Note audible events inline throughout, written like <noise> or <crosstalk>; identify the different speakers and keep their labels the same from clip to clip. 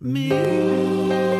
Speaker 1: me.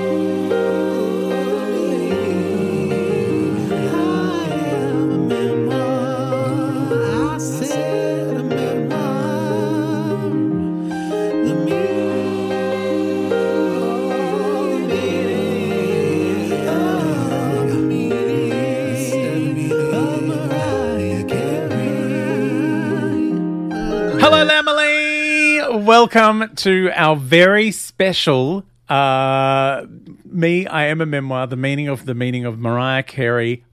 Speaker 2: Hello, Lamely. Welcome to our very special. Uh, me, I am a memoir. The meaning of the meaning of Mariah Carey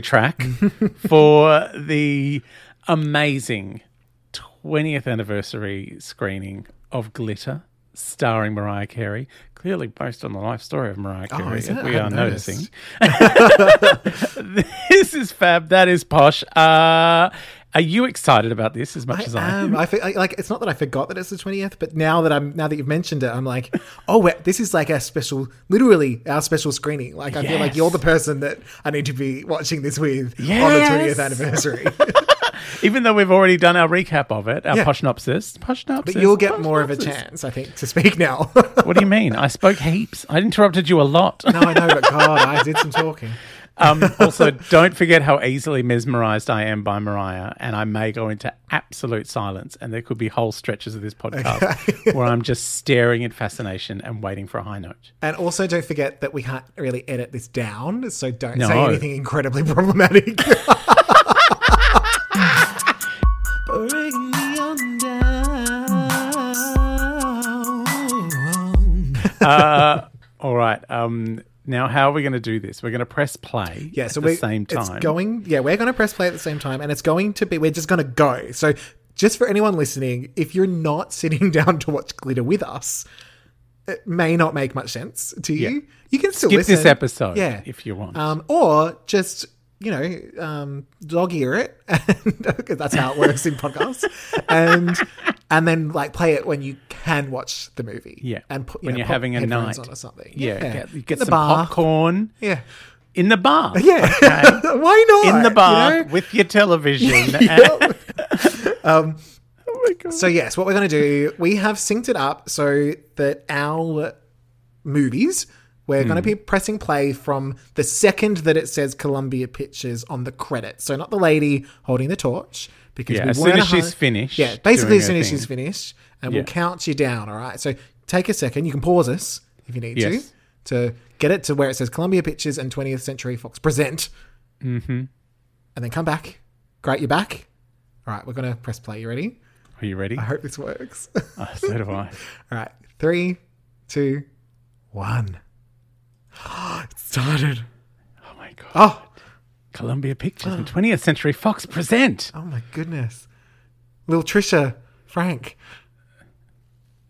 Speaker 1: <laughs>
Speaker 2: track for the amazing twentieth anniversary screening of Glitter, starring Mariah Carey. Clearly based on the life story of Mariah Carey,
Speaker 1: Oh, is
Speaker 2: if
Speaker 1: it?
Speaker 2: we
Speaker 1: I
Speaker 2: are
Speaker 1: hadn't noticed.
Speaker 2: noticing <laughs> this is fab. That is posh. Uh, are you excited about this as much as I am?
Speaker 1: Um, I, fe- I like it's not that I forgot that it's the twentieth, but now that I'm now that you've mentioned it, I'm like, oh, wait, this is like a special, literally our special screening. Like I feel like
Speaker 2: Yes.
Speaker 1: you're the person that I need to be watching this with on the
Speaker 2: Yes.
Speaker 1: twentieth <laughs> anniversary.
Speaker 2: Even though we've already done our recap of it, our
Speaker 1: Yeah.
Speaker 2: poshnopsis. Poshnopsis.
Speaker 1: but you'll get more of a
Speaker 2: poshnopsis.
Speaker 1: chance, I think, to speak now.
Speaker 2: What do you mean? I spoke heaps. I interrupted you a lot.
Speaker 1: <laughs> no, I know, but God, I did some talking.
Speaker 2: Um, also, don't forget how easily mesmerized I am by Mariah, and I may go into absolute silence, and there could be whole stretches of this
Speaker 1: <laughs>
Speaker 2: podcast where I'm just staring in fascination and waiting for a high note.
Speaker 1: And also, don't forget that we can't really edit this down, so don't say
Speaker 2: No.
Speaker 1: anything incredibly <laughs> problematic.
Speaker 2: Bring me on down. uh, all right. Um, now, how are we going to do this? We're going to press play
Speaker 1: Yeah,
Speaker 2: at
Speaker 1: so
Speaker 2: the
Speaker 1: we
Speaker 2: same time.
Speaker 1: It's going. Yeah, we're going to press play at the same time, and it's going to be. We're just going to go. So, just for anyone listening, if you're not sitting <laughs> down to watch Glitter with us, it may not make much sense to you.
Speaker 2: Yeah.
Speaker 1: You can still
Speaker 2: Skip
Speaker 1: listen.
Speaker 2: this episode
Speaker 1: yeah,
Speaker 2: if you want.
Speaker 1: um, or just you know, um, dog ear it, <laughs> and 'cause that's how it works in
Speaker 2: <laughs>
Speaker 1: podcasts, and and then like play it when you can watch the movie.
Speaker 2: Yeah.
Speaker 1: and put, you
Speaker 2: When
Speaker 1: know,
Speaker 2: you're
Speaker 1: pop
Speaker 2: having a
Speaker 1: headphones
Speaker 2: night.
Speaker 1: on or something.
Speaker 2: yeah, get, get
Speaker 1: the
Speaker 2: some
Speaker 1: bar.
Speaker 2: popcorn
Speaker 1: Yeah,
Speaker 2: in the bar.
Speaker 1: yeah. <laughs> Why not
Speaker 2: in the
Speaker 1: You
Speaker 2: bar
Speaker 1: know?
Speaker 2: <laughs> with
Speaker 1: <laughs>
Speaker 2: your television.
Speaker 1: Yep.
Speaker 2: oh my god!
Speaker 1: So yes, what we're going to do, we have synced it up so that our movies, we're going to
Speaker 2: Hmm.
Speaker 1: be pressing play from the second that it says Columbia Pictures on the credits. So not the lady holding the torch because
Speaker 2: Yeah,
Speaker 1: we
Speaker 2: as soon
Speaker 1: weren't
Speaker 2: as she's
Speaker 1: hu-
Speaker 2: finished
Speaker 1: Yeah, basically
Speaker 2: doing
Speaker 1: as soon
Speaker 2: her
Speaker 1: as she's
Speaker 2: thing.
Speaker 1: finished, and
Speaker 2: Yeah.
Speaker 1: we'll count you down. All right, so take a second. You can pause us if you need
Speaker 2: Yes.
Speaker 1: to to get it to where it says Columbia Pictures and 20th Century Fox present, mm-hmm. and then come back. Great, you're back. All right, we're going to press play. You ready?
Speaker 2: Are you ready?
Speaker 1: I hope this <laughs> works.
Speaker 2: <laughs> Oh, so do
Speaker 1: <laughs>
Speaker 2: I.
Speaker 1: All right, three, two, one. <gasps> it started.
Speaker 2: Oh my god!
Speaker 1: Oh,
Speaker 2: Columbia Pictures and <gasps> 20th Century Fox present.
Speaker 1: oh my goodness! Little Trisha, Frank.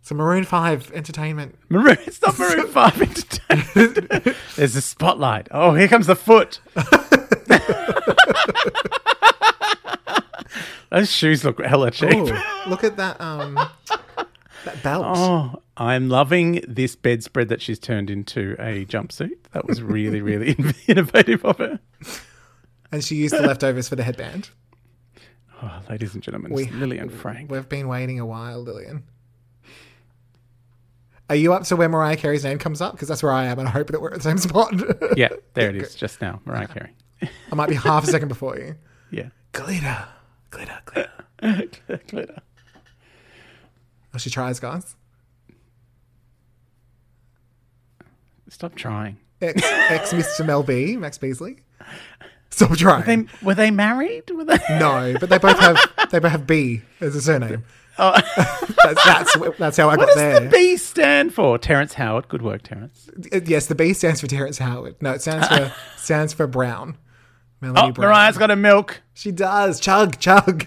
Speaker 1: Some Maroon Five entertainment.
Speaker 2: Maroon, <laughs> it's
Speaker 1: <laughs>
Speaker 2: not Maroon 5 Entertainment. There's a spotlight. Oh, here comes the foot. <laughs> Those shoes look hella <laughs> cheap.
Speaker 1: Oh, look at that. Um, that belt.
Speaker 2: Oh, I'm loving this bedspread that she's turned into a jumpsuit. That was really, really <laughs> innovative of her.
Speaker 1: And she used the leftovers for the headband.
Speaker 2: Oh, ladies and gentlemen,
Speaker 1: We-
Speaker 2: it's Lillian Frank.
Speaker 1: We've been waiting a while, Lillian. Are you up to where Mariah Carey's name comes up? Because that's where I am, and I hope that we're at the same spot. <laughs>
Speaker 2: Yeah, there it <laughs> is, just now. Mariah Carey.
Speaker 1: I might be half a second before you.
Speaker 2: Yeah.
Speaker 1: Glitter, glitter, glitter.
Speaker 2: Glitter, glitter.
Speaker 1: Oh, she tries, guys.
Speaker 2: Stop trying.
Speaker 1: Ex, ex Mr. Mel B, Max Beasley. Stop trying.
Speaker 2: They, were they married? Were they?
Speaker 1: no, but they both have they both have B as a surname. <laughs> that's, that's wh- that's how I
Speaker 2: <laughs> Oh.
Speaker 1: got
Speaker 2: What does
Speaker 1: there.
Speaker 2: the B stand for? Terrence Howard. Good work, Terrence.
Speaker 1: Uh, yes, the B stands for Terrence Howard. No, it stands for stands for Brown. Melanie
Speaker 2: Oh,
Speaker 1: Brown.
Speaker 2: Mariah's got
Speaker 1: <laughs>
Speaker 2: a milk.
Speaker 1: She does chug chug.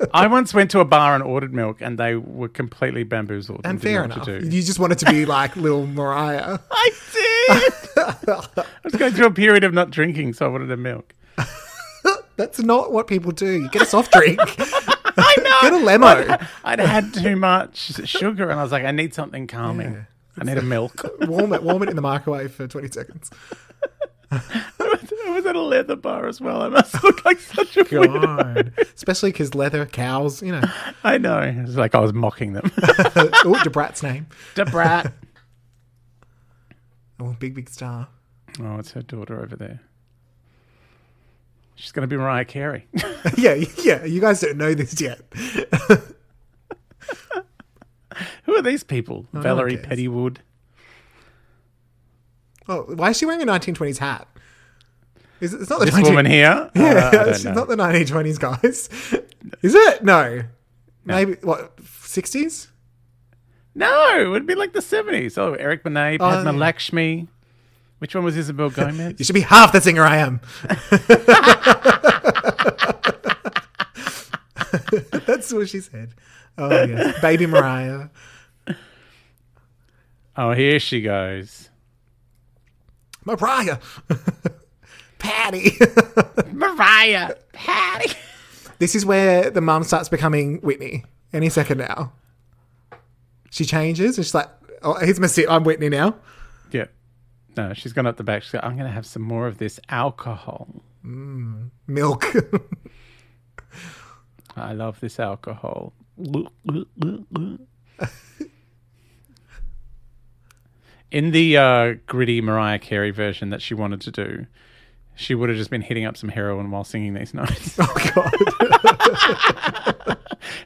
Speaker 1: <laughs>
Speaker 2: I once went to a bar and ordered milk, and they were completely bamboozled.
Speaker 1: and
Speaker 2: And,
Speaker 1: fair
Speaker 2: didn't know
Speaker 1: enough.
Speaker 2: what To do.
Speaker 1: You just wanted to be like little Mariah.
Speaker 2: I
Speaker 1: <laughs>
Speaker 2: did. I was going through a period of not drinking, so I wanted a milk.
Speaker 1: That's not what people do. You get a soft drink.
Speaker 2: I know.
Speaker 1: Get a limo.
Speaker 2: <laughs> I'd, I'd had too much sugar, and I was like, I need something calming.
Speaker 1: Yeah.
Speaker 2: I need a milk.
Speaker 1: warm it, warm it in the microwave for twenty seconds.
Speaker 2: <laughs> I was at a leather bar as well. I <laughs> must look like such a weirdo.
Speaker 1: <laughs> God. Especially because leather cows, you know. <laughs>
Speaker 2: I know. It's like I was mocking them.
Speaker 1: oh, Debrat's name.
Speaker 2: Debrat.
Speaker 1: Oh, big, big star.
Speaker 2: <laughs>
Speaker 1: <laughs>
Speaker 2: Oh, it's her daughter over there. She's going to be Mariah Carey. <laughs>
Speaker 1: yeah, yeah. You guys don't know this yet. <laughs>
Speaker 2: Who are these people?
Speaker 1: Oh,
Speaker 2: Valerie
Speaker 1: cares? <laughs>
Speaker 2: Pettywood.
Speaker 1: Oh, why is she wearing a 1920s hat? Is it, it's not the
Speaker 2: This
Speaker 1: 19-
Speaker 2: woman here. Uh,
Speaker 1: <laughs> Yeah,
Speaker 2: I don't
Speaker 1: it's
Speaker 2: know.
Speaker 1: not the 1920s, guys. Is it? No. Maybe what 60s?
Speaker 2: No, it would be like the 70s. Oh, Eric Benet, Padma
Speaker 1: yeah.
Speaker 2: Lakshmi. Which one
Speaker 1: <laughs>
Speaker 2: was Isabel Gomez?
Speaker 1: You should be half the singer I am. <laughs> That's what she said. Oh yes, baby Mariah.
Speaker 2: oh, here she goes.
Speaker 1: Mariah. <laughs> Patty. <laughs>
Speaker 2: Mariah Patty.
Speaker 1: this is where the mum starts becoming Whitney any second now. She changes and she's like, "Oh, here's my seat. I'm Whitney now."
Speaker 2: <laughs> yeah. No, she's gone up the back. She's like, I'm going to have some more of this alcohol.
Speaker 1: Milk. <laughs> Oh
Speaker 2: I love this alcohol. In the uh, gritty Mariah Carey version that she wanted to do, she would have just been hitting up some heroin while singing these
Speaker 1: <laughs>
Speaker 2: notes.
Speaker 1: oh god.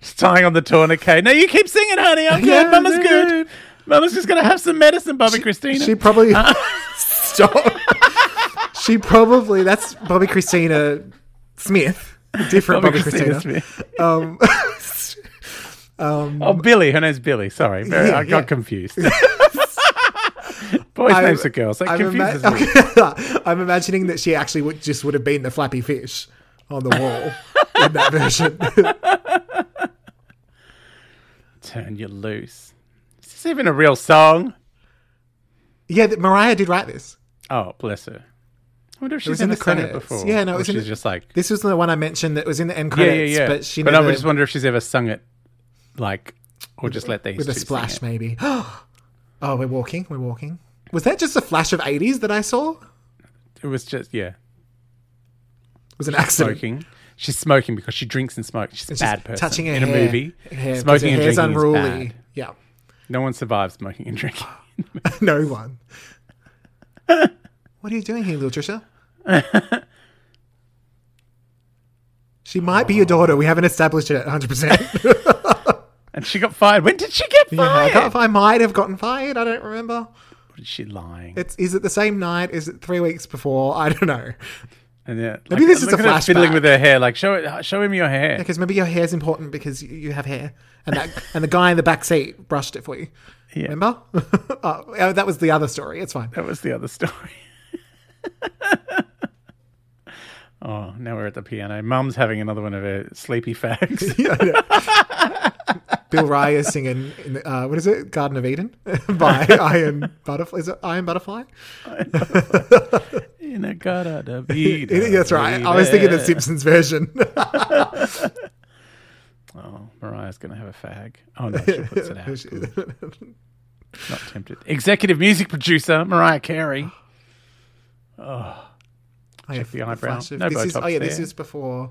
Speaker 2: just tying on the tourniquet. No, you keep singing, honey. I'm good.
Speaker 1: Yeah,
Speaker 2: Mama's
Speaker 1: dude.
Speaker 2: good. Mama's just going to have some medicine, Bobby Christina.
Speaker 1: She probably <laughs> stop. she probably that's Bobby Christina Smith, different Bobby, Christina.
Speaker 2: Smith. <laughs>
Speaker 1: Um,
Speaker 2: Oh, Billy. Her name's Billy. Sorry. Very-
Speaker 1: Yeah,
Speaker 2: I got
Speaker 1: yeah. <laughs>
Speaker 2: confused. Boys'
Speaker 1: I'm-
Speaker 2: names are girls. That
Speaker 1: I'm, ima-
Speaker 2: confuses me.
Speaker 1: okay. <laughs> I'm imagining that she actually would just would have been the flappy fish on the wall in that
Speaker 2: <laughs>
Speaker 1: version. <laughs>
Speaker 2: Turn you loose. Is this even a real song?
Speaker 1: yeah, that Mariah did write this.
Speaker 2: Oh, bless her. I wonder if she's
Speaker 1: was
Speaker 2: in
Speaker 1: in
Speaker 2: the
Speaker 1: the
Speaker 2: Senate
Speaker 1: credits.
Speaker 2: before.
Speaker 1: Yeah, no, it
Speaker 2: Or
Speaker 1: was in
Speaker 2: she's
Speaker 1: the-
Speaker 2: just like
Speaker 1: This was the one I mentioned that was in the end
Speaker 2: yeah,
Speaker 1: credits,
Speaker 2: yeah, yeah.
Speaker 1: but she
Speaker 2: but
Speaker 1: never
Speaker 2: I just wonder if she's ever sung it, like, or just let these
Speaker 1: with a
Speaker 2: two sing
Speaker 1: splash
Speaker 2: it.
Speaker 1: maybe. <gasps> oh, we're walking, we're walking. Was that just a flash of 80s that I saw? It
Speaker 2: It was just yeah,
Speaker 1: was an accident.
Speaker 2: smoking. She's smoking because she drinks and smokes. She's a
Speaker 1: It's just
Speaker 2: bad person.
Speaker 1: Touching her
Speaker 2: in
Speaker 1: hair,
Speaker 2: a movie,
Speaker 1: her hair, 'cause
Speaker 2: smoking
Speaker 1: her
Speaker 2: and
Speaker 1: hair's
Speaker 2: drinking
Speaker 1: unruly.
Speaker 2: is bad.
Speaker 1: Yeah, <laughs>
Speaker 2: No one survives smoking and drinking. <laughs>
Speaker 1: no one. what are you doing here, little
Speaker 2: <laughs>
Speaker 1: Trisha? she might be your daughter. We haven't established it 100.
Speaker 2: <laughs>
Speaker 1: percent <laughs>
Speaker 2: and she got fired. When did she get
Speaker 1: I,
Speaker 2: fired?
Speaker 1: can't- I might have gotten fired. I don't remember.
Speaker 2: Or is she lying?
Speaker 1: It's is it the same night? Is it three weeks before? I don't know.
Speaker 2: and yeah,
Speaker 1: Maybe this is
Speaker 2: look
Speaker 1: a
Speaker 2: at her Fiddling
Speaker 1: flashback.
Speaker 2: with her hair, like show it, show him your hair.
Speaker 1: Because maybe your hair's important because you, you have hair, and that and the guy in the back seat brushed it for you.
Speaker 2: Yeah.
Speaker 1: Remember? <laughs> oh, oh, that was the other story. It's fine.
Speaker 2: That was the other story. <laughs> oh, now we're at the piano. Mum's having another one of her sleepy fags.
Speaker 1: Yeah, I know. Bill Rye is singing, in the, uh, what is it? Garden of Eden <laughs> by Iron Butterfly. Is it Iron Butterfly?
Speaker 2: <laughs> In a gotta da be da
Speaker 1: That's right. I was
Speaker 2: be
Speaker 1: thinking the
Speaker 2: da.
Speaker 1: Simpsons version.
Speaker 2: Oh, Mariah's going to have a fag. Oh, no, she puts
Speaker 1: <laughs>
Speaker 2: it out. Not tempted. Executive music producer, Mariah Carey.
Speaker 1: I have
Speaker 2: the
Speaker 1: a
Speaker 2: eyebrow.
Speaker 1: flash of-
Speaker 2: No
Speaker 1: this is,
Speaker 2: Botox
Speaker 1: oh, yeah, this
Speaker 2: there.
Speaker 1: is before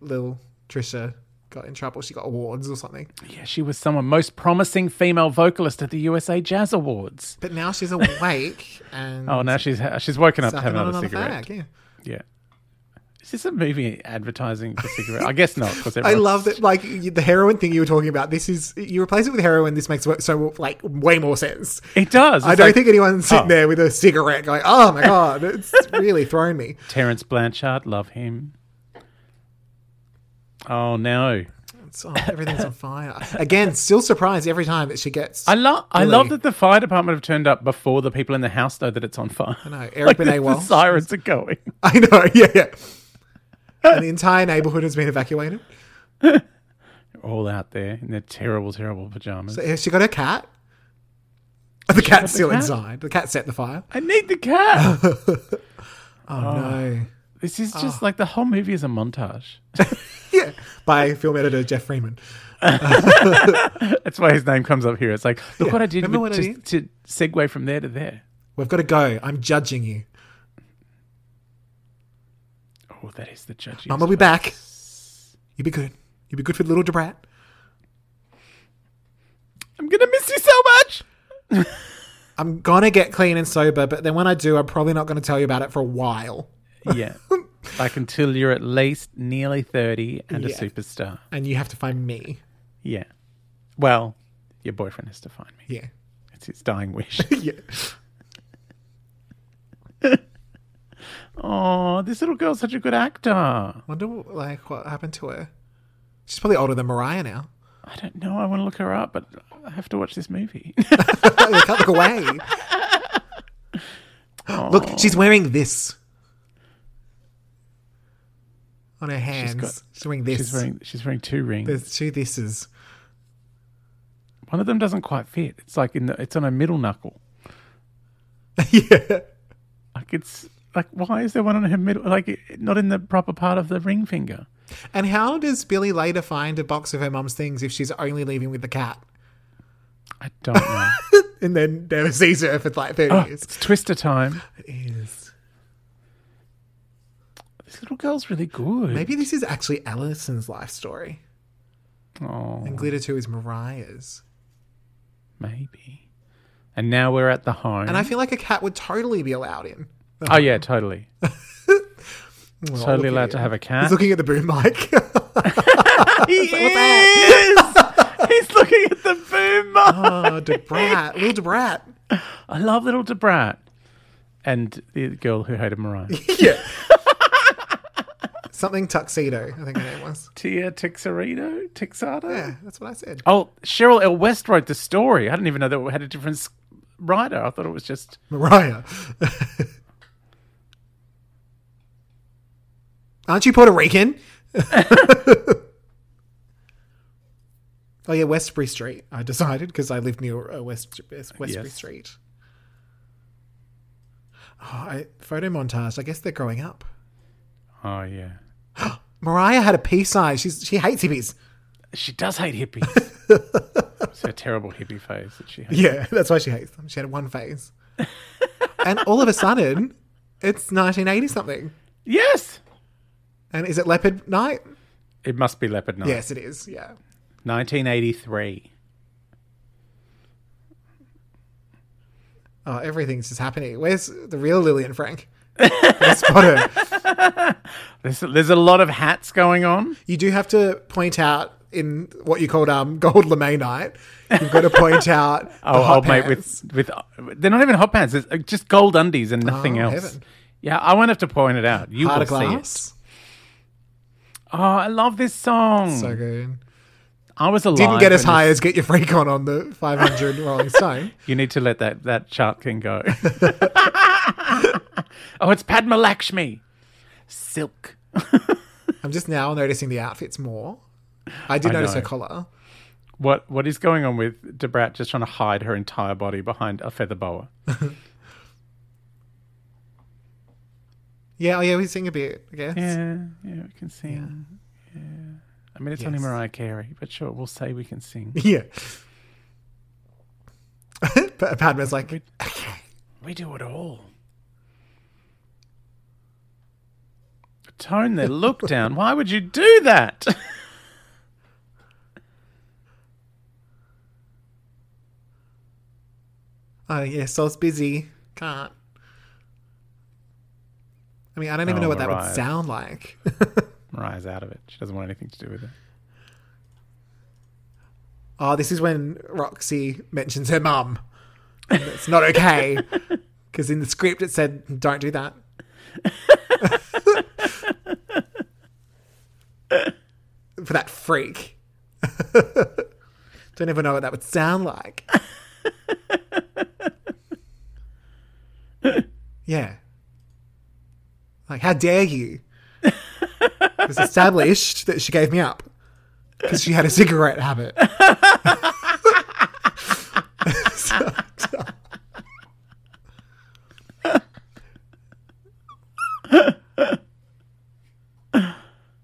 Speaker 1: Lil Trisha got in trouble. She got awards or something.
Speaker 2: Yeah, she was someone most promising female vocalist at the USA Jazz Awards.
Speaker 1: But now she's awake
Speaker 2: <laughs>
Speaker 1: and
Speaker 2: Oh, now she's ha- she's woken up to
Speaker 1: sucking
Speaker 2: have
Speaker 1: on
Speaker 2: another
Speaker 1: another
Speaker 2: cigarette.
Speaker 1: fag. Yeah.
Speaker 2: Yeah. Is this a movie advertising for cigarettes? I guess not.
Speaker 1: <laughs>
Speaker 2: 'cause
Speaker 1: I
Speaker 2: everyone's
Speaker 1: love that, like you- the heroin thing you were talking about. This is you replace it with heroin. This makes so like way more sense.
Speaker 2: It does.
Speaker 1: I
Speaker 2: It's
Speaker 1: don't
Speaker 2: like
Speaker 1: think anyone's sitting
Speaker 2: Oh.
Speaker 1: there with a cigarette going, oh my God, it's really thrown me.
Speaker 2: Terrence Blanchard, love him. Oh no.
Speaker 1: It's, oh, everything's on fire. Again, still surprised every time that she gets.
Speaker 2: I love I
Speaker 1: Really?
Speaker 2: love that the fire department have turned up before the people in the house know that it's on fire. I <laughs>
Speaker 1: know. Eric Benet
Speaker 2: the, the
Speaker 1: Walsh.
Speaker 2: sirens are going.
Speaker 1: <laughs> I know, yeah, yeah. And the entire neighborhood has been evacuated.
Speaker 2: They're <laughs> all out there in their terrible, terrible pajamas.
Speaker 1: So, yeah, She got her cat. Oh, The cat's still
Speaker 2: cat?
Speaker 1: inside. The cat set the fire.
Speaker 2: I need the cat.
Speaker 1: <laughs> Oh, no.
Speaker 2: this is just
Speaker 1: Oh.
Speaker 2: like the whole movie is a montage. <laughs>
Speaker 1: Yeah. By film editor Jeff Freeman.
Speaker 2: That's why his name comes up here. It's like, look
Speaker 1: Yeah.
Speaker 2: what I did,
Speaker 1: Remember
Speaker 2: with,
Speaker 1: what I
Speaker 2: just to segue from there to there.
Speaker 1: We've got to go. I'm judging you.
Speaker 2: Oh, that is the judge.
Speaker 1: Mum will be back. You be good. You be good for the little Debrat. <laughs>
Speaker 2: I'm gonna miss you so much.
Speaker 1: I'm gonna get clean and sober, but then when I do, I'm probably not gonna tell you about it for a while.
Speaker 2: Yeah. like until you're at least nearly 30 and a
Speaker 1: Yeah.
Speaker 2: superstar.
Speaker 1: And you have to find me.
Speaker 2: Yeah. Well, your boyfriend has to find me.
Speaker 1: Yeah.
Speaker 2: It's his dying wish.
Speaker 1: <laughs> yeah.
Speaker 2: oh, this little girl's such a good actor. I
Speaker 1: Wonder like what happened to her. She's probably older than Mariah now. <laughs>
Speaker 2: don't know. I want to look her up, but I have to watch this
Speaker 1: <laughs>
Speaker 2: movie.
Speaker 1: they can't look away.
Speaker 2: <laughs>
Speaker 1: Look, she's wearing this on her hands. She's,
Speaker 2: got-
Speaker 1: wearing this.
Speaker 2: she's wearing she's wearing two rings.
Speaker 1: There's two thises.
Speaker 2: One of them doesn't quite fit. It's like in the, it's on her middle knuckle.
Speaker 1: <laughs> yeah.
Speaker 2: Like it's like why is there one on her middle? Like it- not in the proper part of the ring finger.
Speaker 1: And how does Billy later find a box of her mum's things if she's only leaving with the cat?
Speaker 2: I
Speaker 1: <laughs>
Speaker 2: don't know. <laughs>
Speaker 1: And then never sees her for like 30
Speaker 2: Oh,
Speaker 1: years.
Speaker 2: it's twister time.
Speaker 1: It is.
Speaker 2: This little girl's really good.
Speaker 1: Maybe this is actually Allison's life story.
Speaker 2: Oh,
Speaker 1: And Glitter 2 is Mariah's.
Speaker 2: maybe. And now we're at the home.
Speaker 1: And I feel like a cat would totally be allowed in.
Speaker 2: oh yeah, totally.
Speaker 1: Well,
Speaker 2: totally
Speaker 1: look at
Speaker 2: allowed
Speaker 1: you.
Speaker 2: to have a
Speaker 1: He's
Speaker 2: cat.
Speaker 1: looking at the boom
Speaker 2: <laughs>
Speaker 1: mic.
Speaker 2: he is. <laughs> He's looking at the boom. mic.
Speaker 1: oh, Debrat. Little Debrat.
Speaker 2: Oh, I love little Debrat and the girl who hated <laughs> Mariah.
Speaker 1: yeah. <laughs> Something tuxedo, I think her name was.
Speaker 2: Tia Texarito, Texada.
Speaker 1: Yeah, that's what I said.
Speaker 2: Oh, Cheryl L. West wrote the story. I didn't even know that it had a different s- writer. I thought it was just.
Speaker 1: Mariah. Aren't you Puerto Rican? oh yeah, Westbury Street. I decided because I lived near uh, West West- Westbury
Speaker 2: Yes.
Speaker 1: Street. Oh, I, photo montage. I guess they're growing up.
Speaker 2: Oh yeah,
Speaker 1: Mariah had a pea size. She's she hates hippies.
Speaker 2: she does hate <laughs> hippies. it's her terrible hippie phase that she. Hates.
Speaker 1: Yeah, <laughs> that's why she hates them. She had one phase, and all of a sudden, it's 1980 something.
Speaker 2: Yes,
Speaker 1: And is it Leopard Night?
Speaker 2: it must be Leopard Night.
Speaker 1: Yes, it is. Yeah.
Speaker 2: 1983.
Speaker 1: Oh, everything's just happening. Where's the real Lillian Frank? I spot
Speaker 2: <laughs>
Speaker 1: her.
Speaker 2: There's there's a lot of hats going on.
Speaker 1: You do have to point out in what you called um gold lame night. You've got to point
Speaker 2: <laughs>
Speaker 1: out the
Speaker 2: Oh,
Speaker 1: hot
Speaker 2: old mate
Speaker 1: pants.
Speaker 2: with with they're not even hot pants. It's uh, just gold undies and nothing
Speaker 1: Oh,
Speaker 2: else.
Speaker 1: heaven.
Speaker 2: Yeah, I won't have to point it out. You
Speaker 1: heart
Speaker 2: will
Speaker 1: of
Speaker 2: see it.
Speaker 1: glass.
Speaker 2: Oh, I love this song.
Speaker 1: So good.
Speaker 2: I was alive.
Speaker 1: Didn't get as
Speaker 2: when
Speaker 1: high as get your freak on on the 500 <laughs> Rolling Stone.
Speaker 2: You need to let that that chart king
Speaker 1: <laughs>
Speaker 2: go. <laughs> oh, it's Padma Lakshmi. Silk.
Speaker 1: I'm just now noticing the outfits more. I did
Speaker 2: I
Speaker 1: notice
Speaker 2: know.
Speaker 1: her collar.
Speaker 2: What what is going on with Debrat just trying to hide her entire body behind a feather boa?
Speaker 1: Yeah, oh yeah, we sing a bit. I guess.
Speaker 2: Yeah, yeah, we can sing. Yeah. I mean, it's only
Speaker 1: Yes.
Speaker 2: Mariah Carey, but sure, we'll say we can sing.
Speaker 1: <laughs> Yeah. <laughs> but Padma's like,
Speaker 2: We do it all. Tone their look down. Why would you do that? <laughs>
Speaker 1: Oh yeah, so it's busy. Can't. I mean, I don't even
Speaker 2: Oh,
Speaker 1: know what that
Speaker 2: Mariah.
Speaker 1: would sound like. <laughs>
Speaker 2: Mariah's out of it. She doesn't want anything to do with it.
Speaker 1: oh, this is when Roxy mentions her mum. And It's not okay because in the script it said don't do that. <laughs> For that freak. <laughs> don't ever know what that would sound like. Yeah. Like, how dare you? It was established that she gave me up because she had a cigarette habit. So-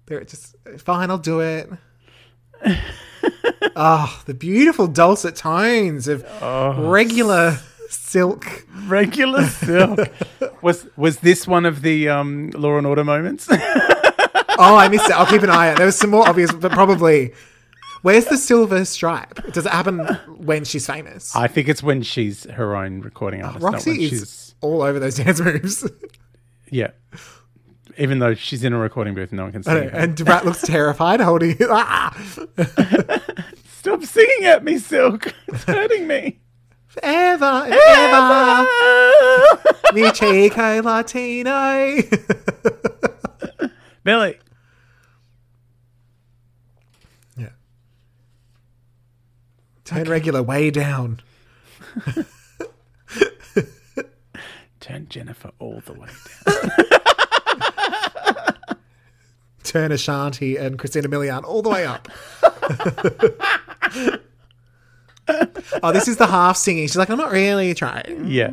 Speaker 1: They're just fine. I'll do it. <laughs> Ah, the beautiful dulcet tones of
Speaker 2: Oh.
Speaker 1: regular silk.
Speaker 2: Regular silk. was was this one of the um, Law and Order moments? <laughs>
Speaker 1: Oh, I missed it. I'll keep an eye out. There was some more obvious, but probably. Where's the silver stripe? Does it happen when she's famous?
Speaker 2: I think it's when she's her own recording artist. not when
Speaker 1: Roxy is
Speaker 2: she's
Speaker 1: all over those dance moves. <laughs>
Speaker 2: yeah. Even though she's in a recording booth, no one can see her.
Speaker 1: and Brat looks terrified, holding <laughs> ah,
Speaker 2: Stop singing at me, Silk. <laughs> It's hurting me.
Speaker 1: ever, ever,
Speaker 2: Ah.
Speaker 1: mi chico Latino.
Speaker 2: <laughs>
Speaker 1: <laughs>
Speaker 2: Billy.
Speaker 1: yeah. Turn regular way down.
Speaker 2: Turn Jennifer all the way down.
Speaker 1: Turn Ashanti and Christina Milian all the way
Speaker 2: <laughs>
Speaker 1: up. oh, this is the half singing. She's like, I'm not really trying.
Speaker 2: Yeah.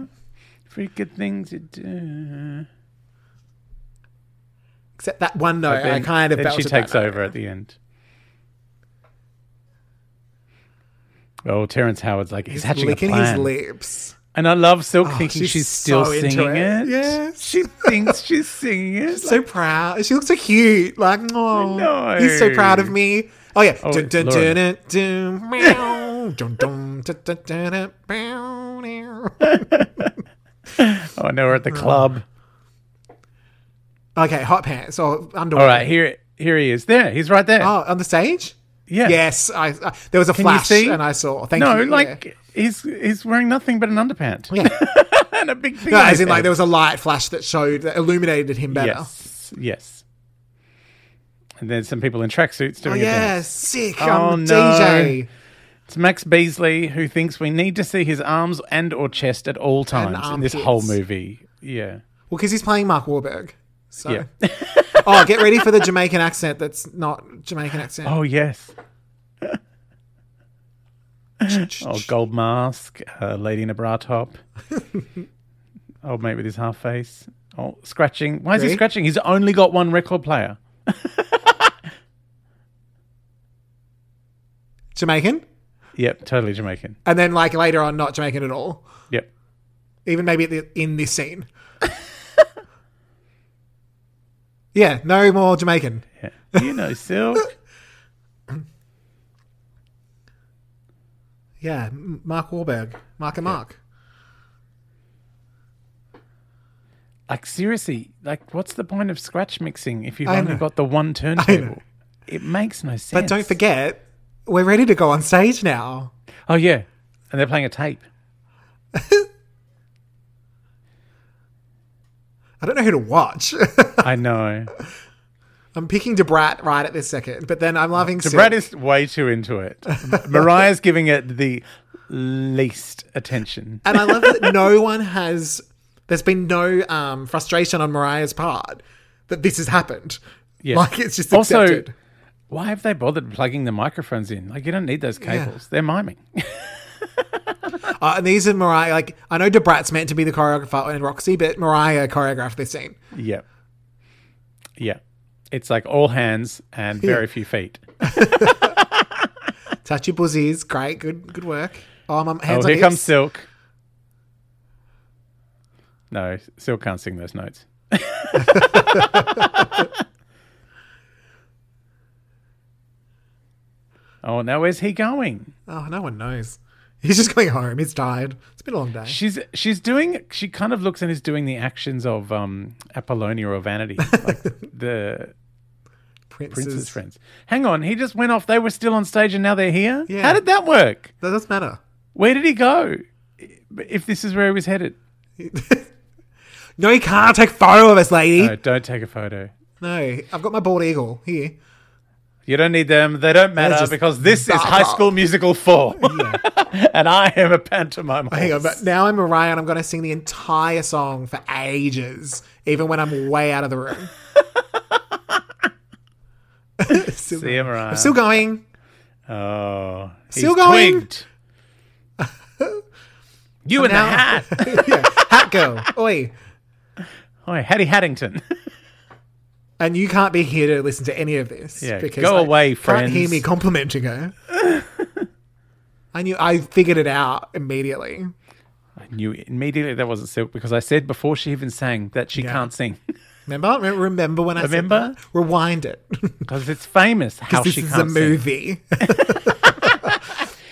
Speaker 2: Pretty Mm-hmm. good things you do.
Speaker 1: Except that one note, I
Speaker 2: Then-
Speaker 1: kind of
Speaker 2: then she
Speaker 1: belted that
Speaker 2: takes
Speaker 1: note.
Speaker 2: over at the end. Oh, Terrence Howard's like he's, hatching a
Speaker 1: licking
Speaker 2: plan,
Speaker 1: his lips.
Speaker 2: and I love Silk thinking she's,
Speaker 1: she's
Speaker 2: still
Speaker 1: so into
Speaker 2: singing
Speaker 1: it.
Speaker 2: it.
Speaker 1: Yes.
Speaker 2: she thinks she's singing it. Like,
Speaker 1: so proud. She looks so cute. Like, oh,
Speaker 2: know.
Speaker 1: he's so proud of me. Oh yeah, dun,
Speaker 2: it's
Speaker 1: dun,
Speaker 2: Lauren.
Speaker 1: dun, dun, dun, meow. Dun, dun, dun, dun, dun, dun, meow, meow.
Speaker 2: oh, now we're at the club.
Speaker 1: Okay, hot pants or underwear.
Speaker 2: All right, here, here he is. There, he's right there.
Speaker 1: Oh, on the stage.
Speaker 2: yeah.
Speaker 1: Yes, I, I there was a flash
Speaker 2: see?
Speaker 1: and I saw. Thank
Speaker 2: No,
Speaker 1: you. yeah.
Speaker 2: like he's he's wearing nothing but an underpant
Speaker 1: Yeah.
Speaker 2: <laughs> and a big thing.
Speaker 1: No,
Speaker 2: on
Speaker 1: as
Speaker 2: his
Speaker 1: in like
Speaker 2: head.
Speaker 1: there was a light flash that showed that illuminated him better.
Speaker 2: Yes, yes. And there's some people in tracksuits
Speaker 1: Oh
Speaker 2: doing it.
Speaker 1: yeah, sick.
Speaker 2: Oh,
Speaker 1: I'm
Speaker 2: no.
Speaker 1: the DJ.
Speaker 2: It's Max Beasley who thinks we need to see his arms and or chest at all times in
Speaker 1: armpits.
Speaker 2: this whole movie. Yeah.
Speaker 1: Well, because he's playing Mark Wahlberg. So.
Speaker 2: Yeah.
Speaker 1: <laughs> oh, get ready for the Jamaican accent. That's not
Speaker 2: <gasps>
Speaker 1: Jamaican accent.
Speaker 2: Oh yes. Oh, gold mask, uh, lady in a
Speaker 1: <laughs>
Speaker 2: bra top, old mate with his half face. Oh, scratching. Why is he
Speaker 1: Really?
Speaker 2: scratching? He's only got one record player.
Speaker 1: Jamaican,
Speaker 2: Yep, totally Jamaican.
Speaker 1: and then like later on, not Jamaican at all.
Speaker 2: Yep.
Speaker 1: Even maybe at the, in this
Speaker 2: <laughs>
Speaker 1: scene. yeah, no more Jamaican.
Speaker 2: Yeah. You know, Silk.
Speaker 1: Yeah, M- Mark Wahlberg, Mark and Mark.
Speaker 2: Like seriously, like what's the point of scratch mixing if
Speaker 1: <laughs>
Speaker 2: you've
Speaker 1: I
Speaker 2: only
Speaker 1: know.
Speaker 2: got the one turntable? It makes no sense.
Speaker 1: But don't forget, we're ready to go on stage now.
Speaker 2: Oh yeah, and they're playing a tape.
Speaker 1: I don't know who to watch. <laughs>
Speaker 2: I know.
Speaker 1: I'm picking Debrat right at this second, but then I'm loving
Speaker 2: So
Speaker 1: Silk.
Speaker 2: Brad is way too into it.
Speaker 1: <laughs>
Speaker 2: Mariah's giving it the least attention.
Speaker 1: And I love
Speaker 2: <laughs>
Speaker 1: that no one has. There's been no um, frustration on Mariah's part that this has happened.
Speaker 2: Yeah.
Speaker 1: Like it's just
Speaker 2: also,
Speaker 1: accepted.
Speaker 2: why have they bothered plugging the microphones in? Like you don't need those cables. They're miming.
Speaker 1: Uh, and these are Mariah. Like I know Debrat's meant to be the choreographer and Roxy, but Mariah choreographed this scene.
Speaker 2: yeah. Yeah. It's like all hands and very few feet.
Speaker 1: Touch your buzzies, great, good, good work. Oh, my
Speaker 2: Oh,
Speaker 1: hands on
Speaker 2: here
Speaker 1: hips.
Speaker 2: comes Silk. No, Silk can't sing those notes. <laughs> oh, now where's he going?
Speaker 1: Oh, no one knows. He's just going home. He's tired. It's been a long day.
Speaker 2: She's she's doing she kind of looks and is doing the actions of um Apollonia or
Speaker 1: <laughs>
Speaker 2: Vanity, like the
Speaker 1: Prince's,
Speaker 2: prince's friends. Hang on, he just went off. They were still on stage and now they're here.
Speaker 1: Yeah.
Speaker 2: How did that work?
Speaker 1: That doesn't matter.
Speaker 2: Where did he go? If this is where he was headed,
Speaker 1: No, you can't take photo of us, lady.
Speaker 2: no, don't take a photo.
Speaker 1: no I've got my bald eagle here.
Speaker 2: You don't need them. They don't matter
Speaker 1: just
Speaker 2: because this is
Speaker 1: blah,
Speaker 2: High
Speaker 1: blah.
Speaker 2: School Musical
Speaker 1: <laughs>
Speaker 2: 4. <laughs> and I am a pantomime.
Speaker 1: Hang on,
Speaker 2: horse.
Speaker 1: but now I'm Mariah and I'm going to sing the entire song for ages, even when I'm way out of the room. still,
Speaker 2: See you, Mariah.
Speaker 1: I'm still
Speaker 2: <laughs>
Speaker 1: going.
Speaker 2: oh, he's
Speaker 1: Still going.
Speaker 2: twigged.
Speaker 1: <laughs>
Speaker 2: you and
Speaker 1: now-
Speaker 2: the
Speaker 1: <laughs>
Speaker 2: hat.
Speaker 1: yeah, hat girl, oi!
Speaker 2: Hi, Hattie Haddington.
Speaker 1: And you can't be here to listen to any of this.
Speaker 2: Yeah, go away,
Speaker 1: Can't hear
Speaker 2: friends.
Speaker 1: me complimenting
Speaker 2: <laughs>
Speaker 1: her. I knew. I figured it out immediately. <laughs>
Speaker 2: I knew immediately that wasn't Silk because I said before she even sang that she can't sing.
Speaker 1: Remember? Re- Remember when I
Speaker 2: Remember?
Speaker 1: said that? Rewind it.
Speaker 2: Because it's famous
Speaker 1: <laughs>
Speaker 2: how
Speaker 1: this
Speaker 2: she
Speaker 1: is a
Speaker 2: can't sing.
Speaker 1: movie.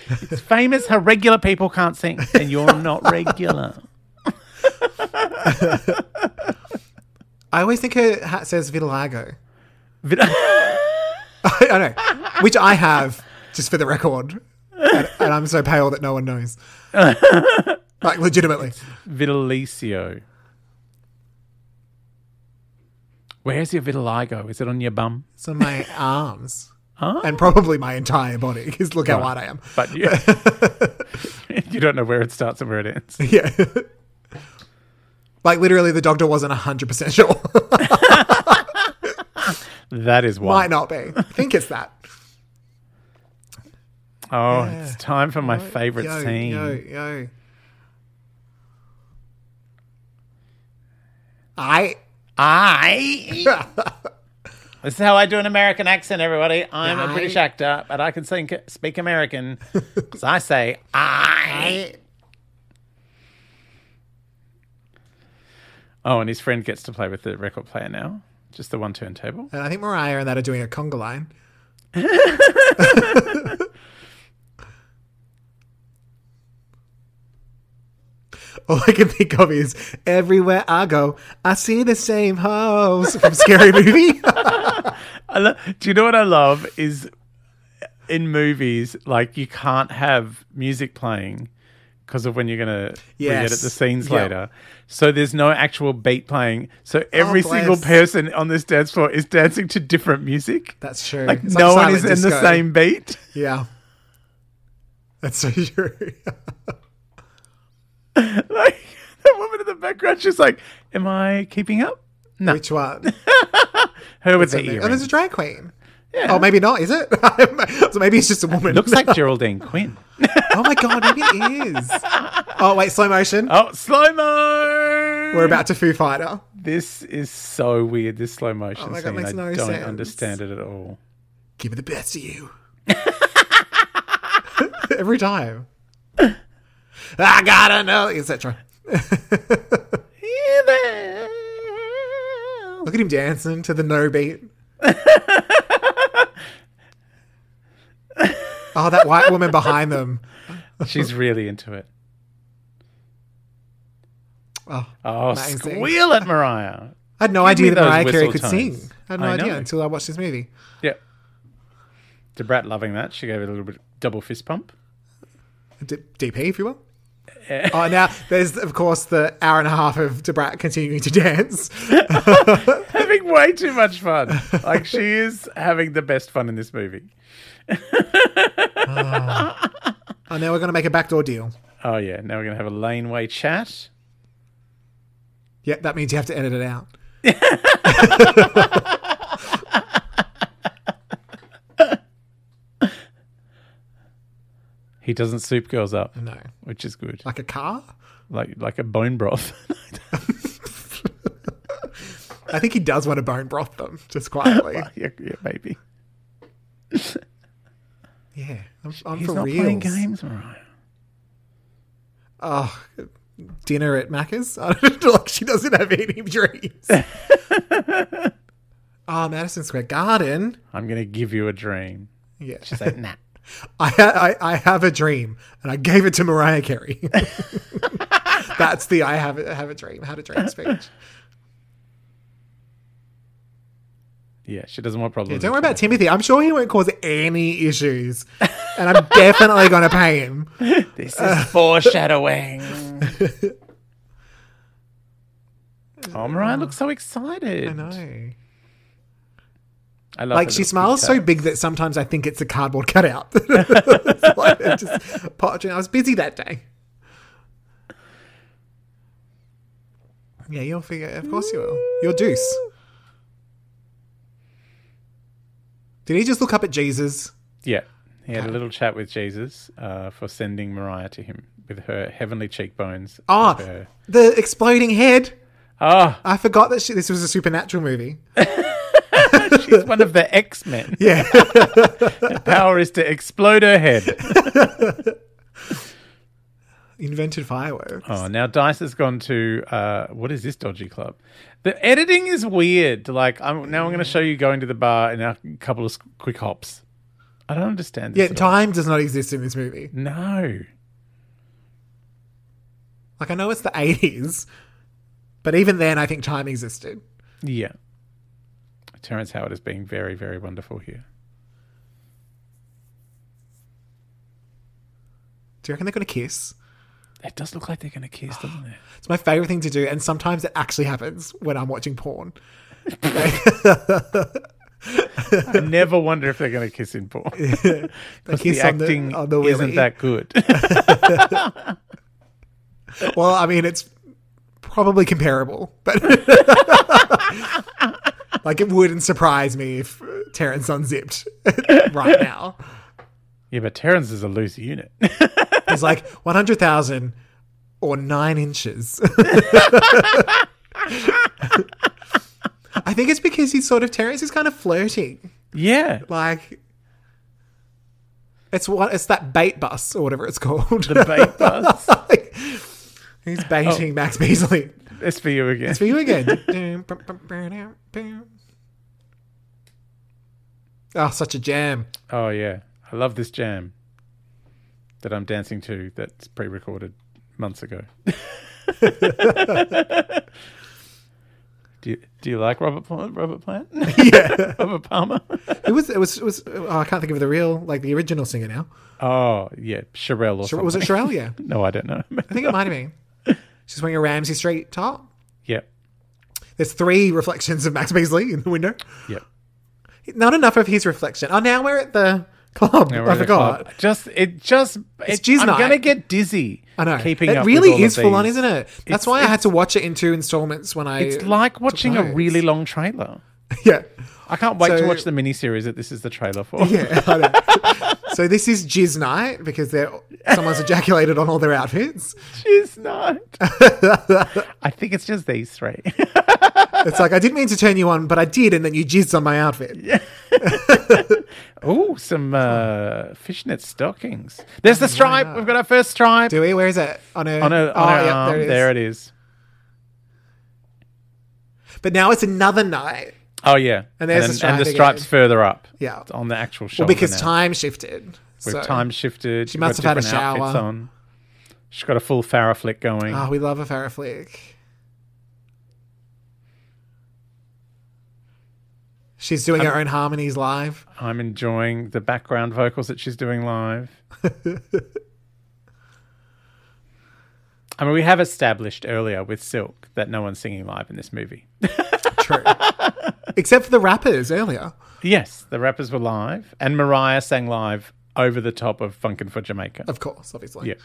Speaker 2: It's famous how regular people can't sing, and
Speaker 1: <laughs>
Speaker 2: you're not regular.
Speaker 1: I always think her hat says vitiligo.
Speaker 2: <laughs> Vit-
Speaker 1: <laughs> I know, which I have, just for the record. And, and I'm so pale that no one
Speaker 2: <laughs>
Speaker 1: knows. like, legitimately.
Speaker 2: Vitilicio. Where's your vitiligo? Is it on your bum?
Speaker 1: So my arms.
Speaker 2: Ah.
Speaker 1: And probably my entire body, because look how white I am. <laughs>
Speaker 2: But you, <laughs> you don't know where it starts and where it ends.
Speaker 1: Yeah. like, literally, the doctor wasn't 100% sure. <laughs>
Speaker 2: That is why.
Speaker 1: Might not be. I think it's that.
Speaker 2: Oh, it's time for my favorite
Speaker 1: yo,
Speaker 2: scene.
Speaker 1: Yo, yo. I. <laughs>
Speaker 2: I. this is how I do an American accent, everybody. I'm a
Speaker 1: I-
Speaker 2: British actor, but I can sing, speak American. <laughs> so I say, I. Oh, and his friend gets to play with the record player now. Just the one turntable.
Speaker 1: And I think Mariah and that are doing a conga line. <laughs> All I can think of is everywhere I go, I see the same hoes from
Speaker 2: <laughs>
Speaker 1: Scary Movie. <laughs>
Speaker 2: I lo- do you know what I love is in movies, like you can't have music playing because of when you're going to re-edit
Speaker 1: Yes.
Speaker 2: the scenes
Speaker 1: Yeah. Oh,
Speaker 2: later. So there's no actual beat playing. So every single
Speaker 1: bless.
Speaker 2: person on this dance floor is dancing to different music.
Speaker 1: That's true.
Speaker 2: like
Speaker 1: It's
Speaker 2: no one
Speaker 1: silent
Speaker 2: is in the
Speaker 1: disco.
Speaker 2: same beat. <laughs>
Speaker 1: Yeah. That's so true.
Speaker 2: like the woman in the background, she's like, "Am I keeping up?" No,
Speaker 1: Which
Speaker 2: <laughs>
Speaker 1: one?
Speaker 2: her with the
Speaker 1: Oh, there's a
Speaker 2: earring.
Speaker 1: drag queen.
Speaker 2: Yeah.
Speaker 1: Oh, maybe not, is it? <laughs> so maybe it's just a woman.
Speaker 2: Looks like Geraldine
Speaker 1: <laughs>
Speaker 2: Quinn.
Speaker 1: oh my god, maybe it
Speaker 2: <laughs>
Speaker 1: is. Oh wait, slow motion.
Speaker 2: Oh, slow mo.
Speaker 1: We're about to Foo Fighter.
Speaker 2: This is so weird. This slow motion
Speaker 1: Oh my God,
Speaker 2: scene.
Speaker 1: makes
Speaker 2: I
Speaker 1: no
Speaker 2: don't
Speaker 1: sense.
Speaker 2: understand it at all.
Speaker 1: Give me the best of you. <laughs> Every time. <laughs> I gotta know, <laughs> etc. Look at him dancing to the no
Speaker 2: <laughs>
Speaker 1: beat. oh, that white woman behind them.
Speaker 2: She's really into it.
Speaker 1: Oh,
Speaker 2: Oh,
Speaker 1: Amazing.
Speaker 2: squeal it, Mariah.
Speaker 1: I had no
Speaker 2: me
Speaker 1: idea that
Speaker 2: those
Speaker 1: Mariah Carey could
Speaker 2: whistle tones.
Speaker 1: sing. I had no
Speaker 2: I know.
Speaker 1: idea until I watched this movie.
Speaker 2: Yep. Debrat loving that. She gave it a little bit double fist pump.
Speaker 1: D- DP, if
Speaker 2: <laughs>
Speaker 1: you will. oh, now there's of course the hour and a half of Debrat continuing to <laughs> dance.
Speaker 2: having way too much fun. Like she is having the best fun in this movie.
Speaker 1: Oh, now we're gonna make a backdoor deal.
Speaker 2: Oh yeah. Now we're gonna have a laneway chat.
Speaker 1: Yep, that means you have to edit it out.
Speaker 2: He doesn't soup girls up,
Speaker 1: No,
Speaker 2: which is good.
Speaker 1: like a car.
Speaker 2: Like like a bone broth. <laughs>
Speaker 1: I think he does want to bone broth them just
Speaker 2: <laughs>
Speaker 1: quietly.
Speaker 2: yeah, yeah, maybe.
Speaker 1: yeah, I'm, I'm
Speaker 2: He's
Speaker 1: for
Speaker 2: not
Speaker 1: real.
Speaker 2: playing games, Mariah.
Speaker 1: Oh, dinner at Macca's. <laughs> I don't know, like she doesn't have any <laughs>
Speaker 2: <laughs>
Speaker 1: dreams. oh, Madison Square Garden.
Speaker 2: I'm gonna give you a dream.
Speaker 1: Yeah,
Speaker 2: She's like, nah.
Speaker 1: I, ha- I I have a dream, and I gave it to Mariah
Speaker 2: <laughs>
Speaker 1: Carey. That's the I have a, have a dream, had a dream
Speaker 2: <laughs>
Speaker 1: speech.
Speaker 2: <laughs> Yeah, she doesn't want problems.
Speaker 1: Yeah, don't worry about Timothy. I'm sure he won't cause any issues, and I'm definitely going to pay
Speaker 2: <laughs>
Speaker 1: him.
Speaker 2: This is <laughs> foreshadowing. oh, Mariah looks so excited.
Speaker 1: I know.
Speaker 2: I love
Speaker 1: Like
Speaker 2: her
Speaker 1: she
Speaker 2: little
Speaker 1: smiles
Speaker 2: pigtail.
Speaker 1: so big that sometimes I think it's a cardboard cutout. <laughs> It's like, it just popped in. I was busy that day. Yeah, you'll figure. Of course you will. Your deuce. Did he just look up at Jesus?
Speaker 2: Yeah. He had a little chat with Jesus uh, for sending Mariah to him with her heavenly cheekbones.
Speaker 1: Ah,
Speaker 2: with her-
Speaker 1: the exploding head.
Speaker 2: Ah,
Speaker 1: I forgot that she, this was a supernatural movie.
Speaker 2: she's one of the X
Speaker 1: <laughs>
Speaker 2: Men.
Speaker 1: Yeah.
Speaker 2: Power is to explode her head.
Speaker 1: Invented fireworks.
Speaker 2: Oh, now Dice has gone to uh, what is this dodgy club? The editing is weird. Like, I'm now I'm going to show you going to the bar in a couple of s- quick hops. I don't understand.
Speaker 1: yeah,
Speaker 2: This at all.
Speaker 1: time does not exist in this movie.
Speaker 2: No,
Speaker 1: Like, I know it's the 80s, but even then, I think time existed.
Speaker 2: yeah. Terrence Howard is being very, very wonderful here.
Speaker 1: Do you reckon they're going to kiss?
Speaker 2: It does look like they're going to kiss, doesn't it?
Speaker 1: <sighs> It's my favorite thing to do, and sometimes it actually happens when I'm watching porn.
Speaker 2: I never wonder if they're going to kiss in
Speaker 1: <laughs>
Speaker 2: porn because the
Speaker 1: kiss on the-
Speaker 2: acting
Speaker 1: on the willy.
Speaker 2: isn't that good. <laughs>
Speaker 1: Well, I mean, it's probably comparable, but <laughs> like it wouldn't surprise me if Terrence unzipped <laughs> right now.
Speaker 2: yeah, but Terrence is a loose unit. <laughs>
Speaker 1: It's like 100,000 or nine inches. <laughs> I think it's because he's sort of, Terrence is kind of flirting.
Speaker 2: yeah,
Speaker 1: Like, it's what it's that bait bus or whatever it's called.
Speaker 2: the bait
Speaker 1: <laughs>
Speaker 2: bus.
Speaker 1: he's
Speaker 2: Oh.
Speaker 1: baiting Max
Speaker 2: <laughs>
Speaker 1: Beasley.
Speaker 2: It's for you again.
Speaker 1: It's for you again. oh, such a jam.
Speaker 2: Oh yeah, I love this jam that I'm dancing to. That's pre-recorded months
Speaker 1: <laughs>
Speaker 2: ago. <laughs> do you, Do you like Robert Plant? Robert Plant?
Speaker 1: Yeah.
Speaker 2: <laughs> Robert Palmer?
Speaker 1: It was, it was, it was, oh, I can't think of the real, like the original singer now.
Speaker 2: oh yeah, Sherelle or
Speaker 1: Sh-
Speaker 2: something.
Speaker 1: Was it Sherelle? Yeah.
Speaker 2: <laughs> No, I don't know.
Speaker 1: I
Speaker 2: <laughs>
Speaker 1: think it might have been. She's wearing a Ramsey Street top.
Speaker 2: yep,
Speaker 1: There's three reflections of Max Beasley in the window.
Speaker 2: yep.
Speaker 1: Not enough of his reflection. Oh, now we're at the club.
Speaker 2: Now we're
Speaker 1: I
Speaker 2: at the
Speaker 1: forgot.
Speaker 2: club. Just it just it's
Speaker 1: jizz
Speaker 2: I'm
Speaker 1: night.
Speaker 2: gonna get dizzy.
Speaker 1: I know.
Speaker 2: Keeping
Speaker 1: it
Speaker 2: up
Speaker 1: really
Speaker 2: with all
Speaker 1: is
Speaker 2: of
Speaker 1: full on,
Speaker 2: these.
Speaker 1: isn't it?
Speaker 2: It's-
Speaker 1: That's why I had to watch it in two installments when I.
Speaker 2: It's like watching a
Speaker 1: nice.
Speaker 2: really long trailer.
Speaker 1: <laughs> yeah,
Speaker 2: I can't wait to
Speaker 1: So-
Speaker 2: watch the miniseries that this is the
Speaker 1: <laughs>
Speaker 2: trailer for.
Speaker 1: yeah. I know. so this is jizz night because they're someone's ejaculated on all their outfits. <laughs>
Speaker 2: She's not. I think it's just these three. <laughs>
Speaker 1: It's like I didn't mean to turn you on, but I did, and then you jizzed on my outfit.
Speaker 2: oh, some uh, fishnet stockings. There's the stripe. We've got our first stripe
Speaker 1: Do we? Where is it? On Oh, a
Speaker 2: on her, on her arm. There it, is.
Speaker 1: But now it's another night.
Speaker 2: Oh yeah,
Speaker 1: And there's the
Speaker 2: then- and the
Speaker 1: stripe
Speaker 2: stripes
Speaker 1: again.
Speaker 2: further up.
Speaker 1: Yeah.
Speaker 2: It's on the actual shoulder.
Speaker 1: Well, because
Speaker 2: now.
Speaker 1: time shifted.
Speaker 2: we've
Speaker 1: so.
Speaker 2: time shifted. She
Speaker 1: must have had a shower.
Speaker 2: On. She's got a full Farrah flick going.
Speaker 1: Ah, we love a Farrah flick. She's doing her own harmonies live.
Speaker 2: I'm enjoying the background vocals that she's doing live.
Speaker 1: <laughs>
Speaker 2: I mean, we have established earlier with Silk that no one's singing live in this movie. <laughs>
Speaker 1: True. Except for the rappers earlier.
Speaker 2: Yes, the rappers were live, and Mariah sang live over the top of Funkin' for Jamaica.
Speaker 1: Of course, obviously.
Speaker 2: Yeah.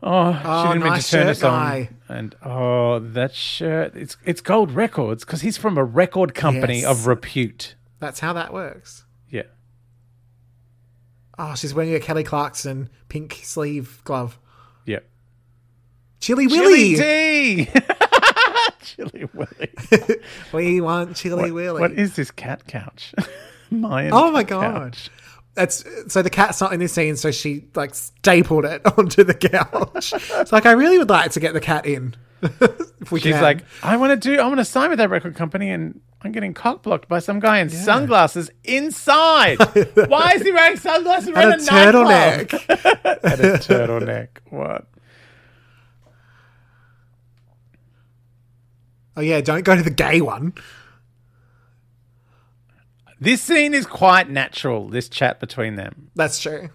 Speaker 2: Oh,
Speaker 1: Oh,
Speaker 2: she didn't mean to
Speaker 1: nice
Speaker 2: turn
Speaker 1: shirt
Speaker 2: us on.
Speaker 1: guy.
Speaker 2: And oh, that shirt, it's it's Gold Records because he's from a record company
Speaker 1: Yes.
Speaker 2: of repute.
Speaker 1: That's how that works.
Speaker 2: Yeah.
Speaker 1: Oh, she's wearing a Kelly Clarkson pink sleeve glove.
Speaker 2: Yeah.
Speaker 1: Chili Willy!
Speaker 2: Chili D. <laughs> Chili Willy.
Speaker 1: we want Chili Willy.
Speaker 2: What is this cat couch? <laughs> Mayan
Speaker 1: Oh my
Speaker 2: cat
Speaker 1: God.
Speaker 2: couch.
Speaker 1: That's so the cat's not in this scene, so she like stapled it <laughs> onto the couch. it's like I really would like to get the cat in. <laughs> if we
Speaker 2: She's
Speaker 1: can.
Speaker 2: like, I want to do, I want to sign with that record company, and I'm getting cock blocked by some guy in sunglasses
Speaker 1: <laughs>
Speaker 2: inside. Why is he wearing sunglasses? We're
Speaker 1: and a
Speaker 2: in a nightclub.
Speaker 1: turtleneck. <laughs>
Speaker 2: and a turtleneck. What?
Speaker 1: oh yeah, don't go to the gay one.
Speaker 2: This scene is quite natural. This chat between them.
Speaker 1: That's true.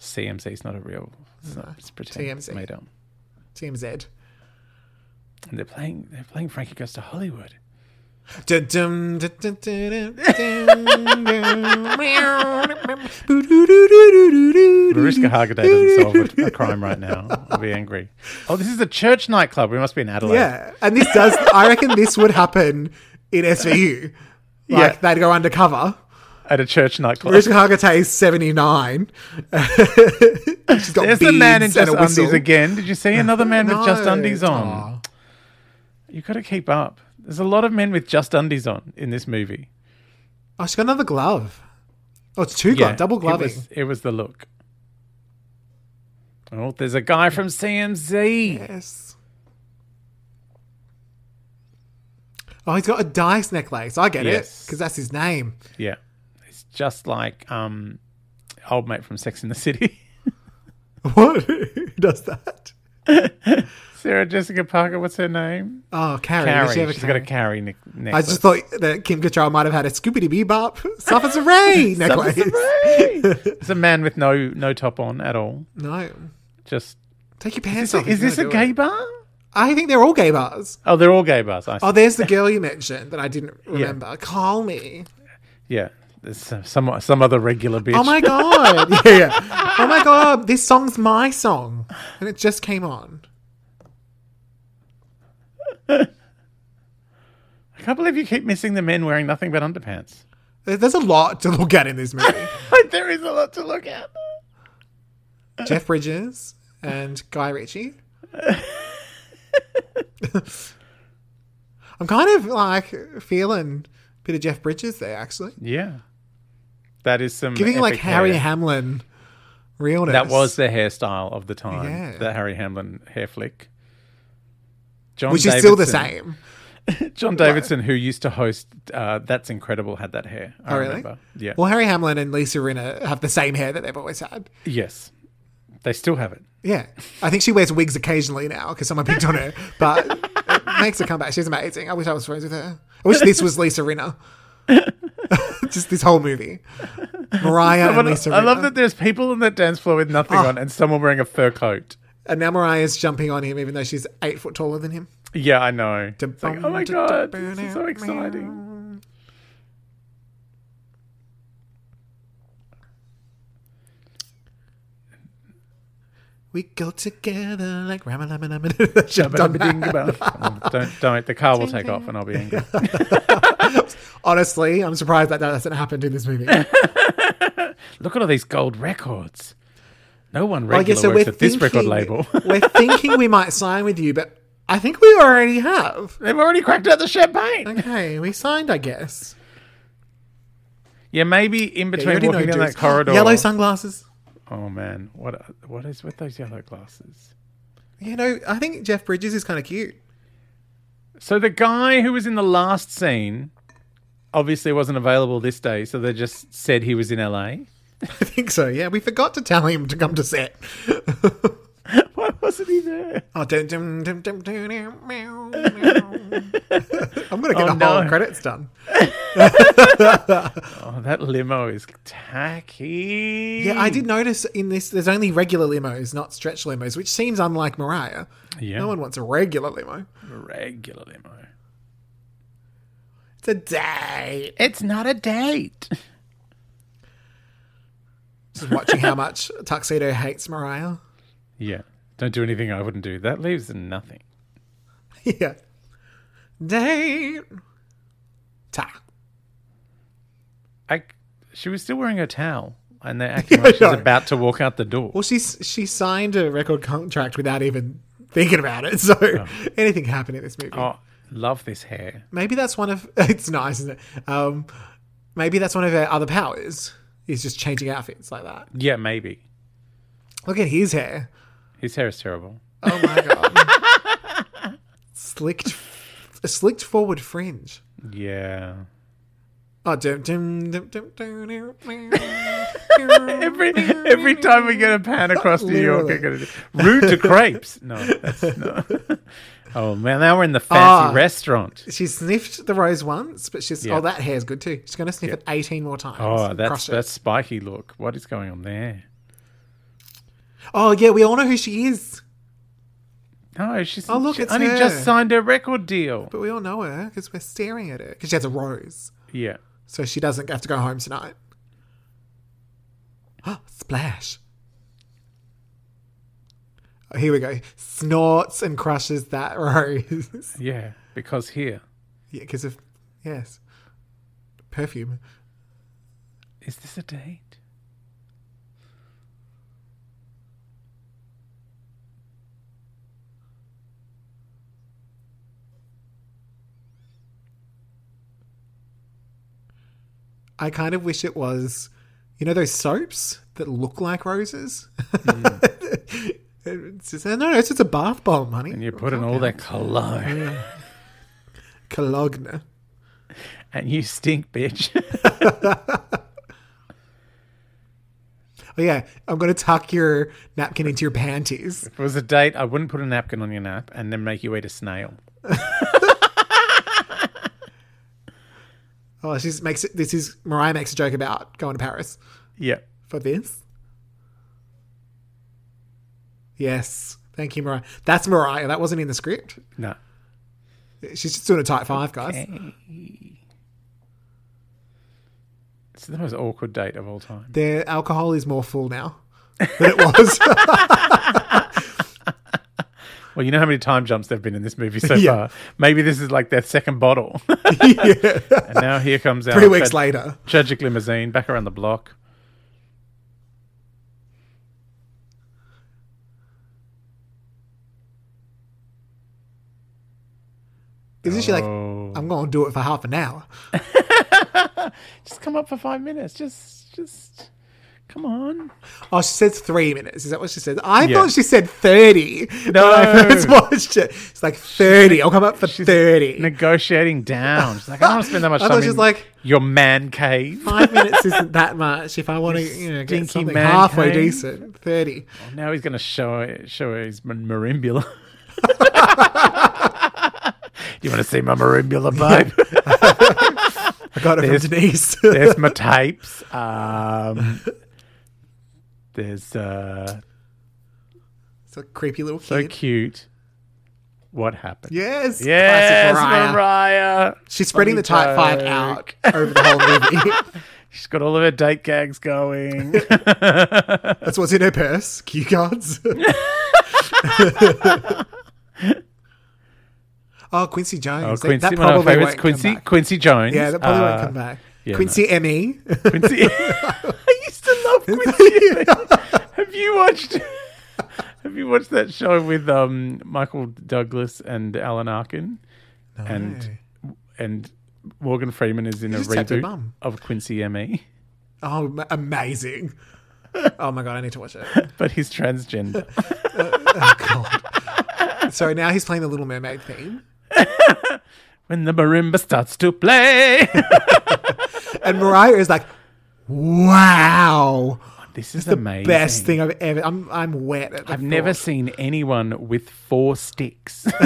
Speaker 2: CMC is not a real. It's, not, it's pretend. It's
Speaker 1: TMZ.
Speaker 2: made up.
Speaker 1: TMZ.
Speaker 2: And they're playing. They're playing Frankie Goes to Hollywood.
Speaker 1: Dun, dun, dun, dun, dun, dun, dun, dun. <laughs> Boo-doo-doo-doo-doo-doo-doo.
Speaker 2: Mariska Hargitay doesn't solve a, a crime right now. I'll be angry. Oh, this is a church nightclub. We must be in Adelaide.
Speaker 1: Yeah, and this does. I reckon this would happen in SVU. Like they'd go undercover.
Speaker 2: At a church nightclub.
Speaker 1: Mariska Hargitay is seventy <laughs> nine. She's got
Speaker 2: There's the man in
Speaker 1: beads and
Speaker 2: just
Speaker 1: a whistle.
Speaker 2: undies again. Did you see another man with just
Speaker 1: No.
Speaker 2: undies on? You've got to keep up. There's a lot of men with just undies on in this movie.
Speaker 1: Oh, she's got another glove. Oh, it's two glove, double gloving.
Speaker 2: It was, it was the look. Oh, there's a guy from CMZ.
Speaker 1: yes. Oh, he's got a dice necklace. I get it
Speaker 2: Yes.
Speaker 1: because that's his name. <laughs>
Speaker 2: Yeah. It's just like um old mate from Sex in the City. <laughs>
Speaker 1: What Who does that?
Speaker 2: Sarah Jessica Parker, what's her name?
Speaker 1: Oh, Carrie. does
Speaker 2: Carrie.
Speaker 1: she have a
Speaker 2: She's got a
Speaker 1: Carrie?
Speaker 2: Carrie ne- necklace.
Speaker 1: I just thought that Kim Cattrall might have had a Scooby Bebop Suffers Array necklace. <laughs>
Speaker 2: it's a man with no no top on at all.
Speaker 1: No,
Speaker 2: Just
Speaker 1: take your pants off.
Speaker 2: is
Speaker 1: You're
Speaker 2: this a
Speaker 1: gonna do
Speaker 2: gay
Speaker 1: it.
Speaker 2: bar?
Speaker 1: I think they're all gay bars.
Speaker 2: Oh, they're all gay bars. I see.
Speaker 1: Oh, there's the girl you mentioned that I didn't remember. Call me.
Speaker 2: yeah. There's some some- some other regular bitch.
Speaker 1: Oh
Speaker 2: <laughs>
Speaker 1: my god. yeah, yeah. Oh my god. This song's my song, and it just came on.
Speaker 2: I can't believe you keep missing the men wearing nothing but underpants.
Speaker 1: <laughs> There- There's a lot to look at in this movie.
Speaker 2: <laughs> there is a lot to look at.
Speaker 1: Jeff Bridges and Guy
Speaker 2: <laughs>
Speaker 1: Ritchie. I'm kind of like feeling a bit of Jeff Bridges there, actually.
Speaker 2: Yeah. That is some
Speaker 1: Giving like
Speaker 2: epic
Speaker 1: Harry
Speaker 2: hair.
Speaker 1: Hamlin realness.
Speaker 2: That was the hairstyle of the time.
Speaker 1: Yeah.
Speaker 2: The Harry Hamlin hair flick. John
Speaker 1: Which is still the
Speaker 2: Davidson-
Speaker 1: same.
Speaker 2: John Davidson, who used to host uh, That's Incredible, had that hair.
Speaker 1: Oh,
Speaker 2: I
Speaker 1: really?
Speaker 2: remember. Yeah.
Speaker 1: Well, Harry Hamlin and Lisa Rinna have the same hair that they've always had.
Speaker 2: Yes. They still have it.
Speaker 1: Yeah. I think she wears wigs occasionally now because someone picked on her,
Speaker 2: <laughs>
Speaker 1: but it makes a comeback. She's amazing. I wish I was friends with her. I wish this was Lisa Rinna. <laughs> Just this whole movie. Mariah and
Speaker 2: I
Speaker 1: Lisa Rinna. Ah.
Speaker 2: love that there's people on that dance floor with nothing on and someone wearing a fur coat.
Speaker 1: And now Mariah's jumping on him, even though she's eight foot taller than him.
Speaker 2: Yeah, I know.
Speaker 1: Dum-
Speaker 2: It's like, oh my
Speaker 1: dum-
Speaker 2: God.
Speaker 1: dum-
Speaker 2: This is so
Speaker 1: dum-
Speaker 2: exciting.
Speaker 1: We go together like <laughs> Ramalamalama. Jump on back.
Speaker 2: don't, don't. The car will take off and I'll be
Speaker 1: <laughs>
Speaker 2: angry.
Speaker 1: Honestly, I'm surprised that that hasn't happened in this movie.
Speaker 2: Look at all these gold records. No one
Speaker 1: I
Speaker 2: regular
Speaker 1: guess so.
Speaker 2: works
Speaker 1: We're
Speaker 2: at this
Speaker 1: thinking,
Speaker 2: record label. <laughs>
Speaker 1: <laughs> we're thinking we might sign with you, but I think we already have.
Speaker 2: They've already cracked out the champagne.
Speaker 1: Okay, we signed, I guess.
Speaker 2: Yeah, maybe in
Speaker 1: You
Speaker 2: between
Speaker 1: already
Speaker 2: walking
Speaker 1: know
Speaker 2: down
Speaker 1: dudes.
Speaker 2: that corridor.
Speaker 1: Yellow sunglasses.
Speaker 2: oh man, what what is with those yellow glasses?
Speaker 1: You know, I think Jeff Bridges is kind of cute. <laughs>
Speaker 2: So the guy who was in the last scene obviously wasn't available this day, so they just said he was in LA.
Speaker 1: I think so. Yeah, we forgot to tell him to come to set.
Speaker 2: <laughs>
Speaker 1: <laughs>
Speaker 2: Why wasn't he there?
Speaker 1: Oh, dun, dun, dun, dun, dun, dun, meow, <laughs> meow. I'm gonna get
Speaker 2: Oh,
Speaker 1: a whole
Speaker 2: no.
Speaker 1: credits done.
Speaker 2: Oh, that limo is tacky.
Speaker 1: Yeah, I did notice in this. There's only regular limos, not stretch limos, which seems unlike Mariah.
Speaker 2: Yeah,
Speaker 1: No one wants a regular limo.
Speaker 2: regular limo.
Speaker 1: It's a date.
Speaker 2: It's not a date.
Speaker 1: Just watching how much Tuxedo hates Mariah.
Speaker 2: <laughs>
Speaker 1: <laughs>
Speaker 2: Yeah, don't do anything I wouldn't do. That leaves nothing.
Speaker 1: yeah. Date. Ta.
Speaker 2: I, she was still wearing her towel, and they're <laughs> acting like she's
Speaker 1: I know.
Speaker 2: about to walk out the door.
Speaker 1: Well, she's she signed a record contract without even thinking about it. <laughs> So anything happened in this movie.
Speaker 2: Oh, love this hair.
Speaker 1: Maybe that's one of <laughs> it's nice, isn't it? Um, maybe that's one of her other powers is just changing outfits like that.
Speaker 2: Yeah, maybe.
Speaker 1: Look at his hair.
Speaker 2: His hair is terrible.
Speaker 1: Oh my god. slicked, a slicked forward fringe.
Speaker 2: Yeah.
Speaker 1: Oh, dum dum dum dum dum. dum, dum.
Speaker 2: <laughs> Every every time we get a pan across New York, we're gonna do rude to crepes. No, that's no.
Speaker 1: <laughs>
Speaker 2: Oh man, now we're in the fancy
Speaker 1: Ah.
Speaker 2: restaurant.
Speaker 1: She sniffed the rose once, but she's
Speaker 2: Yeah.
Speaker 1: oh that hair's good too. She's gonna sniff it eighteen more times.
Speaker 2: Oh,
Speaker 1: and
Speaker 2: that's
Speaker 1: crush it.
Speaker 2: that's spiky. Look, what is going on there?
Speaker 1: oh yeah, we all know who she is,
Speaker 2: No, she's
Speaker 1: Oh, look,
Speaker 2: she
Speaker 1: it's
Speaker 2: only
Speaker 1: her.
Speaker 2: just signed her record deal.
Speaker 1: but we all know her because we're staring at her because she has a rose,
Speaker 2: Yeah.
Speaker 1: so she doesn't have to go home tonight. <gasps> Splash. Oh, here we go. Snorts and crushes that <laughs> rose.
Speaker 2: Yeah, because here
Speaker 1: yeah, because of yes, perfume.
Speaker 2: is this a date?
Speaker 1: I kind of wish it was you know those soaps that look like roses. <laughs> it's just, no, no, it's just a bath bomb, honey.
Speaker 2: And you put in all that cologne
Speaker 1: Cologne.
Speaker 2: and you stink, bitch. <laughs>
Speaker 1: Oh yeah, I'm gonna tuck your napkin into your panties.
Speaker 2: If it was a date, I wouldn't put a napkin on your nap and then make you eat a snail.
Speaker 1: Oh, she makes it. This is Mariah makes a joke about going to Paris
Speaker 2: Yeah.
Speaker 1: for this. Yes, thank you, Mariah. That's Mariah. That wasn't in the script.
Speaker 2: No.
Speaker 1: She's just doing a tight five, guys.
Speaker 2: It's the most awkward date of all time.
Speaker 1: Their alcohol is more full now than it was. <laughs>
Speaker 2: Well, you know how many time jumps there have been in
Speaker 1: <laughs>
Speaker 2: this movie so
Speaker 1: Yeah.
Speaker 2: far. Maybe this is like their second bottle. <laughs>
Speaker 1: yeah,
Speaker 2: and now here comes our
Speaker 1: three weeks
Speaker 2: tra-
Speaker 1: later.
Speaker 2: tragic limousine back around the block.
Speaker 1: Isn't she like,
Speaker 2: Oh.
Speaker 1: I'm going to do it for half an hour?
Speaker 2: Just come up for five minutes. Just, just come on.
Speaker 1: Oh, she says three minutes. Is that what she said? I
Speaker 2: Yeah.
Speaker 1: thought she said 30
Speaker 2: No.
Speaker 1: when I first <laughs> watched it. It's like 30. I'll come up for 30.
Speaker 2: Negotiating down. She's like, I don't want to spend that
Speaker 1: <laughs>
Speaker 2: much
Speaker 1: I
Speaker 2: time.
Speaker 1: thought she was
Speaker 2: in
Speaker 1: like-
Speaker 2: your man cave. <laughs>
Speaker 1: Five minutes isn't that much. If I want to you know,
Speaker 2: stinky
Speaker 1: get something
Speaker 2: man
Speaker 1: halfway
Speaker 2: cave.
Speaker 1: decent, 30.
Speaker 2: Oh, Now he's going to show her- show her his mar- marimbula. <laughs>
Speaker 1: <laughs>
Speaker 2: you want to see my marimbula, babe? <laughs>
Speaker 1: I got it from Denise.
Speaker 2: there's my tapes. Um, there's uh,
Speaker 1: it's a creepy little kid.
Speaker 2: so cute. What happened?
Speaker 1: Yes. classic
Speaker 2: Yes,
Speaker 1: Mariah.
Speaker 2: Mariah.
Speaker 1: She's spreading the
Speaker 2: Funny
Speaker 1: tight five
Speaker 2: joke.
Speaker 1: out over the whole
Speaker 2: <laughs>
Speaker 1: movie.
Speaker 2: She's got all of her date
Speaker 1: <laughs>
Speaker 2: gags going.
Speaker 1: That's what's in her purse. Cue cards. <laughs> oh, Quincy Jones.
Speaker 2: Oh,
Speaker 1: That-
Speaker 2: Quincy,
Speaker 1: that
Speaker 2: one of my
Speaker 1: probably
Speaker 2: favorites,
Speaker 1: won't come
Speaker 2: Quincy,
Speaker 1: back.
Speaker 2: Quincy Jones.
Speaker 1: Yeah, that probably won't
Speaker 2: Uh,
Speaker 1: come back.
Speaker 2: yeah,
Speaker 1: Quincy Emmy. <laughs>
Speaker 2: Quincy. I used to love Quincy. <laughs> have you watched? Have you watched that show with um, Michael Douglas and Alan Arkin, and and Morgan Freeman is in a
Speaker 1: just tapped her
Speaker 2: reboot
Speaker 1: bum.
Speaker 2: of Quincy E, Me,
Speaker 1: Oh, ma- amazing. Oh my god, I need to watch it.
Speaker 2: but he's transgender.
Speaker 1: So now he's playing the Little Mermaid theme,
Speaker 2: when the marimba starts to play, <laughs>
Speaker 1: and Mariah is like, "Wow,
Speaker 2: this is amazing.
Speaker 1: best thing I've ever." I'm I'm wet. At the
Speaker 2: I've never
Speaker 1: thought.
Speaker 2: seen anyone with four
Speaker 1: <laughs>
Speaker 2: sticks. <laughs>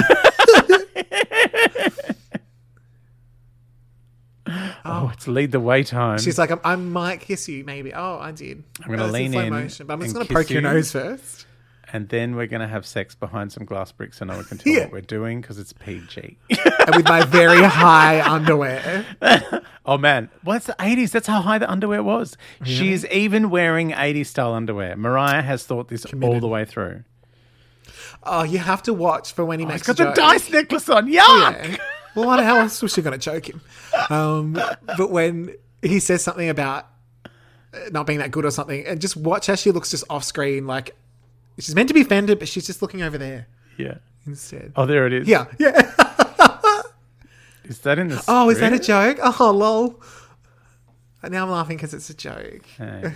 Speaker 2: oh, it's lead the way time.
Speaker 1: She's like, I'm, "I might kiss you, maybe." Oh, I did. I'm
Speaker 2: gonna lean in
Speaker 1: but I'm just
Speaker 2: and
Speaker 1: gonna
Speaker 2: kiss
Speaker 1: poke your
Speaker 2: you.
Speaker 1: nose first.
Speaker 2: and then we're going to have sex behind some glass bricks, and no one can tell
Speaker 1: Yeah.
Speaker 2: what we're doing because it's PG.
Speaker 1: and with my very high underwear.
Speaker 2: <laughs> oh man, well it's the eighties. That's how high the underwear was. She is even wearing eighties style underwear. Mariah has thought this all the way through.
Speaker 1: Oh, you have to watch for when he makes
Speaker 2: It's got
Speaker 1: a
Speaker 2: the
Speaker 1: joke.
Speaker 2: dice necklace on. Yuck!
Speaker 1: Oh, Yeah. Well, what how else was she going to choke him? Um, but when he says something about uh, not being that good or something, and just watch how she looks just off screen, like she's meant to be offended, but she's just looking over there
Speaker 2: Yeah.
Speaker 1: instead.
Speaker 2: Oh, there it is.
Speaker 1: Yeah, yeah.
Speaker 2: Is that in the?
Speaker 1: Oh, is that a
Speaker 2: script?
Speaker 1: joke? Oh, lol. And Now I'm laughing because it's a joke.
Speaker 2: Okay.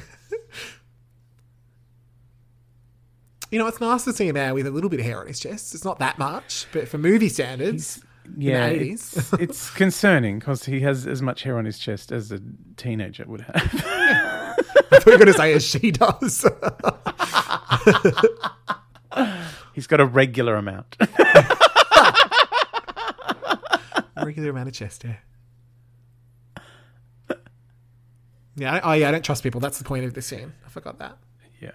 Speaker 1: You know, it's nice to see a man with a little bit of hair on his chest. It's not that much, but for movie standards, <laughs>
Speaker 2: yeah,
Speaker 1: 80s. <laughs>
Speaker 2: It's, it's concerning because he has as much hair on his chest as a teenager would have. <laughs>
Speaker 1: we're going to say as she does.
Speaker 2: He's got a regular amount. <laughs>
Speaker 1: regular amount of chest hair. Yeah, I, oh yeah, I don't trust people. That's the point of this scene. I forgot that.
Speaker 2: yeah.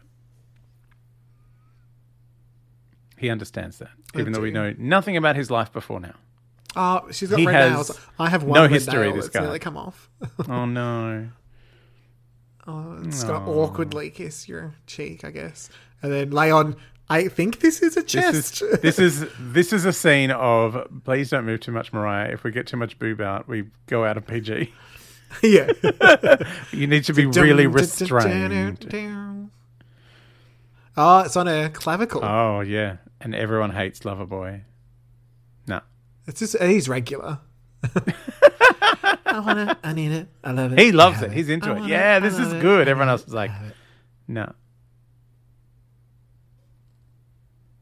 Speaker 2: He understands that,
Speaker 1: I
Speaker 2: even though we
Speaker 1: do.
Speaker 2: know nothing about his life before now.
Speaker 1: Oh, she's got
Speaker 2: He
Speaker 1: red
Speaker 2: has
Speaker 1: nails. I have one
Speaker 2: no
Speaker 1: red
Speaker 2: history,
Speaker 1: nail
Speaker 2: this
Speaker 1: that's
Speaker 2: guy.
Speaker 1: nearly come off. <laughs>
Speaker 2: Oh no.
Speaker 1: Oh, it's got to awkwardly kiss your cheek, I guess, and then lay on. I think this is a
Speaker 2: This
Speaker 1: chest.
Speaker 2: is, this is this is a scene of please don't move too much, Mariah. If we get too much boob out, we go out of PG.
Speaker 1: <laughs> yeah,
Speaker 2: <laughs> You need to be really
Speaker 1: Dum, dum, dum, dum,
Speaker 2: restrained.
Speaker 1: dum. Oh, it's on her clavicle.
Speaker 2: Oh yeah, and everyone hates Loverboy. No,
Speaker 1: It's just he's regular. <laughs> I want it. I need it. I love it.
Speaker 2: He loves
Speaker 1: I
Speaker 2: it.
Speaker 1: have
Speaker 2: He's into
Speaker 1: I
Speaker 2: it.
Speaker 1: want
Speaker 2: Yeah,
Speaker 1: I
Speaker 2: this is
Speaker 1: love it.
Speaker 2: good.
Speaker 1: I
Speaker 2: Everyone
Speaker 1: need
Speaker 2: else
Speaker 1: it.
Speaker 2: is like,
Speaker 1: I have it.
Speaker 2: no.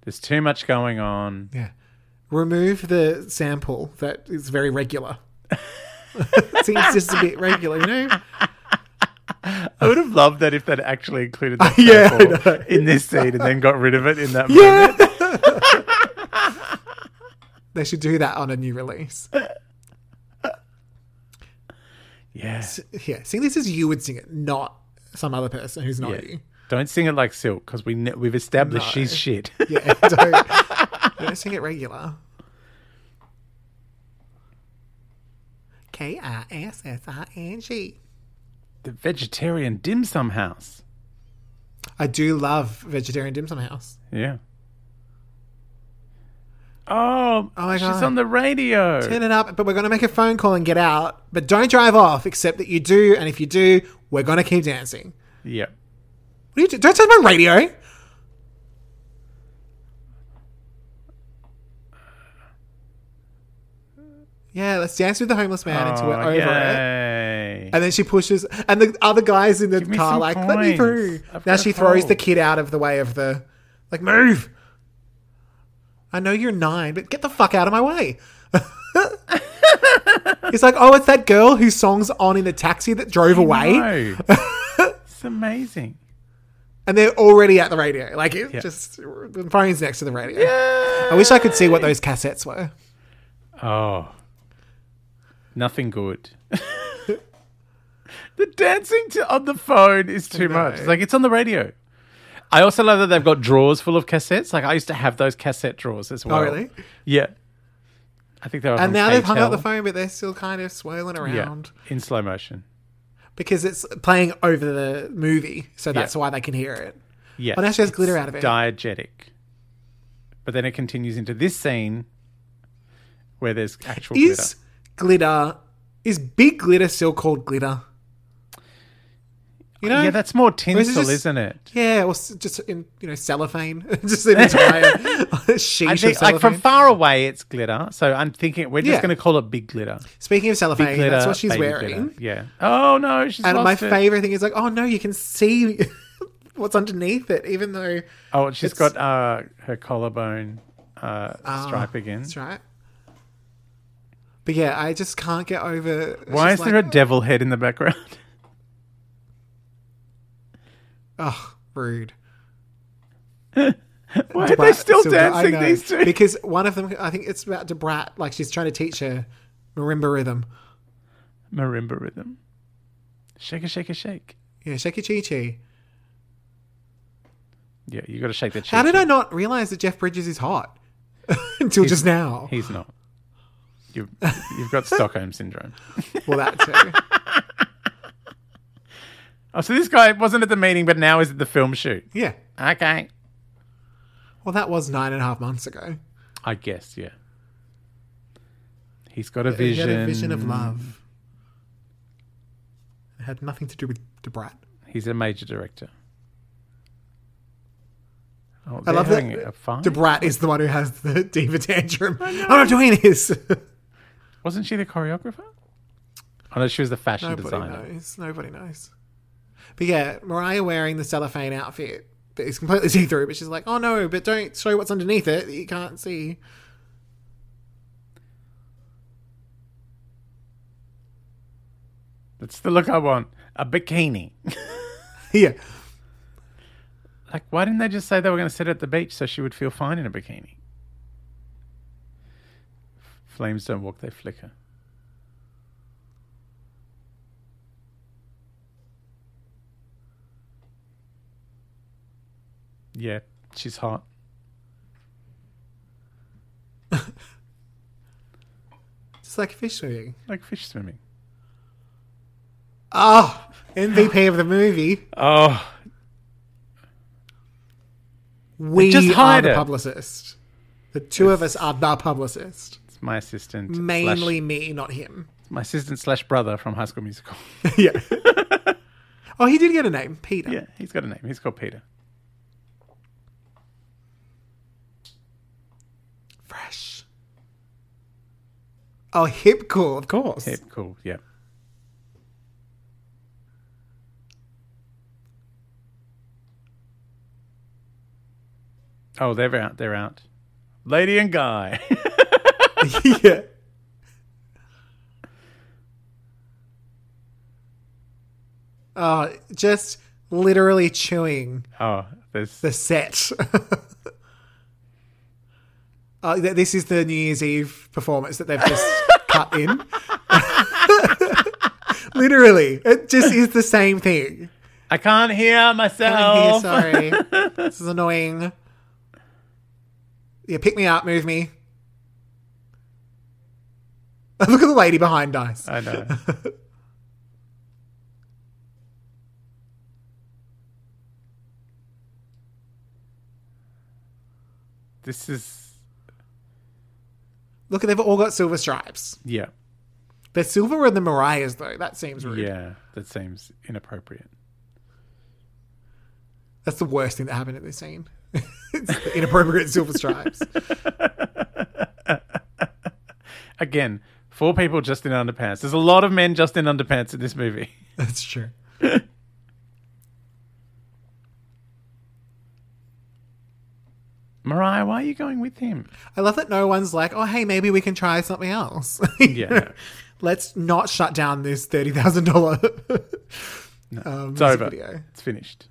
Speaker 2: There's too much going on.
Speaker 1: yeah. Remove the sample that is very regular. Seems just a bit regular, you know?
Speaker 2: I would have loved that if that actually included that
Speaker 1: <laughs> Yeah, I
Speaker 2: sample
Speaker 1: know.
Speaker 2: in this scene and then got rid of it
Speaker 1: <laughs>
Speaker 2: in that moment.
Speaker 1: Yeah. they should do that on a new release.
Speaker 2: Yeah.
Speaker 1: Yeah. See, this is you would sing it, not some other person who's not you.
Speaker 2: Don't sing it like Silk because we ne- we've established she's
Speaker 1: <laughs>
Speaker 2: shit.
Speaker 1: Yeah. Don't, don't sing it regular. K I S S I N G.
Speaker 2: the vegetarian dim sum house.
Speaker 1: I do love vegetarian dim sum house.
Speaker 2: Yeah. Oh,
Speaker 1: Oh my
Speaker 2: she's
Speaker 1: God.
Speaker 2: on the radio.
Speaker 1: Turn it up, but we're going to make a phone call and get out. But don't drive off, except that you do. And if you do, we're going to keep dancing.
Speaker 2: Yep.
Speaker 1: What are you do? Don't touch my radio. Yeah, let's dance with the homeless man until we're
Speaker 2: Oh,
Speaker 1: over it.
Speaker 2: yay.
Speaker 1: And then she pushes, and the other guys in the
Speaker 2: me
Speaker 1: car
Speaker 2: some
Speaker 1: like, "Let me
Speaker 2: coins.
Speaker 1: through."
Speaker 2: I've
Speaker 1: now
Speaker 2: got a
Speaker 1: she throws the
Speaker 2: cold.
Speaker 1: kid out of the way of the, like, move. I know you're nine, but get the fuck out of my
Speaker 2: <laughs>
Speaker 1: way. He's like, "Oh, it's that girl whose song's on in the taxi that drove away."
Speaker 2: No.
Speaker 1: <laughs>
Speaker 2: it's amazing.
Speaker 1: and they're already at the radio. Like it just the phone's next to the radio. I wish I could see what those cassettes were.
Speaker 2: Oh, nothing good. <laughs> the dancing to, on the phone is too much. It's like it's on the radio. I also love that they've got drawers full of cassettes. Like I used to have those cassette drawers as well.
Speaker 1: Oh, really?
Speaker 2: Yeah. I think they were.
Speaker 1: And
Speaker 2: from
Speaker 1: now they've hung
Speaker 2: KTEL.
Speaker 1: up the phone, but they're still kind of swirling around
Speaker 2: Yeah, in slow motion.
Speaker 1: because it's playing over the movie, so that's
Speaker 2: Yeah.
Speaker 1: why they can hear it.
Speaker 2: Yeah.
Speaker 1: Well, now she has
Speaker 2: it's
Speaker 1: glitter out of it.
Speaker 2: Diegetic. But then it continues into this scene where there's actual
Speaker 1: Is glitter is big glitter still called glitter? You
Speaker 2: glitter.
Speaker 1: know,
Speaker 2: yeah, that's more tinsel,
Speaker 1: is it just-
Speaker 2: isn't it?
Speaker 1: yeah, or s- just in you know cellophane, <laughs> just an
Speaker 2: <laughs>
Speaker 1: entire sheet
Speaker 2: I
Speaker 1: of
Speaker 2: think,
Speaker 1: cellophane.
Speaker 2: like from far away, it's glitter. So I'm thinking we're just
Speaker 1: Yeah.
Speaker 2: going to call it big glitter.
Speaker 1: Speaking of cellophane,
Speaker 2: Glitter,
Speaker 1: that's what she's
Speaker 2: baby
Speaker 1: wearing.
Speaker 2: glitter. Yeah. Oh no, she's
Speaker 1: And my
Speaker 2: lost it.
Speaker 1: favorite thing is like, oh no, you can see <laughs> what's underneath it, even though
Speaker 2: Oh, she's
Speaker 1: it's- Ah,
Speaker 2: got uh, her collarbone uh, stripe again.
Speaker 1: that's right. But yeah, I just can't get over. it's
Speaker 2: Why is
Speaker 1: just
Speaker 2: there a
Speaker 1: like,
Speaker 2: devil head in the background? <laughs>
Speaker 1: Ugh, rude.
Speaker 2: Why are they
Speaker 1: Brat
Speaker 2: still
Speaker 1: Silver, I
Speaker 2: dancing
Speaker 1: know.
Speaker 2: these two?
Speaker 1: Because one of them, I think it's about Debrat. Like she's trying to teach her marimba rhythm.
Speaker 2: Marimba rhythm. Shake a shake a shake.
Speaker 1: Yeah, shake your chi chi.
Speaker 2: Yeah, you got to shake that.
Speaker 1: How
Speaker 2: shake.
Speaker 1: did I not realize that Jeff Bridges is hot <laughs> until just now?
Speaker 2: He's not. You've, you've got Stockholm syndrome.
Speaker 1: Well, that too.
Speaker 2: Oh, so this guy wasn't at the meeting, but now is at the film shoot.
Speaker 1: <laughs> Yeah.
Speaker 2: Okay.
Speaker 1: Well, that was nine and a half months ago.
Speaker 2: I guess, yeah. He's got a
Speaker 1: He
Speaker 2: vision.
Speaker 1: had a vision of love. It had nothing to do with Debrat.
Speaker 2: He's a major director. Oh,
Speaker 1: I
Speaker 2: they're
Speaker 1: love that
Speaker 2: having a fight.
Speaker 1: Debrat is the one who has the diva tantrum. I'm not doing this. <laughs>
Speaker 2: Wasn't she the choreographer? Oh no, she was the fashion
Speaker 1: Nobody
Speaker 2: designer.
Speaker 1: knows. Nobody knows. But yeah, Mariah wearing the cellophane outfit that is completely <laughs> see through, but she's like, oh no, but don't show what's underneath it that you can't see. <laughs>
Speaker 2: That's the look I want. A bikini.
Speaker 1: yeah.
Speaker 2: like, why didn't they just say they were going to sit at the beach so she would feel fine in a bikini? Flames don't walk; they flicker. Yeah, she's hot.
Speaker 1: Just like fish swimming.
Speaker 2: Like fish swimming.
Speaker 1: Oh, MVP of the movie.
Speaker 2: Oh,
Speaker 1: We
Speaker 2: just
Speaker 1: are
Speaker 2: hired
Speaker 1: the
Speaker 2: her.
Speaker 1: publicist. The two of us are the publicist.
Speaker 2: it's my assistant. slash-
Speaker 1: Mainly me, not him. <laughs>
Speaker 2: my assistant slash brother from High School Musical. <laughs>
Speaker 1: yeah. oh, he did get a name, Peter.
Speaker 2: yeah, he's got a name. He's called Peter.
Speaker 1: Fresh. Oh, hip cool, of course. Oh,
Speaker 2: Hip, cool. Yeah. Oh, they're out. They're out. Lady and guy. <laughs>
Speaker 1: yeah. <laughs> Uh, just literally chewing
Speaker 2: oh, there's
Speaker 1: the set. <laughs> uh, th- this is the New Year's Eve performance that they've just cut in. <laughs> literally, it just is the same thing.
Speaker 2: I can't hear
Speaker 1: Oh,
Speaker 2: myself.
Speaker 1: sorry. this is annoying. Yeah, pick me up, move me. <laughs> Look at the lady behind us.
Speaker 2: <laughs> I know. this is
Speaker 1: Look, they've all got silver stripes.
Speaker 2: yeah,
Speaker 1: They're silver and the Mariahs, though. That seems rude.
Speaker 2: yeah. That seems inappropriate.
Speaker 1: That's the worst thing that happened at this scene. <laughs> it's the inappropriate silver
Speaker 2: <laughs>
Speaker 1: stripes.
Speaker 2: Again, four people just in underpants. There's a lot of men just in underpants in this movie. <laughs>
Speaker 1: That's true.
Speaker 2: Mariah, why are you going with him?
Speaker 1: I love that no one's like, oh, hey, maybe we can try something else. <laughs>
Speaker 2: Yeah.
Speaker 1: Let's not shut down this $30,000 um,
Speaker 2: It's
Speaker 1: <laughs>
Speaker 2: over.
Speaker 1: video.
Speaker 2: It's finished.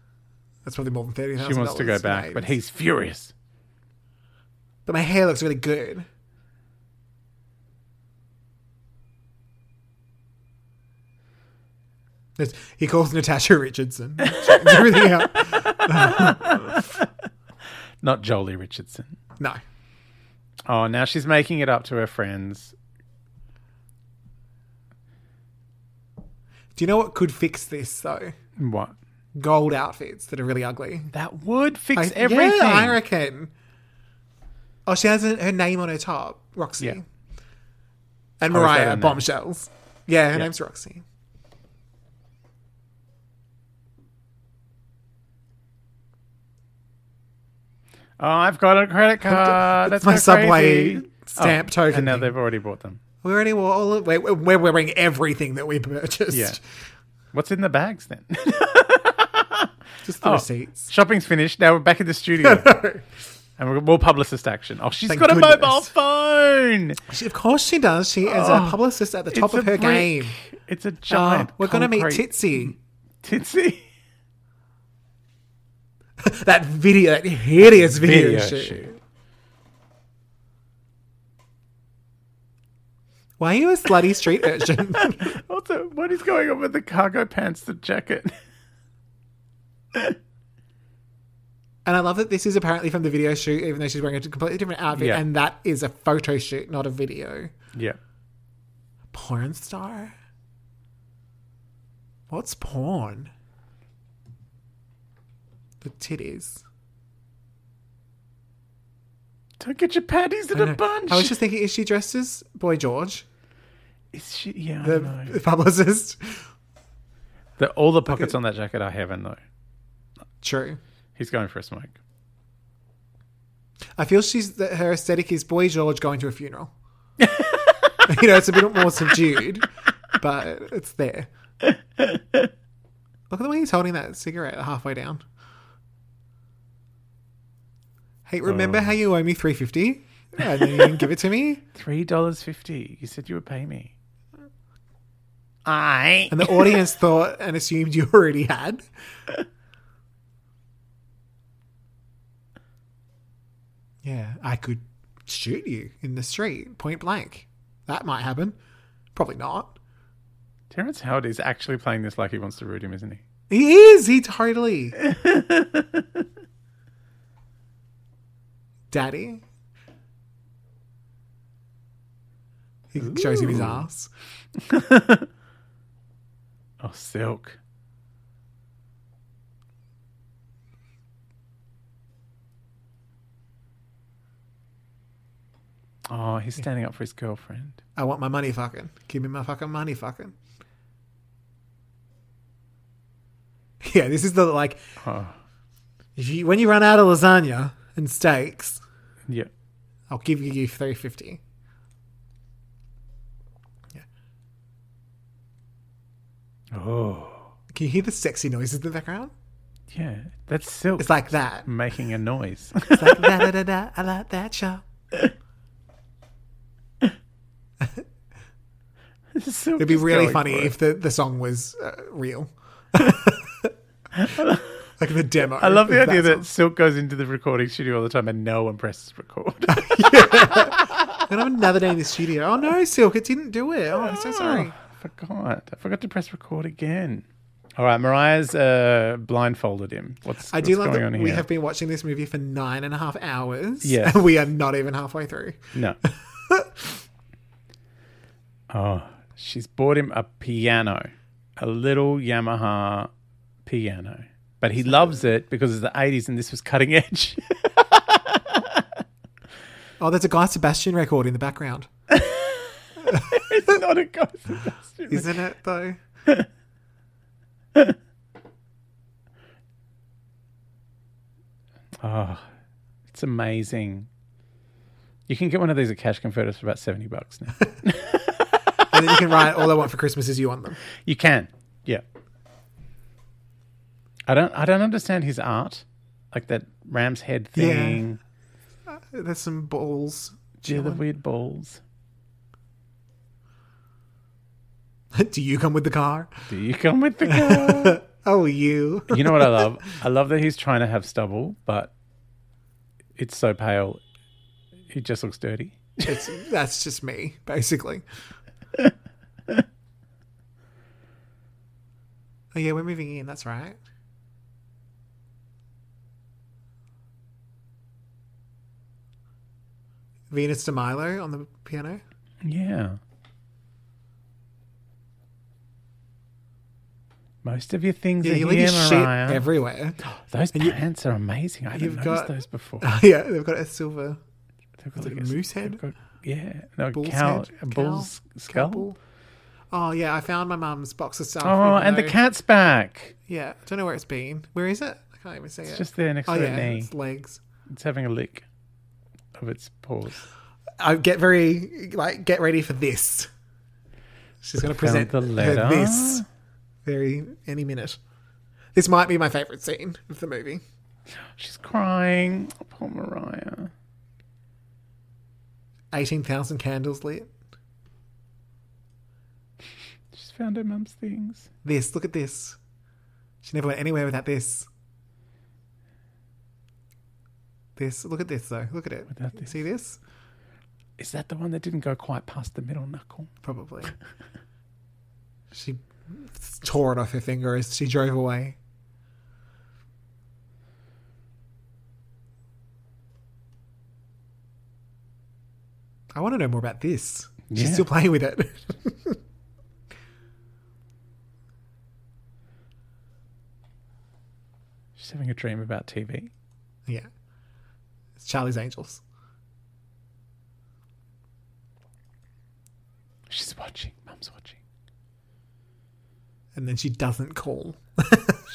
Speaker 1: That's probably more than $30,000.
Speaker 2: She wants to go back,
Speaker 1: made.
Speaker 2: but he's furious.
Speaker 1: But my hair looks really good. It's- He calls <laughs> Natasha Richardson. <laughs> Straightens everything out.
Speaker 2: Not Jolie Richardson.
Speaker 1: No.
Speaker 2: Oh, now she's making it up to her friends.
Speaker 1: Do you know what could fix this though?
Speaker 2: What?
Speaker 1: Gold outfits that are really ugly.
Speaker 2: That would fix
Speaker 1: I-
Speaker 2: everything.
Speaker 1: Yeah, I reckon. Oh, she has her her name on her top, Roxy.
Speaker 2: Yeah.
Speaker 1: And
Speaker 2: Oh, is that her
Speaker 1: Mariah
Speaker 2: name?
Speaker 1: Bombshells. Yeah, her name's Roxy.
Speaker 2: Oh, I've got a credit card. That's
Speaker 1: It's my
Speaker 2: so
Speaker 1: Subway
Speaker 2: crazy. Oh,
Speaker 1: stamp token
Speaker 2: And now
Speaker 1: thing.
Speaker 2: they've already bought them.
Speaker 1: We already wore all of, we're, we're wearing everything that we purchased.
Speaker 2: Yeah. What's in the bags then?
Speaker 1: <laughs>
Speaker 2: <laughs>
Speaker 1: Just
Speaker 2: Oh.
Speaker 1: the receipts.
Speaker 2: Shopping's finished. Now we're back in
Speaker 1: <laughs>
Speaker 2: the studio. and we're more publicist action. Oh, she's
Speaker 1: Thank
Speaker 2: got a
Speaker 1: goodness.
Speaker 2: mobile phone.
Speaker 1: She, of course she does. She is a publicist at the top
Speaker 2: Oh,
Speaker 1: of
Speaker 2: It's a
Speaker 1: her
Speaker 2: brick.
Speaker 1: game.
Speaker 2: It's a
Speaker 1: Oh,
Speaker 2: giant.
Speaker 1: we're going to meet
Speaker 2: concrete-
Speaker 1: Titsy.
Speaker 2: Titsy.
Speaker 1: That video, that hideous <laughs> video,
Speaker 2: Video
Speaker 1: shoot.
Speaker 2: shoot.
Speaker 1: Why are you a slutty street <laughs> urchin?
Speaker 2: Also, what is going on with the cargo pants, the jacket?
Speaker 1: And I love that this is apparently from the video shoot, even though she's wearing a completely different outfit,
Speaker 2: Yeah.
Speaker 1: and that is a photo shoot, not a video.
Speaker 2: <laughs> yeah.
Speaker 1: Porn star? What's porn? The titties.
Speaker 2: Don't get your panties in a bunch.
Speaker 1: I was just thinking, is she dressed as Boy George,
Speaker 2: Is she? Yeah, I
Speaker 1: the,
Speaker 2: know.
Speaker 1: the publicist?
Speaker 2: The, all the pockets on that jacket are heaven, though.
Speaker 1: True.
Speaker 2: He's going for a smoke.
Speaker 1: I feel she's that her aesthetic is Boy George going to a funeral. <laughs> you know, it's a bit more subdued, but it's there. Look at the way he's holding that cigarette halfway down. Hey, remember how you owe me three fifty, and then you didn't give it to me?
Speaker 2: Three dollars fifty. You said you would pay me. I.
Speaker 1: And the audience thought and assumed you already had. Yeah, I could shoot you in the street, point blank. That might happen. Probably not.
Speaker 2: Terrence Howard is actually playing this like he wants to root him, isn't he?
Speaker 1: He is. He totally. Daddy. He shows him his ass.
Speaker 2: Oh, silk. Oh, he's standing up for his girlfriend.
Speaker 1: I want my money fucking. Give me my fucking money fucking. <laughs> Yeah, this is the like
Speaker 2: Oh,
Speaker 1: if you, when you run out of lasagna and steaks,
Speaker 2: yeah.
Speaker 1: I'll give you three fifty.
Speaker 2: Oh,
Speaker 1: Oh. Can you hear the sexy noises in the background?
Speaker 2: Yeah, that's silk
Speaker 1: It's like that.
Speaker 2: making
Speaker 1: <laughs>
Speaker 2: a noise.
Speaker 1: It's like da da da da. I like that show.
Speaker 2: Silk
Speaker 1: It'd be
Speaker 2: is
Speaker 1: really
Speaker 2: going
Speaker 1: funny
Speaker 2: for it.
Speaker 1: if the, the song was uh,
Speaker 2: <laughs>
Speaker 1: real. like the demo.
Speaker 2: I love the idea that Silk goes into the recording studio all the time and no one presses record.
Speaker 1: I'm gonna have another day in the studio. Oh no, Silk, it didn't do it. Oh,
Speaker 2: <laughs> Ah.
Speaker 1: I'm <laughs> so sorry.
Speaker 2: I forgot. I forgot to press record again. All right, Mariah's uh, blindfolded him. What's,
Speaker 1: I do
Speaker 2: what's
Speaker 1: love
Speaker 2: going
Speaker 1: that
Speaker 2: on here?
Speaker 1: we have been watching this movie for nine and a half hours. <laughs>
Speaker 2: Yes.
Speaker 1: And we are not even halfway through.
Speaker 2: No. <laughs> oh, she's bought him a piano, a little Yamaha piano. But he loves it because it's the 80s and this was cutting <laughs> edge.
Speaker 1: Oh, there's a Guy Sebastian record in the background.
Speaker 2: it's not a Guy Sebastian.
Speaker 1: Isn't it though?
Speaker 2: Oh, it's amazing. You can get one of these at Cash Converters for about 70 bucks
Speaker 1: <laughs>
Speaker 2: now.
Speaker 1: And then you can write all I want for Christmas is you want them.
Speaker 2: You can. Yeah. I don't I don't understand his art. Like that ram's head
Speaker 1: Yeah.
Speaker 2: thing.
Speaker 1: There's some balls.
Speaker 2: Yeah. The weird balls.
Speaker 1: <laughs> do you come with the car?
Speaker 2: Do you come
Speaker 1: <laughs>
Speaker 2: with the car?
Speaker 1: Oh <laughs> you.
Speaker 2: you know what I love? I love that he's trying to have stubble, but it's so pale. It just looks dirty.
Speaker 1: It's, that's just me,
Speaker 2: <laughs>
Speaker 1: basically. oh yeah, we're moving in, that's right. Venus de Milo on the piano.
Speaker 2: Yeah. Most of your things
Speaker 1: Yeah,
Speaker 2: are
Speaker 1: you
Speaker 2: here,
Speaker 1: leave your shit
Speaker 2: Mariah. <gasps>
Speaker 1: everywhere. <laughs>
Speaker 2: those pants are amazing. I haven't
Speaker 1: you've got-
Speaker 2: noticed those before.
Speaker 1: Oh, yeah, they've got a silver
Speaker 2: They've got
Speaker 1: Is it
Speaker 2: like
Speaker 1: a moose
Speaker 2: they've
Speaker 1: head?
Speaker 2: got- yeah, no,
Speaker 1: bull's
Speaker 2: cow,
Speaker 1: head, cow,
Speaker 2: a bull's skull.
Speaker 1: couple. Oh yeah, I found my mum's box of stuff.
Speaker 2: Oh,
Speaker 1: even
Speaker 2: and the
Speaker 1: though-
Speaker 2: cat's back.
Speaker 1: Yeah, don't know where it's been. Where is it? I can't even see
Speaker 2: It's
Speaker 1: it.
Speaker 2: just there next
Speaker 1: oh
Speaker 2: to
Speaker 1: yeah,
Speaker 2: her knee.
Speaker 1: it's legs.
Speaker 2: It's having a lick of its paws.
Speaker 1: I get very like get ready for this. She's going to present
Speaker 2: the
Speaker 1: her
Speaker 2: letter.
Speaker 1: this very any minute. This might be my favorite scene of the movie.
Speaker 2: She's crying. Poor Mariah.
Speaker 1: Eighteen thousand candles lit.
Speaker 2: She's found her mum's things.
Speaker 1: This, look at this. She never went anywhere without this. This, look at this though. Look at it.
Speaker 2: Without this.
Speaker 1: See this?
Speaker 2: Is that the one that didn't go quite past the middle knuckle?
Speaker 1: Probably. <laughs> she tore it off her finger as she drove away. I want to know more about this. She's
Speaker 2: Yeah.
Speaker 1: still playing with it. <laughs>
Speaker 2: She's having a dream about TV.
Speaker 1: yeah. It's Charlie's Angels.
Speaker 2: She's watching. Mum's watching.
Speaker 1: And then she doesn't call. <laughs>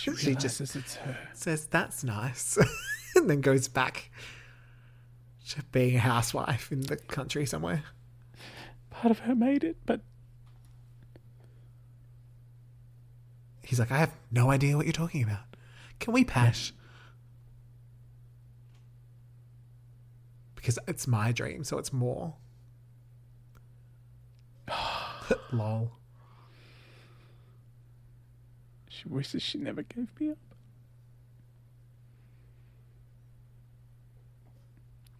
Speaker 2: She,
Speaker 1: She just-
Speaker 2: just it's her.
Speaker 1: Says, that's nice. <laughs> and then goes back to being a housewife in the country somewhere.
Speaker 2: Part of her made it, but
Speaker 1: He's like, I have no idea what you're talking about. Can we pash? Because it's my dream, so it's more. <sighs> Lol.
Speaker 2: she wishes she never gave me up.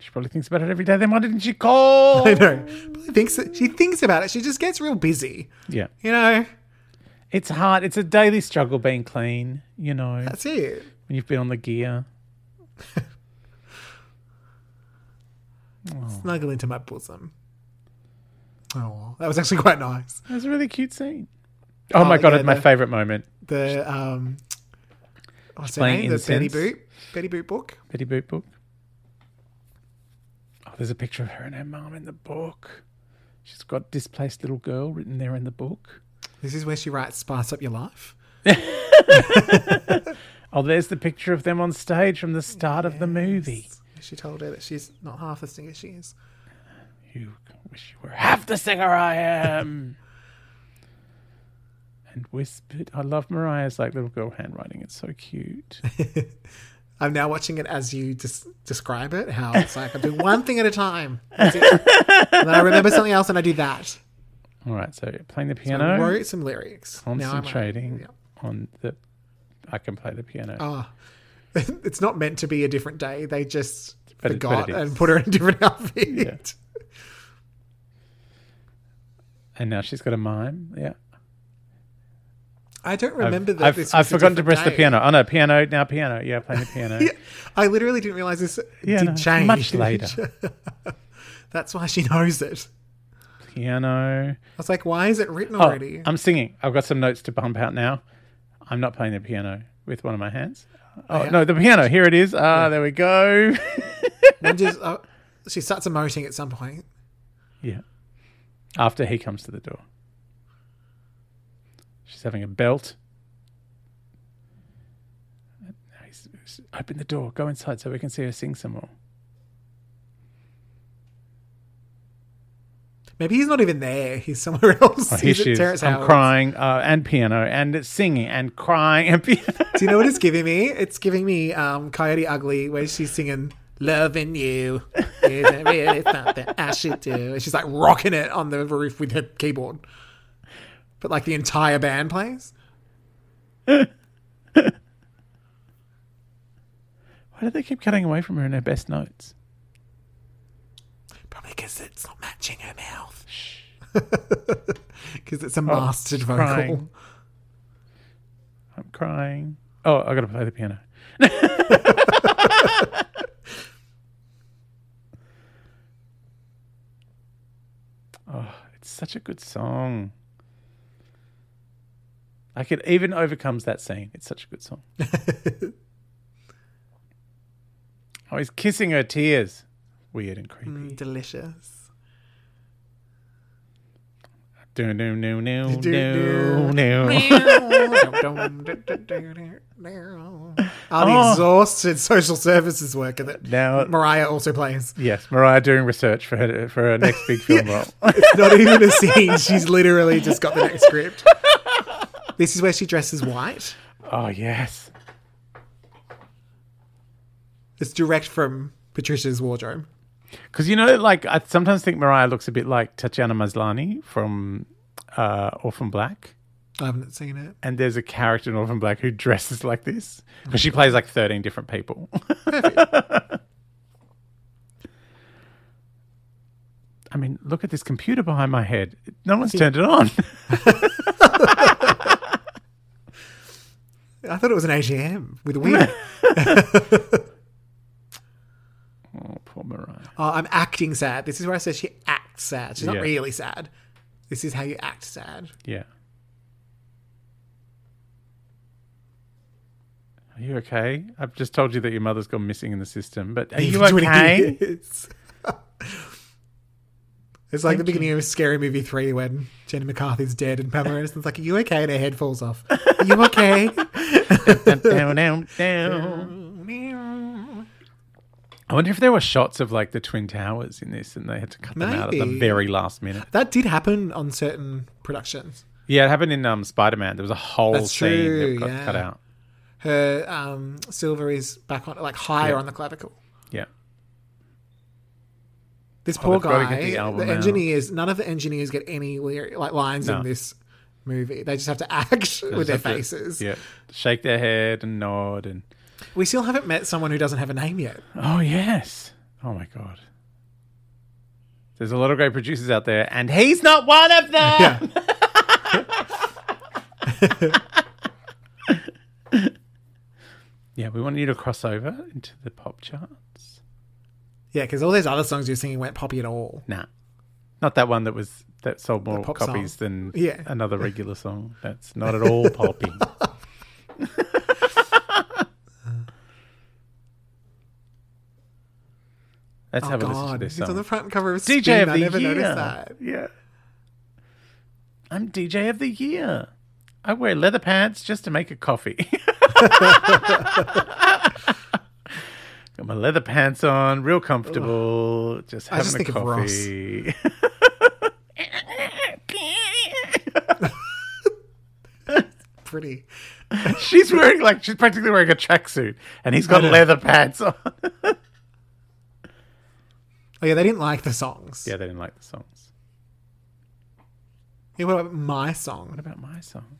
Speaker 2: She probably thinks about it every day. Then why didn't she call?
Speaker 1: I know. Probably thinks that she thinks about it. She just gets real busy.
Speaker 2: Yeah.
Speaker 1: You know,
Speaker 2: It's hard. It's a daily struggle being clean, you know,
Speaker 1: that's it.
Speaker 2: when you've been on the gear.
Speaker 1: Snuggle into my bosom. Oh, that was actually quite nice.
Speaker 2: It was a really cute scene. Oh, my
Speaker 1: Oh,
Speaker 2: God,
Speaker 1: yeah,
Speaker 2: it's my
Speaker 1: the-
Speaker 2: favorite moment.
Speaker 1: The um, what's her
Speaker 2: Playing
Speaker 1: name? The Betty
Speaker 2: incense.
Speaker 1: Boot, Betty Boot book.
Speaker 2: Betty Boot book. Oh, there's a picture of her and her mum in the book. She's got displaced little girl written there in the book.
Speaker 1: This is where she writes "Spice Up Your Life."
Speaker 2: Oh, there's the picture of them on stage from the start of the movie.
Speaker 1: She told her that she's not half as singer as she is.
Speaker 2: You wish you were half the singer I am. <laughs> and whispered. I love Mariah's like little girl handwriting. It's so
Speaker 1: <laughs>
Speaker 2: cute.
Speaker 1: I'm now watching it as you just describe it. How it's like I
Speaker 2: <laughs>
Speaker 1: do one thing at a time. That's it. and then I remember something else and I do that.
Speaker 2: All right, so playing the
Speaker 1: I
Speaker 2: piano,
Speaker 1: wrote some lyrics. Now I'm-
Speaker 2: concentrating
Speaker 1: yeah.
Speaker 2: on the. I can play the piano.
Speaker 1: Ah. <laughs> it's not meant to be a different day. They just
Speaker 2: But it- but
Speaker 1: forgot
Speaker 2: it is.
Speaker 1: and put her in a different <laughs> outfit.
Speaker 2: And now she's got a mime. Yeah.
Speaker 1: I don't remember that.
Speaker 2: I've,
Speaker 1: this
Speaker 2: I've
Speaker 1: was a
Speaker 2: forgotten to
Speaker 1: different
Speaker 2: press the
Speaker 1: day.
Speaker 2: piano. Oh no, piano now, piano. Yeah, playing the piano.
Speaker 1: <laughs> Yeah, I literally didn't realize this
Speaker 2: Yeah,
Speaker 1: did
Speaker 2: no,
Speaker 1: change
Speaker 2: much later.
Speaker 1: <laughs> That's why she knows it.
Speaker 2: Piano.
Speaker 1: I was like, why is it written <laughs>
Speaker 2: Oh,
Speaker 1: already?
Speaker 2: I'm singing. I've got some notes to bump out now. I'm not playing the piano with one of my hands. Oh
Speaker 1: yeah.
Speaker 2: no, the piano. Here it is. Ah, there we go. <laughs>
Speaker 1: And just, uh, she starts emoting at some point.
Speaker 2: yeah. After he comes to the door, she's having a belt. Now he's, he's- open the door. Go inside so we can see her sing some more.
Speaker 1: Maybe he's not even there. He's somewhere <laughs> else.
Speaker 2: Oh, here
Speaker 1: He's at
Speaker 2: she
Speaker 1: Terrace
Speaker 2: is. I'm
Speaker 1: Howard's.
Speaker 2: crying uh, and piano and it's singing and crying and <laughs> piano.
Speaker 1: Do you know what it's giving me? It's giving me um, Coyote Ugly, where she's singing "Loving You." Isn't really something I should do. And she's like rocking it on the roof with her keyboard, but like the entire band plays.
Speaker 2: Why do they keep cutting away from her in her best notes?
Speaker 1: Probably because it's not matching her mouth. <laughs> Because it's a mastered vocal.
Speaker 2: Oh, crying. I'm crying. Oh, I got to play the piano. <laughs> oh, it's such a good song. Like it even overcomes that scene. It's such a good <laughs> song. oh, he's kissing her tears. Weird and creepy.
Speaker 1: Mm, delicious.
Speaker 2: Do do do do <laughs>
Speaker 1: Do, do.
Speaker 2: do do.
Speaker 1: I'm
Speaker 2: Oh.
Speaker 1: exhausted social services worker that
Speaker 2: Now-
Speaker 1: Mariah also plays.
Speaker 2: Yes, Mariah doing research for her for her next <laughs> big film role.
Speaker 1: It's <laughs> not even <laughs> a scene. She's literally just got the next script. This is where she dresses white.
Speaker 2: Oh yes.
Speaker 1: It's direct from Patricia's wardrobe.
Speaker 2: Because you know, like I sometimes think Mariah looks a bit like Tatiana Maslany from uh, Orphan Black,
Speaker 1: I haven't seen it.
Speaker 2: and there's a character in Orphan Black who dresses like this because she plays like 13 different people. <laughs> I mean, look at this computer behind my head. No one's turned it on.
Speaker 1: I thought it was an AGM with a <laughs> wig.
Speaker 2: oh, poor Mariah.
Speaker 1: Oh, I'm acting sad. This is where I said she acts sad. She's
Speaker 2: Yeah.
Speaker 1: not really sad. This is how you act sad.
Speaker 2: Yeah. Are you okay? I've just told you that your mother's gone missing in the system, but are you
Speaker 1: Even 20
Speaker 2: okay?
Speaker 1: years. <laughs> it's like the beginning of Scary Movie 3 when Jenny McCarthy's dead and Pamela Anderson's like, Are you okay? And her head falls off. Are you okay?
Speaker 2: <laughs>
Speaker 1: <laughs>
Speaker 2: down, down, down. I wonder if there were shots of like the Twin Towers in this and they had to cut them out at the
Speaker 1: Maybe.
Speaker 2: very last minute.
Speaker 1: that did happen on certain productions.
Speaker 2: Yeah, it happened in um, Spider Man. There was a whole
Speaker 1: That's
Speaker 2: scene
Speaker 1: true,
Speaker 2: that got
Speaker 1: yeah.
Speaker 2: cut out.
Speaker 1: Her um, silver is back on, like higher on the clavicle.
Speaker 2: Yeah.
Speaker 1: This poor
Speaker 2: Oh, they've gotta
Speaker 1: guy,
Speaker 2: get the
Speaker 1: the,
Speaker 2: album out.
Speaker 1: engineers, none of the engineers get any lyri- like lines
Speaker 2: No.
Speaker 1: in this movie. They just have to act with their
Speaker 2: Just have to-
Speaker 1: faces.
Speaker 2: yeah. Shake their head and nod and
Speaker 1: We still haven't met someone who doesn't have a name yet.
Speaker 2: Oh yes. Oh my god. There's a lot of great producers out there, and he's not one of them.
Speaker 1: <laughs> Yeah.
Speaker 2: Yeah, we want you to cross over into the pop charts.
Speaker 1: Yeah, because all those other songs you're singing weren't poppy at all.
Speaker 2: Nah, not that one that was that sold more
Speaker 1: pop
Speaker 2: copies than
Speaker 1: Yeah. <laughs>
Speaker 2: another regular song. That's not at all poppy. Let's
Speaker 1: Oh
Speaker 2: have a listen to
Speaker 1: God,
Speaker 2: this
Speaker 1: it's
Speaker 2: song.
Speaker 1: on the front cover of Spin.
Speaker 2: DJ of the
Speaker 1: I never
Speaker 2: year.
Speaker 1: noticed that.
Speaker 2: Yeah. I'm DJ of the year. I wear leather pants just to make a coffee. <laughs> Got my leather pants on, real comfortable, just
Speaker 1: I
Speaker 2: having
Speaker 1: just
Speaker 2: a
Speaker 1: think of Ross.
Speaker 2: coffee.
Speaker 1: pretty.
Speaker 2: <laughs> She's wearing like she's practically wearing a tracksuit, and he's got leather pads on.
Speaker 1: Oh yeah, they didn't like the songs.
Speaker 2: yeah, they didn't like the songs.
Speaker 1: Yeah, what about my
Speaker 2: What
Speaker 1: song?
Speaker 2: about my song?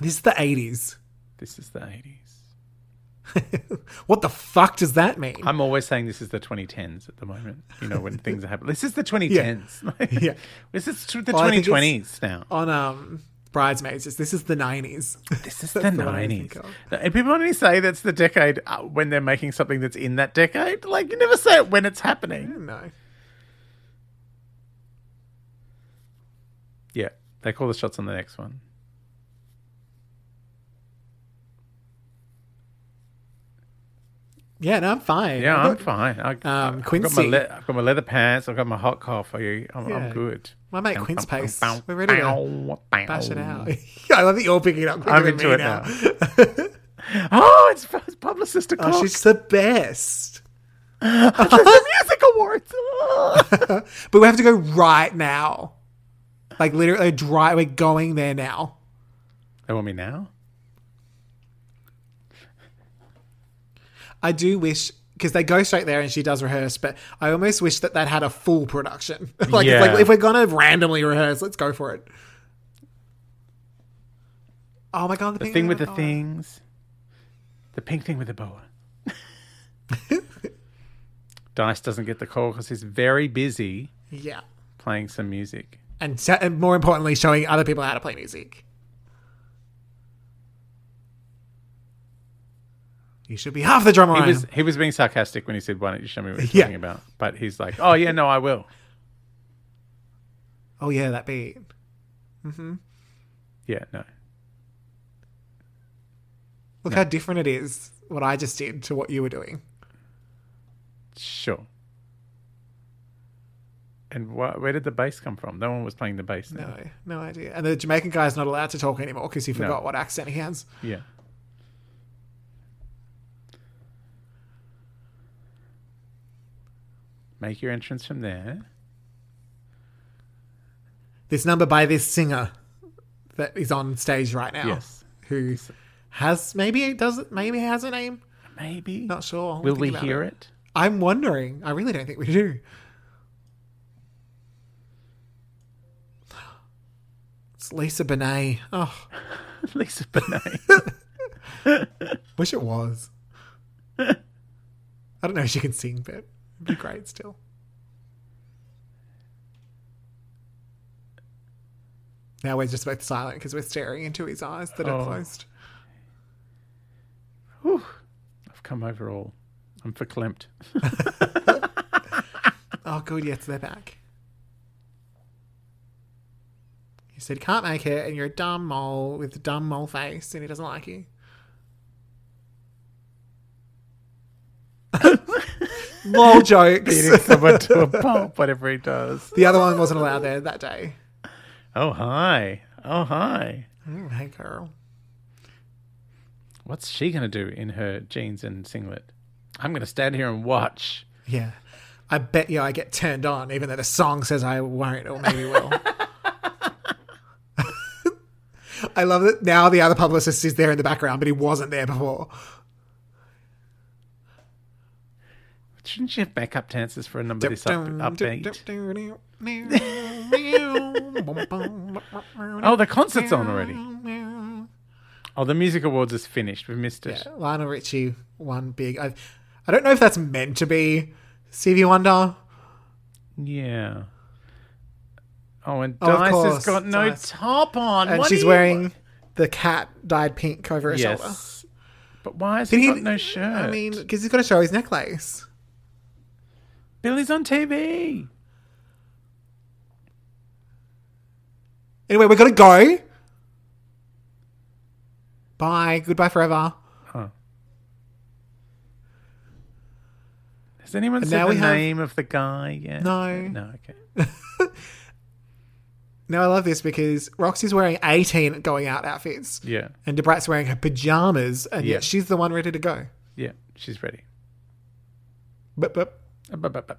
Speaker 1: This is the eighties. <laughs>
Speaker 2: This is the eighties.
Speaker 1: What the fuck does that mean?
Speaker 2: I'm always saying this is the 2010s at the moment. You know when things are happening. This is the <laughs> 2010s.
Speaker 1: Yeah.
Speaker 2: This is tw- the
Speaker 1: Well, I think it's-
Speaker 2: 2020s now.
Speaker 1: On um Bridesmaids, it's- this is the nineties. <laughs>
Speaker 2: This is the
Speaker 1: what I think
Speaker 2: nineties.
Speaker 1: of.
Speaker 2: And people only say that's the decade uh, when they're making something that's in that decade. Like you never say it when it's happening.
Speaker 1: no.
Speaker 2: Yeah, they call the shots on the next one.
Speaker 1: Yeah, no, I'm fine.
Speaker 2: Yeah,
Speaker 1: I've
Speaker 2: I'm
Speaker 1: got-
Speaker 2: fine. I, I- I've got
Speaker 1: um, Quincy.
Speaker 2: my, le- I've got my leather pants. I've got my hot coffee. I'm, I'm
Speaker 1: Yeah.
Speaker 2: good.
Speaker 1: My mate
Speaker 2: Bow,
Speaker 1: Quince
Speaker 2: bow, bow,
Speaker 1: Pace.
Speaker 2: bow,
Speaker 1: We're ready to
Speaker 2: bow, bow.
Speaker 1: Bash it out. <laughs> I love that you're picking it up. quicker
Speaker 2: I'm
Speaker 1: than
Speaker 2: into
Speaker 1: me
Speaker 2: it <laughs> Oh, it's, it's publicist o'clock.
Speaker 1: Oh, <laughs> she's the best. <laughs>
Speaker 2: <laughs> the music awards.
Speaker 1: <laughs>
Speaker 2: Oh.
Speaker 1: But we have to go right now. Like literally, dry. We're going there now.
Speaker 2: they want me now.
Speaker 1: I do wish because they go straight there and she does rehearse, but I almost wish that that had a full production. <laughs> like, it's
Speaker 2: Yeah.
Speaker 1: like if we're gonna randomly rehearse, let's go for it. Oh my god, the,
Speaker 2: The thing with the
Speaker 1: oh.
Speaker 2: things. The pink thing with
Speaker 1: <laughs>
Speaker 2: the boa. Dice doesn't get the call because he's very busy
Speaker 1: Yeah,
Speaker 2: playing some music.
Speaker 1: and, se- and more importantly, showing other people how to play music. You should be half the drummer.
Speaker 2: He
Speaker 1: I
Speaker 2: was
Speaker 1: am.
Speaker 2: he was being sarcastic when he said, "Why don't you show me what you're
Speaker 1: Yeah.
Speaker 2: talking about?" But he's like, "Oh yeah, no, I will."
Speaker 1: Oh yeah, that beat.
Speaker 2: Yeah, no.
Speaker 1: Look how different it is what I just did to what you were doing.
Speaker 2: Sure. And wh- where did the bass come from? No one was playing the bass. then.
Speaker 1: No, no idea. And the Jamaican guy's not allowed to talk anymore because he forgot what accent he has.
Speaker 2: Yeah. Make your entrance from there.
Speaker 1: This number by this singer that is on stage right now,
Speaker 2: Yes.
Speaker 1: who has maybe it does it maybe has a name.
Speaker 2: Maybe.
Speaker 1: Not sure. I'll
Speaker 2: Will
Speaker 1: think
Speaker 2: we
Speaker 1: about
Speaker 2: hear it?
Speaker 1: I'm wondering. I really don't think we do. It's Lisa Bonet. Oh,
Speaker 2: <laughs> Lisa Bonet.
Speaker 1: wish it
Speaker 2: <laughs>
Speaker 1: was. I don't know if she can sing, but it'd be great still. Now we're just both silent because we're staring into his eyes that
Speaker 2: Oh.
Speaker 1: are closed.
Speaker 2: Whew. I've come over all. I'm verklempt.
Speaker 1: Oh, good. Yes, they're back. You said can't make it, and you're a dumb mole with a dumb mole face, and he doesn't like
Speaker 2: <laughs>
Speaker 1: you. <laughs> Lol
Speaker 2: Beating
Speaker 1: jokes.
Speaker 2: someone to a pulp, whatever he does.
Speaker 1: the other one wasn't allowed there that day.
Speaker 2: Oh, hi. Oh, hi.
Speaker 1: Mm, hey, girl.
Speaker 2: What's she going to do in her jeans and singlet? I'm going to stand here and watch.
Speaker 1: Yeah. I bet you I get turned on, even though the song says I won't or maybe
Speaker 2: <laughs>
Speaker 1: will. I love that now the other publicist is there in the background, but he wasn't there before.
Speaker 2: Shouldn't she have backup dances for a number this up- upbeat?
Speaker 1: Oh,
Speaker 2: Oh, the concert's on already. Oh, the music awards is finished. We missed it.
Speaker 1: Lionel Richie won big. I, I don't know if that's meant to be Stevie Wonder.
Speaker 2: Yeah. Oh, and
Speaker 1: Oh, of
Speaker 2: Dice has
Speaker 1: course,
Speaker 2: got no
Speaker 1: Dice.
Speaker 2: top on,
Speaker 1: And
Speaker 2: What
Speaker 1: she's
Speaker 2: do you-
Speaker 1: wearing the cat dyed pink over her shoulder.
Speaker 2: Yes. But why has he,
Speaker 1: he-
Speaker 2: got no shirt?
Speaker 1: I mean, because he's got to show his necklace.
Speaker 2: Billy's on TV.
Speaker 1: Anyway, we're going to go. Bye. Goodbye forever.
Speaker 2: Has anyone
Speaker 1: And
Speaker 2: said
Speaker 1: now
Speaker 2: the
Speaker 1: we have-
Speaker 2: name of the guy yet?
Speaker 1: No.
Speaker 2: No. Okay.
Speaker 1: Now, I love this because Roxy's wearing 18 going out outfits.
Speaker 2: Yeah.
Speaker 1: And Debrat's wearing her pajamas, and
Speaker 2: Yeah.
Speaker 1: yet she's the one ready to go.
Speaker 2: Yeah. She's ready.
Speaker 1: But but
Speaker 2: Uh, bup, bup, bup.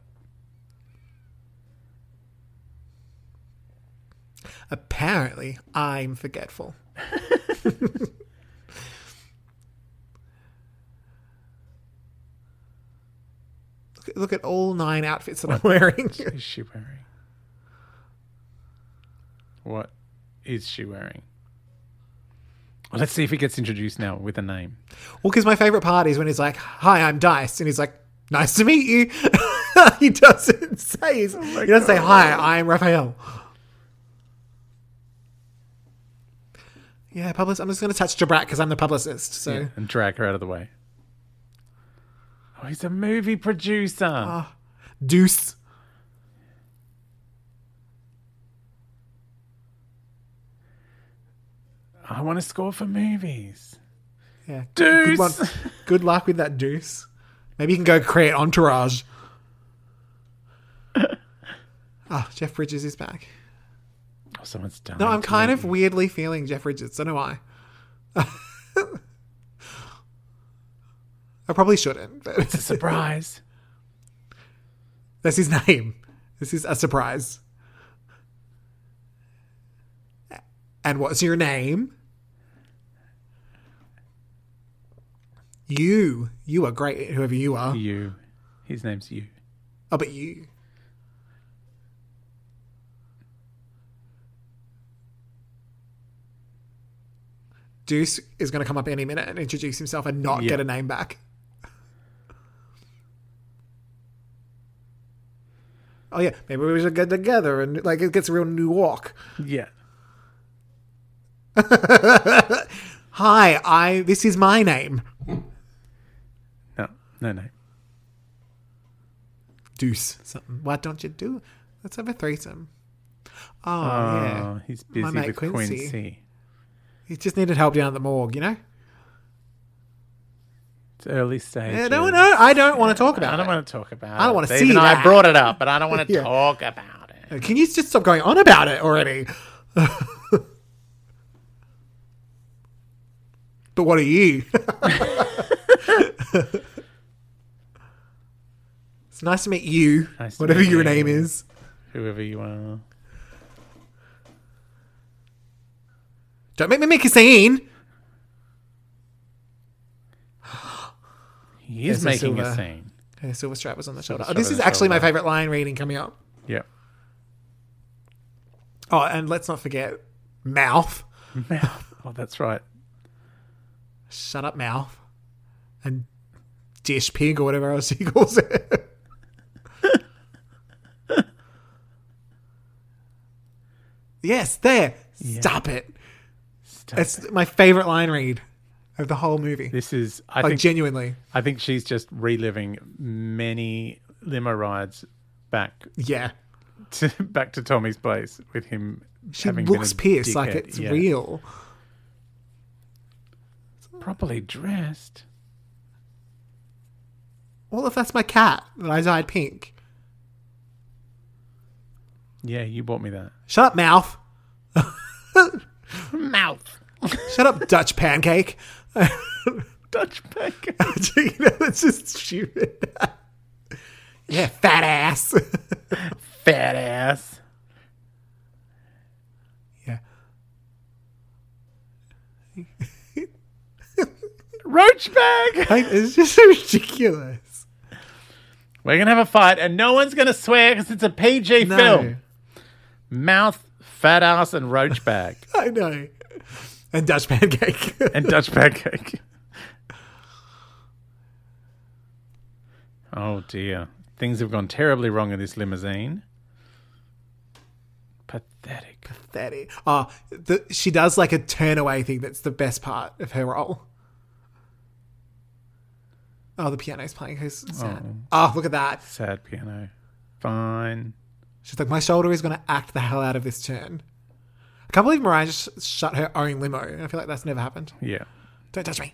Speaker 1: Apparently, I'm forgetful. <laughs> look, look at all nine outfits that I'm wearing. <laughs>
Speaker 2: Is she wearing? What is she wearing? Well, let's see if he gets introduced now with a name.
Speaker 1: Well, because my favorite part is when he's like, "Hi, I'm Dice," and he's like, "Nice to meet you." <laughs> he doesn't say he's, he doesn't say, "Hi, I'm Raphael." Yeah, publicist. I'm just going to touch Jabrat because I'm the publicist. So
Speaker 2: And drag her out of the way. Oh, he's a movie producer.
Speaker 1: Ah. Deuce.
Speaker 2: I want to score for movies.
Speaker 1: Yeah,
Speaker 2: Deuce.
Speaker 1: Good, one. good luck with that Deuce. Maybe you can go create Entourage. Ah, Jeff Bridges is back.
Speaker 2: Oh, someone's done.
Speaker 1: No, I'm kind of weirdly feeling Jeff Bridges. Don't know why. <laughs> I probably shouldn't. But <laughs>
Speaker 2: It's a surprise.
Speaker 1: that's his name. This is a surprise. And what's your name? You. You are great, at whoever you are.
Speaker 2: you. His name's you.
Speaker 1: Oh, but you. Deuce is going to come up any minute and introduce himself and not
Speaker 2: Yeah.
Speaker 1: get a name back. Oh yeah, maybe we should get together and like it gets a real New York. <laughs>
Speaker 2: Yeah.
Speaker 1: Hi, I. This is my name,
Speaker 2: No, no, no.
Speaker 1: Deuce. Something. Why don't you do? Let's have a threesome. Oh,
Speaker 2: Oh,
Speaker 1: yeah,
Speaker 2: he's busy
Speaker 1: mate
Speaker 2: with Quincy.
Speaker 1: Quincy. he just needed help down at the morgue, you know.
Speaker 2: It's early stage.
Speaker 1: Yeah, no, no, I don't want to talk about
Speaker 2: I don't
Speaker 1: it.
Speaker 2: want to talk about it.
Speaker 1: I don't wanna
Speaker 2: They
Speaker 1: see
Speaker 2: even- I
Speaker 1: that.
Speaker 2: brought it up, but
Speaker 1: <laughs>
Speaker 2: I don't want to
Speaker 1: Yeah.
Speaker 2: talk about it.
Speaker 1: Can you just stop going on about it already? <laughs> but what are you? <laughs> it's nice to meet you,
Speaker 2: Nice to
Speaker 1: whatever
Speaker 2: meet
Speaker 1: your
Speaker 2: you.
Speaker 1: name is.
Speaker 2: Whoever you are.
Speaker 1: Don't make me make a scene.
Speaker 2: He is
Speaker 1: There's a
Speaker 2: making a
Speaker 1: silver-
Speaker 2: scene.
Speaker 1: Okay, silver strap was on the shoulder.
Speaker 2: Silver
Speaker 1: Oh,
Speaker 2: strap
Speaker 1: this
Speaker 2: on
Speaker 1: is
Speaker 2: the
Speaker 1: actually my
Speaker 2: shoulder.
Speaker 1: favorite line reading coming up.
Speaker 2: <laughs> Yep.
Speaker 1: Oh, and let's not forget mouth.
Speaker 2: Mouth. Oh, that's right.
Speaker 1: Shut up, mouth. And dish pig or whatever else <laughs> he calls it. yes, there. Stop it.
Speaker 2: Stop.
Speaker 1: It's my favorite line read of the whole movie.
Speaker 2: This is. I
Speaker 1: like,
Speaker 2: think.
Speaker 1: genuinely.
Speaker 2: I think she's just reliving many limo rides back
Speaker 1: Yeah.
Speaker 2: to <laughs> back to Tommy's place with him.
Speaker 1: She
Speaker 2: having
Speaker 1: looks
Speaker 2: been a
Speaker 1: pierced, like
Speaker 2: dickhead.
Speaker 1: it's
Speaker 2: Yeah.
Speaker 1: real.
Speaker 2: Properly dressed.
Speaker 1: Well, if that's my cat that I dyed pink.
Speaker 2: Yeah, you bought me that.
Speaker 1: Shut up, mouth.
Speaker 2: Mouth.
Speaker 1: Shut up, Dutch pancake.
Speaker 2: <laughs>
Speaker 1: <laughs>
Speaker 2: Dutch pancake.
Speaker 1: you know, that's just stupid. <laughs> yeah, fat ass. <laughs>
Speaker 2: Fat ass.
Speaker 1: yeah.
Speaker 2: Roach bag.
Speaker 1: Like, it's just <laughs> ridiculous.
Speaker 2: We're gonna have a fight, and no one's gonna swear because it's a PG
Speaker 1: No,
Speaker 2: film. Mouth, fat ass, and roach bag, <laughs>
Speaker 1: I know. And Dutch pancake. <laughs>
Speaker 2: and Dutch pancake. Oh dear, things have gone terribly wrong in this limousine. Pathetic.
Speaker 1: that is, oh, the, she does like a turn away thing. That's the best part of her role. Oh, the piano's playing. Who's sad? Oh. look at that.
Speaker 2: Sad piano. Fine.
Speaker 1: She's like, my shoulder is going to act the hell out of this turn. I can't believe Mariah just shut her own limo. I feel like that's never happened.
Speaker 2: Yeah.
Speaker 1: Don't touch me.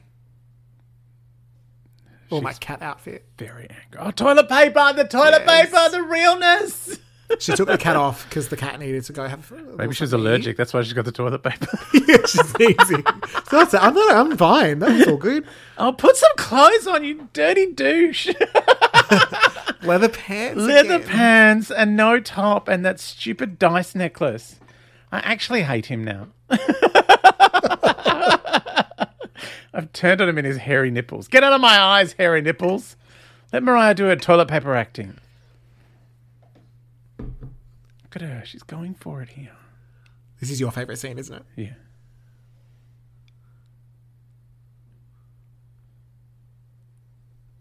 Speaker 1: Or my cat outfit.
Speaker 2: Very angry. Oh, toilet paper. The toilet
Speaker 1: Yes.
Speaker 2: paper. The realness.
Speaker 1: She took the cat off because the cat needed to go have. a little
Speaker 2: Maybe she's
Speaker 1: something to eat.
Speaker 2: allergic. That's why she's got the toilet paper.
Speaker 1: <laughs> yeah, she's sneezing. so that's, I'm not. I'm fine. That was all good.
Speaker 2: <laughs> oh, put some clothes on, you dirty douche.
Speaker 1: Leather pants.
Speaker 2: Leather
Speaker 1: again.
Speaker 2: pants and no top and that stupid dice necklace. I actually hate him now. <laughs> I've turned on him in his hairy nipples. Get out of my eyes, hairy nipples. Let Mariah do her toilet paper acting. Look at her. She's going for it here.
Speaker 1: This is your favorite scene, isn't it?
Speaker 2: Yeah.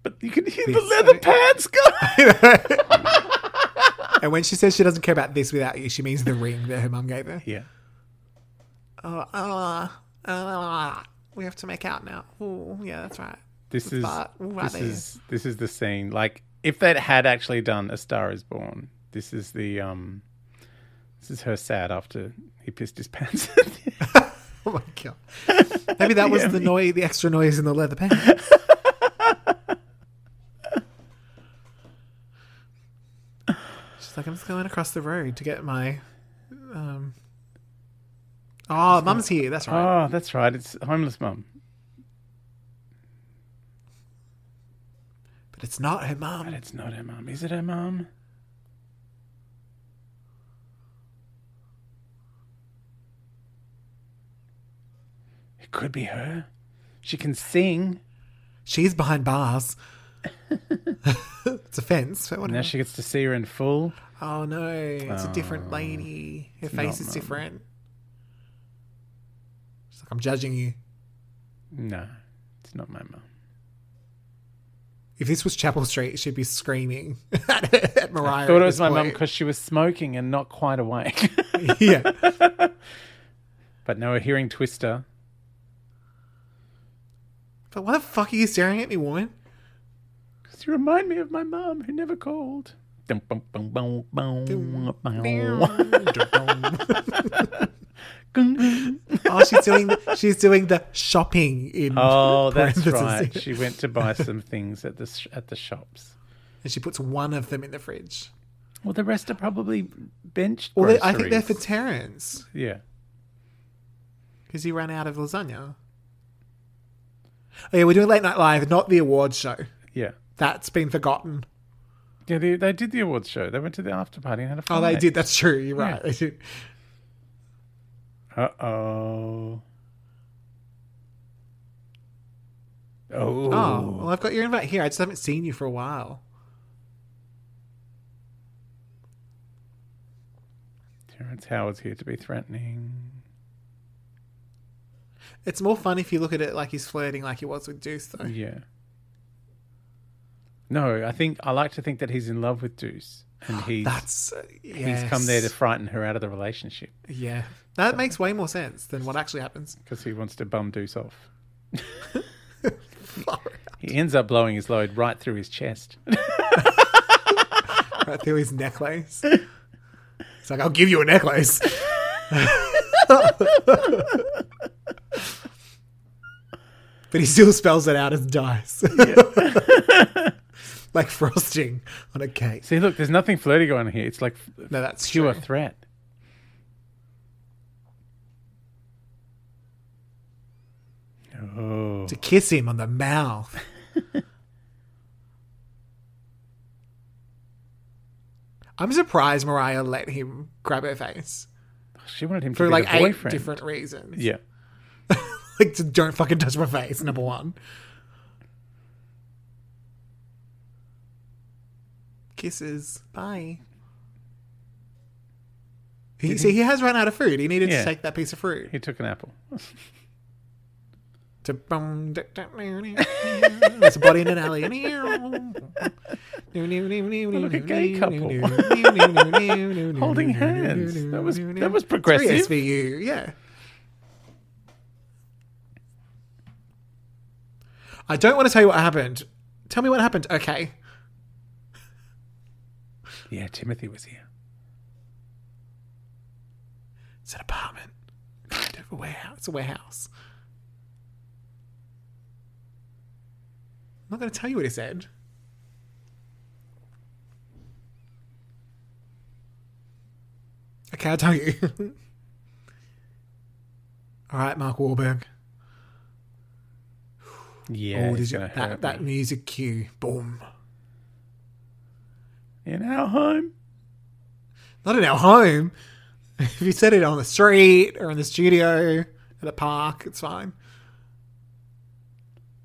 Speaker 2: But you can hear the
Speaker 1: This-
Speaker 2: leather pants go.
Speaker 1: And when she says she doesn't care about this without you, she means the ring that her mum gave her.
Speaker 2: yeah.
Speaker 1: Oh, ah, ah, we have to make out now. Ooh, yeah, that's right.
Speaker 2: This is
Speaker 1: But right
Speaker 2: this
Speaker 1: there.
Speaker 2: is this is the scene. Like if that had actually done A Star Is Born, this is the um, this is her sad after he pissed his <laughs> pants.
Speaker 1: <laughs> Oh my god. Maybe that was the noise, the extra noise in the leather
Speaker 2: <laughs>
Speaker 1: pants. She's like, I'm just going across the road to get my. Um... Oh, mum's here. That's right.
Speaker 2: oh, that's right. It's homeless mum.
Speaker 1: But it's not her
Speaker 2: But
Speaker 1: mum.
Speaker 2: it's not her mum. Is it her mum? It could be her. She can sing.
Speaker 1: She's behind
Speaker 2: <laughs>
Speaker 1: bars. it's a fence. But
Speaker 2: Now
Speaker 1: whatever.
Speaker 2: she gets to see her in full.
Speaker 1: Oh no, it's a different lady. Her
Speaker 2: not
Speaker 1: face is
Speaker 2: mum.
Speaker 1: different. She's like, I'm judging you.
Speaker 2: No, it's not my mum.
Speaker 1: If this was Chapel Street, she'd be screaming <laughs> at, at Mariah.
Speaker 2: I thought
Speaker 1: at
Speaker 2: it was
Speaker 1: this
Speaker 2: my mum
Speaker 1: point.
Speaker 2: because she was smoking and not quite awake.
Speaker 1: <laughs>
Speaker 2: <laughs>
Speaker 1: yeah.
Speaker 2: but now we're hearing Twister.
Speaker 1: But why the fuck are you staring at me, woman?
Speaker 2: Because you remind me of my mum who never called. Dum, bum, bum, bum, bum, <laughs> bum.
Speaker 1: oh,
Speaker 2: Gung.
Speaker 1: she's doing the, she's doing the shopping in
Speaker 2: Oh,
Speaker 1: <laughs>
Speaker 2: that's
Speaker 1: parentheses.
Speaker 2: right. She went to buy some things at the sh- at the shops.
Speaker 1: and she puts one of them in the fridge.
Speaker 2: Well, the rest are probably bench
Speaker 1: Well,
Speaker 2: groceries.
Speaker 1: they- I think they're for Terrence
Speaker 2: yeah.
Speaker 1: because he ran out of lasagna. Oh yeah, we're doing late night live, not the awards show.
Speaker 2: Yeah.
Speaker 1: That's been forgotten.
Speaker 2: Yeah, they, they did the awards show. They went to the after party and had a
Speaker 1: Oh,
Speaker 2: fun
Speaker 1: they did. That's true. You're right. <laughs>
Speaker 2: Yeah.
Speaker 1: They did.
Speaker 2: Uh oh. Oh.
Speaker 1: Oh, well, I've got your invite here. I just haven't seen you for a while.
Speaker 2: Terrence Howard's here to be threatening.
Speaker 1: It's more fun if you look at it like he's flirting, like he was with Deuce, though.
Speaker 2: Yeah. No, I think I like to think that he's in love with Deuce, and
Speaker 1: <gasps>
Speaker 2: he's
Speaker 1: That's
Speaker 2: he's come there to frighten her out of the relationship
Speaker 1: Yeah, that makes way more sense than what actually happens.
Speaker 2: because he wants to bum
Speaker 1: <laughs>
Speaker 2: Deuce off. He ends up blowing his load right through his chest. <laughs>
Speaker 1: right through his necklace. <laughs> It's like, I'll give you a necklace. but he still spells it out as dice. <laughs> like frosting on a cake.
Speaker 2: See, look, there's nothing flirty going on here. It's like f-
Speaker 1: No, that's
Speaker 2: pure
Speaker 1: true.
Speaker 2: threat. Oh.
Speaker 1: To kiss him on the
Speaker 2: <laughs>
Speaker 1: mouth. I'm surprised Mariah let him grab her face
Speaker 2: She wanted him
Speaker 1: for
Speaker 2: to be
Speaker 1: like
Speaker 2: the
Speaker 1: eight
Speaker 2: boyfriend.
Speaker 1: different reasons.
Speaker 2: Yeah.
Speaker 1: <laughs> like to don't fucking touch my face number one kisses bye he, see he has run out of food he needed
Speaker 2: Yeah.
Speaker 1: to take that piece of fruit
Speaker 2: He took an apple.
Speaker 1: to bum da- da- da- da- there's a body in an alley <laughs> look
Speaker 2: a gay couple.
Speaker 1: <laughs>
Speaker 2: Holding hands. That was- that was
Speaker 1: it's
Speaker 2: progressive.
Speaker 1: for you yeah I don't want to tell you what happened tell me what happened okay
Speaker 2: Yeah, Timothy was here.
Speaker 1: It's an apartment. Kind of a warehouse. It's a warehouse. I'm not going to tell you what he said. Okay, I'll tell you. <laughs> All right, Mark Wahlberg.
Speaker 2: Yeah.
Speaker 1: oh,
Speaker 2: he's
Speaker 1: did you,
Speaker 2: gonna
Speaker 1: that,
Speaker 2: hurt
Speaker 1: that
Speaker 2: me.
Speaker 1: music cue. Boom.
Speaker 2: In our home.
Speaker 1: Not in our home. <laughs> If you said it on the street or in the studio, at a park, it's fine.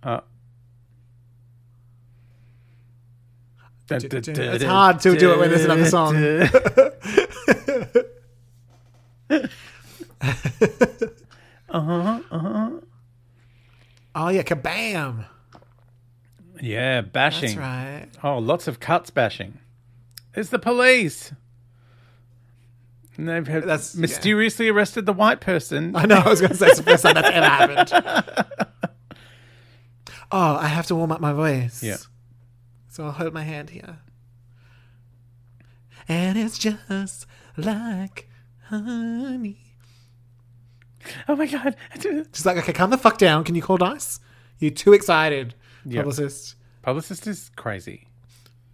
Speaker 2: Uh,
Speaker 1: It's hard to do it when there's another song. <laughs> Oh yeah, kabam!
Speaker 2: Yeah, bashing.
Speaker 1: That's right.
Speaker 2: Oh, lots of cuts bashing. It's the police. And they've had
Speaker 1: That's- yeah.
Speaker 2: mysteriously arrested the white person.
Speaker 1: I know. I was going to say it's the first time that's ever happened. <laughs> Oh, I have to warm up my voice.
Speaker 2: Yeah.
Speaker 1: So I'll hold my hand here. And it's just like honey.
Speaker 2: Oh my god. <laughs>
Speaker 1: She's like, okay, calm the fuck down. Can you call dice? You're too excited,
Speaker 2: Yeah.
Speaker 1: publicist.
Speaker 2: Publicist is crazy.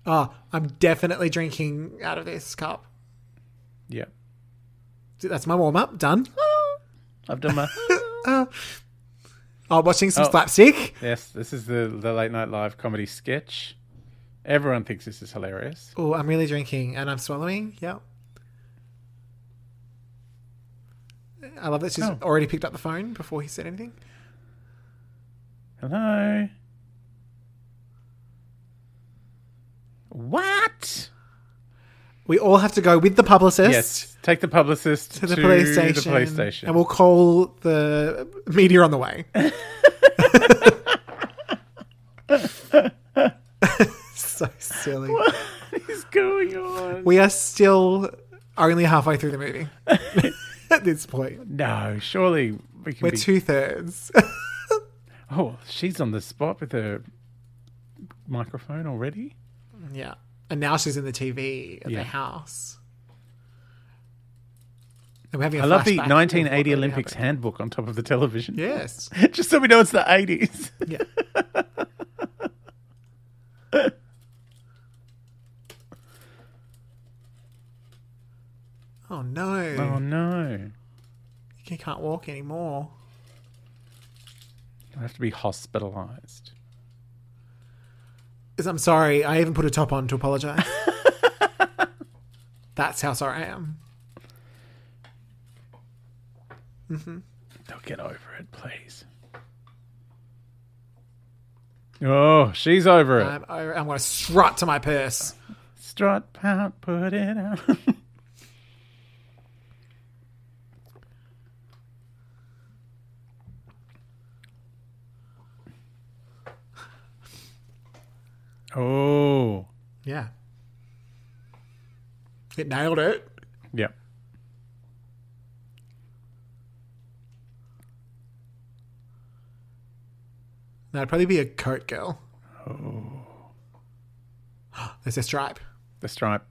Speaker 1: Oh, I'm definitely drinking out of this cup.
Speaker 2: Yeah.
Speaker 1: That's my warm up. Done.
Speaker 2: I've done my
Speaker 1: <laughs> Oh, watching some
Speaker 2: Oh.
Speaker 1: slapstick.
Speaker 2: Yes, this is the, the late night live comedy sketch. Everyone thinks this is hilarious.
Speaker 1: Oh, I'm really drinking and I'm swallowing. Yep. I love that she's
Speaker 2: Oh.
Speaker 1: already picked up the phone before he said anything.
Speaker 2: Hello. What?
Speaker 1: We all have to go with the publicist
Speaker 2: Yes. Take the publicist
Speaker 1: to the police station.
Speaker 2: The police station.
Speaker 1: And we'll call the media on the way. <laughs> so silly.
Speaker 2: <laughs> What is going on?
Speaker 1: We are still only halfway through the
Speaker 2: <laughs>
Speaker 1: movie at this point.
Speaker 2: No, surely we can
Speaker 1: We're
Speaker 2: be.
Speaker 1: two thirds.
Speaker 2: oh, she's on the spot with her microphone already.
Speaker 1: yeah. And now she's in the TV at
Speaker 2: Yeah.
Speaker 1: the house. And we're having a
Speaker 2: I love the
Speaker 1: flashback of what
Speaker 2: 1980
Speaker 1: already
Speaker 2: Olympics
Speaker 1: happened.
Speaker 2: handbook on top of the television.
Speaker 1: Yes.
Speaker 2: <laughs> Just so we know it's the 80s.
Speaker 1: Yeah. oh no.
Speaker 2: Oh no.
Speaker 1: He can't walk anymore.
Speaker 2: I have to be hospitalized.
Speaker 1: Is- I'm sorry, I even put a top on to
Speaker 2: <laughs>
Speaker 1: apologize. That's how sorry I am.
Speaker 2: They'll get over it, please. Oh, she's over it.
Speaker 1: I'm, I- I'm going to strut to my purse.
Speaker 2: Strut, pout, put it out. <laughs> oh,
Speaker 1: Yeah. It nailed it.
Speaker 2: yep.
Speaker 1: That'd probably be a coat girl. Oh. <gasps> There's a stripe.
Speaker 2: The stripe.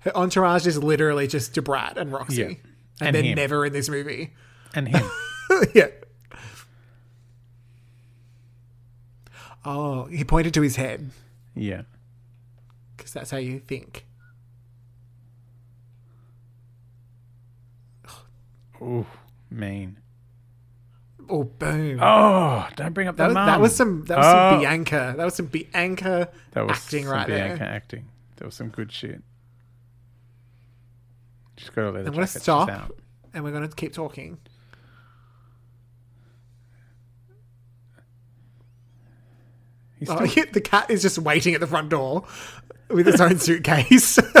Speaker 1: Her entourage is literally just Debrat and Roxy.
Speaker 2: Yeah.
Speaker 1: And,
Speaker 2: And
Speaker 1: they're
Speaker 2: him.
Speaker 1: never in this movie. <laughs>
Speaker 2: And him.
Speaker 1: yeah. Oh, he pointed to his head
Speaker 2: yeah.
Speaker 1: because that's how you think.
Speaker 2: Ooh, mean.
Speaker 1: Oh, boom.
Speaker 2: Oh, don't bring up
Speaker 1: that,
Speaker 2: that.
Speaker 1: was, that was some that was some Bianca. That was some Bianca
Speaker 2: That was
Speaker 1: acting
Speaker 2: some
Speaker 1: right
Speaker 2: Bianca
Speaker 1: there.
Speaker 2: acting. That was some good shit. Just got to let
Speaker 1: I'm gonna
Speaker 2: jacket
Speaker 1: stop,
Speaker 2: out.
Speaker 1: and we're gonna keep talking.
Speaker 2: He's
Speaker 1: Oh,
Speaker 2: still-
Speaker 1: yeah, <laughs> the cat is just waiting at the front door with his own
Speaker 2: <laughs>
Speaker 1: suitcase. <laughs>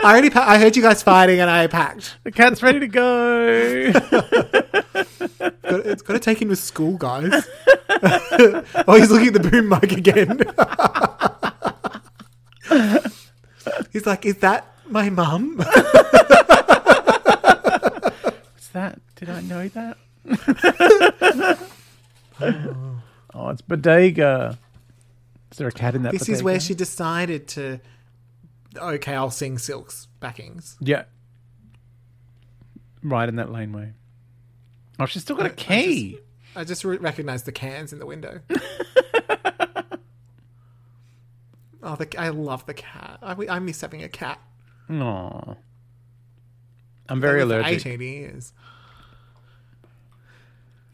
Speaker 1: I already pa- I heard you guys fighting, and I packed.
Speaker 2: the cat's ready
Speaker 1: <laughs>
Speaker 2: to go.
Speaker 1: Got- It's got to take him to school, guys. <laughs> oh, he's looking at the boom mic again. <laughs> he's like, "Is that my mum?" <laughs>
Speaker 2: What's that? Did I know that?
Speaker 1: <laughs>
Speaker 2: oh, it's Bodega. Is there a cat in that?
Speaker 1: This is
Speaker 2: bodega?
Speaker 1: where she decided to. Okay, I'll sing Silk's backings.
Speaker 2: Yeah. Right in that laneway. Oh, she's still got a
Speaker 1: I just-
Speaker 2: key.
Speaker 1: I just re- recognized the cans in the window. oh, the, I love the cat. I, I miss having a cat.
Speaker 2: Aw. I'm very
Speaker 1: I've been for
Speaker 2: allergic.
Speaker 1: 18 years.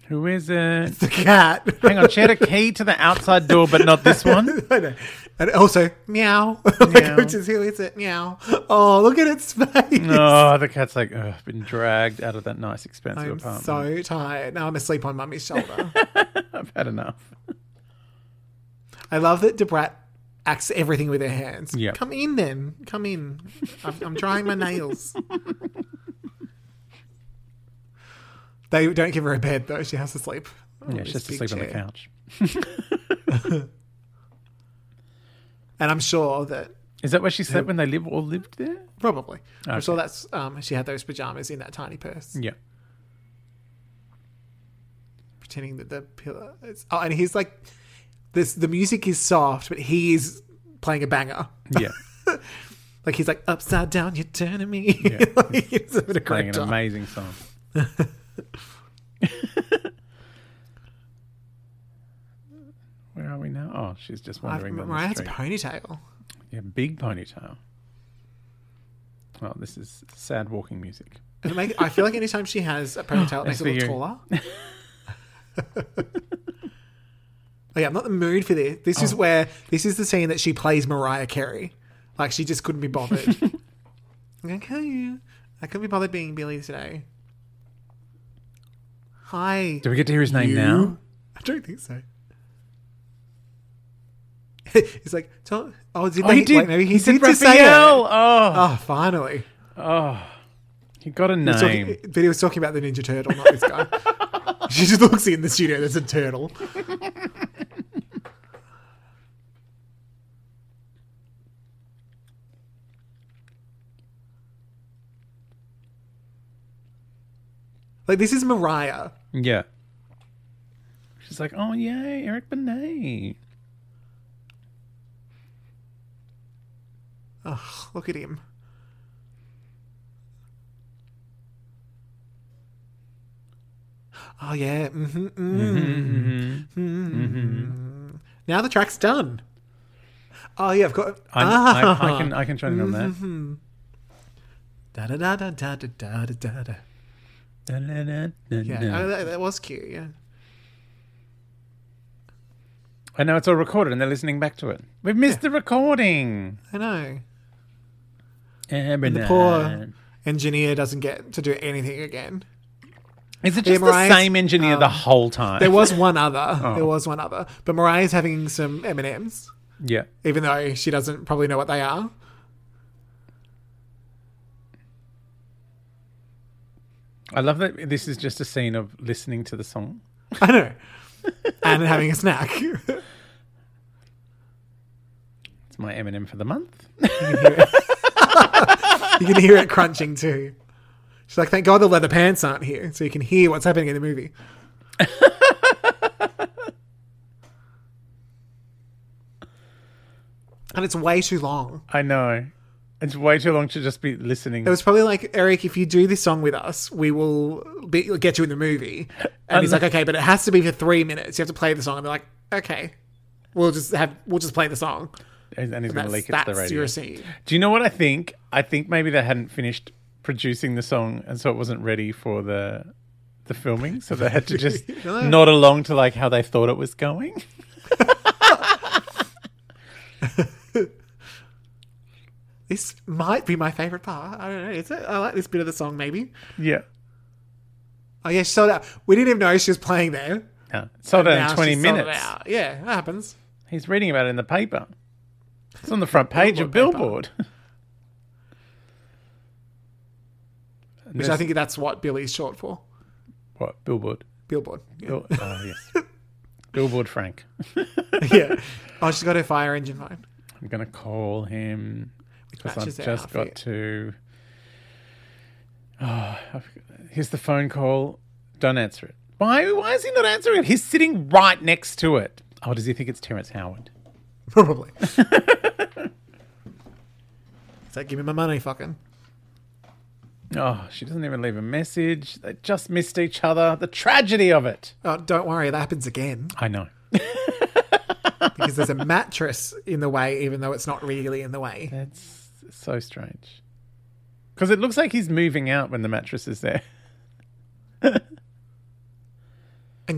Speaker 2: Who is it?
Speaker 1: The cat.
Speaker 2: Hang on, she had a key to the outside door, but not this
Speaker 1: <laughs>
Speaker 2: one.
Speaker 1: I know. And also, meow. <laughs> like, which is who is it? Meow. Oh, look at its face. <laughs>
Speaker 2: Oh, the cat's like, oh, been dragged out of that nice, expensive
Speaker 1: I'm
Speaker 2: apartment.
Speaker 1: so tired. Now I'm asleep on mummy's shoulder.
Speaker 2: I've had enough.
Speaker 1: I love that Debrat acts everything with her hands.
Speaker 2: Yeah.
Speaker 1: Come in then. Come in. I'm, I'm drying my nails. they don't give her a bed though. She has to sleep. on
Speaker 2: Yeah,
Speaker 1: Oh, this
Speaker 2: she's just
Speaker 1: big
Speaker 2: asleep on the
Speaker 1: chair.
Speaker 2: couch.
Speaker 1: And I'm sure that
Speaker 2: Is that where she slept when they live all lived there?
Speaker 1: probably. I'm
Speaker 2: Okay.
Speaker 1: sure that's um, she had those pajamas in that tiny purse,
Speaker 2: Yeah.
Speaker 1: pretending that the pillow. Is, oh, and he's like, this. The music is soft, but he is playing a banger. <laughs>
Speaker 2: Yeah.
Speaker 1: Like he's like upside down, you're turning me.
Speaker 2: Yeah.
Speaker 1: <laughs> like, it's a bit of
Speaker 2: Playing
Speaker 1: great
Speaker 2: an amazing song.
Speaker 1: <laughs>
Speaker 2: Where are we now? Oh, she's just wandering down
Speaker 1: Mariah has
Speaker 2: the
Speaker 1: a
Speaker 2: street.
Speaker 1: ponytail.
Speaker 2: Yeah, big ponytail. Oh, this is sad walking music.
Speaker 1: It make, I feel like anytime she has a
Speaker 2: <gasps>
Speaker 1: ponytail, it makes it
Speaker 2: for
Speaker 1: look
Speaker 2: you. <laughs>
Speaker 1: taller. like, I'm not in the mood for this. This
Speaker 2: Oh.
Speaker 1: is where this is the scene that she plays Mariah Carey. Like she just couldn't be
Speaker 2: <laughs>
Speaker 1: bothered. I'm gonna kill you. I couldn't be bothered being Billy today. Hi.
Speaker 2: Do we get to hear his name
Speaker 1: you?
Speaker 2: now?
Speaker 1: I don't think so. <laughs> He's like, tell, oh, did
Speaker 2: Oh,
Speaker 1: they,
Speaker 2: he did.
Speaker 1: Wait, no, he,
Speaker 2: he
Speaker 1: did,
Speaker 2: did
Speaker 1: just say it.
Speaker 2: Raphael. Oh,
Speaker 1: Oh, finally.
Speaker 2: he got a
Speaker 1: He's talking-
Speaker 2: name.
Speaker 1: but he was talking about the Ninja Turtle, not this guy. she just looks in the studio. There's a turtle. like this is Mariah.
Speaker 2: Yeah. She's like, oh yay, Eric Benet.
Speaker 1: Ugh, look at him. Oh yeah. hmm
Speaker 2: Mm-hmm,
Speaker 1: Mm-hmm. Now the track's done. Oh yeah, I've got.
Speaker 2: I'm,
Speaker 1: ah. Mm-hmm.
Speaker 2: I, I can I can join in on that.
Speaker 1: Da da da da da da da da da. da.
Speaker 2: Da, da, da, da,
Speaker 1: Yeah,
Speaker 2: da.
Speaker 1: oh, that, that was cute. Yeah.
Speaker 2: And now it's all recorded, and they're listening back to it. We've missed the recording.
Speaker 1: I know.
Speaker 2: Every
Speaker 1: The
Speaker 2: night.
Speaker 1: poor engineer doesn't get to do anything again.
Speaker 2: Is it just the
Speaker 1: Mariah's-
Speaker 2: same engineer the whole time?
Speaker 1: Um, There
Speaker 2: <laughs>
Speaker 1: was one other.
Speaker 2: Oh.
Speaker 1: There was one other. But Mariah's having some M and M's,
Speaker 2: yeah.
Speaker 1: even though she doesn't probably know what they are.
Speaker 2: I love that this is just a scene of listening to the song.
Speaker 1: I know. and having a snack. You
Speaker 2: It's my Eminem for the month.
Speaker 1: can hear it crunching too. She's like, thank God the leather pants aren't here, so you can hear what's happening in the movie. <laughs> and it's way too long.
Speaker 2: I know. It's way too long to just be listening.
Speaker 1: It was probably like, Eric, if you do this song with us, we will be, get you in the movie. And he's like, okay, but it has to be for three minutes. You have to play the song. And they're like, okay, we'll just have we'll just play the song.
Speaker 2: and and he's going
Speaker 1: That's,
Speaker 2: to leak it to the
Speaker 1: that's
Speaker 2: radio.
Speaker 1: your scene.
Speaker 2: Do you know what I think? I think maybe they hadn't finished producing the song, and so it wasn't ready for the the filming. So they had to just
Speaker 1: <laughs> No.
Speaker 2: nod along to like how they thought it was going.
Speaker 1: This might be my favorite part. I don't know. Is it? I like this bit of the song, maybe.
Speaker 2: Yeah.
Speaker 1: Oh yeah, she sold out. We didn't even know she was playing there.
Speaker 2: <laughs> No. It Sold out
Speaker 1: Now
Speaker 2: in 20
Speaker 1: she's sold
Speaker 2: minutes.
Speaker 1: out. Yeah, that happens.
Speaker 2: He's reading about it in the paper. It's on the front page of
Speaker 1: Billboard
Speaker 2: Billboard.
Speaker 1: <laughs>
Speaker 2: And
Speaker 1: Which I
Speaker 2: there's-
Speaker 1: think that's what Billy's short for.
Speaker 2: What? Billboard. <laughs>
Speaker 1: Billboard. Yeah. <laughs>
Speaker 2: Bill- oh, yes. Billboard Frank.
Speaker 1: yeah. Oh, she's got her fire engine phone.
Speaker 2: I'm going to call him because I've
Speaker 1: matches their
Speaker 2: just got
Speaker 1: outfit.
Speaker 2: to. Oh, I've... here's the phone call. Don't answer it. Why? Why is he not answering it? He's sitting right next to it. Oh, does he think it's Terrence Howard?
Speaker 1: <laughs>
Speaker 2: <laughs>
Speaker 1: Probably. it's like, give me my money, fucking.
Speaker 2: Oh, she doesn't even leave a message. They just missed each other. The tragedy of it.
Speaker 1: Oh, don't worry, that happens again
Speaker 2: I know.
Speaker 1: because there's a
Speaker 2: <laughs>
Speaker 1: mattress in the way, even though it's not really in the way.
Speaker 2: That's so strange. Because it looks like he's moving out when the mattress is there.
Speaker 1: and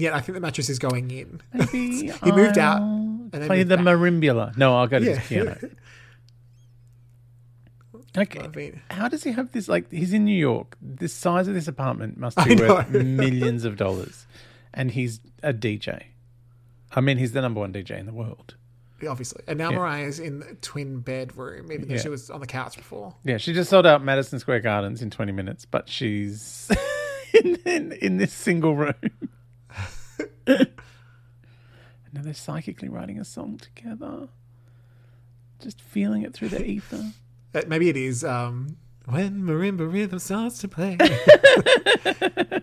Speaker 1: yet I think the mattress is going in. <laughs>
Speaker 2: Maybe
Speaker 1: he moved out
Speaker 2: I'll
Speaker 1: and then
Speaker 2: Play
Speaker 1: moved
Speaker 2: uh, the
Speaker 1: back.
Speaker 2: marimbula. No, I'll go to
Speaker 1: Yeah. <laughs>
Speaker 2: this piano.
Speaker 1: I
Speaker 2: Okay.
Speaker 1: mean-
Speaker 2: How does he have this? Like, he's in New York. The size of this apartment must
Speaker 1: I
Speaker 2: be worth
Speaker 1: know. <laughs>
Speaker 2: millions of dollars. And he's a DJ. I mean, he's the number one DJ in the world.
Speaker 1: obviously. And now Mariah's in the twin bedroom, even though
Speaker 2: Yeah.
Speaker 1: she was on the couch before.
Speaker 2: Yeah, she just sold out Madison Square Gardens in 20 minutes, but she's <laughs> in, in, in this single room. <laughs> and now they're psychically writing a song together, just feeling it through the ether.
Speaker 1: Uh, maybe it is um, when marimba rhythm starts to
Speaker 2: <laughs>
Speaker 1: play.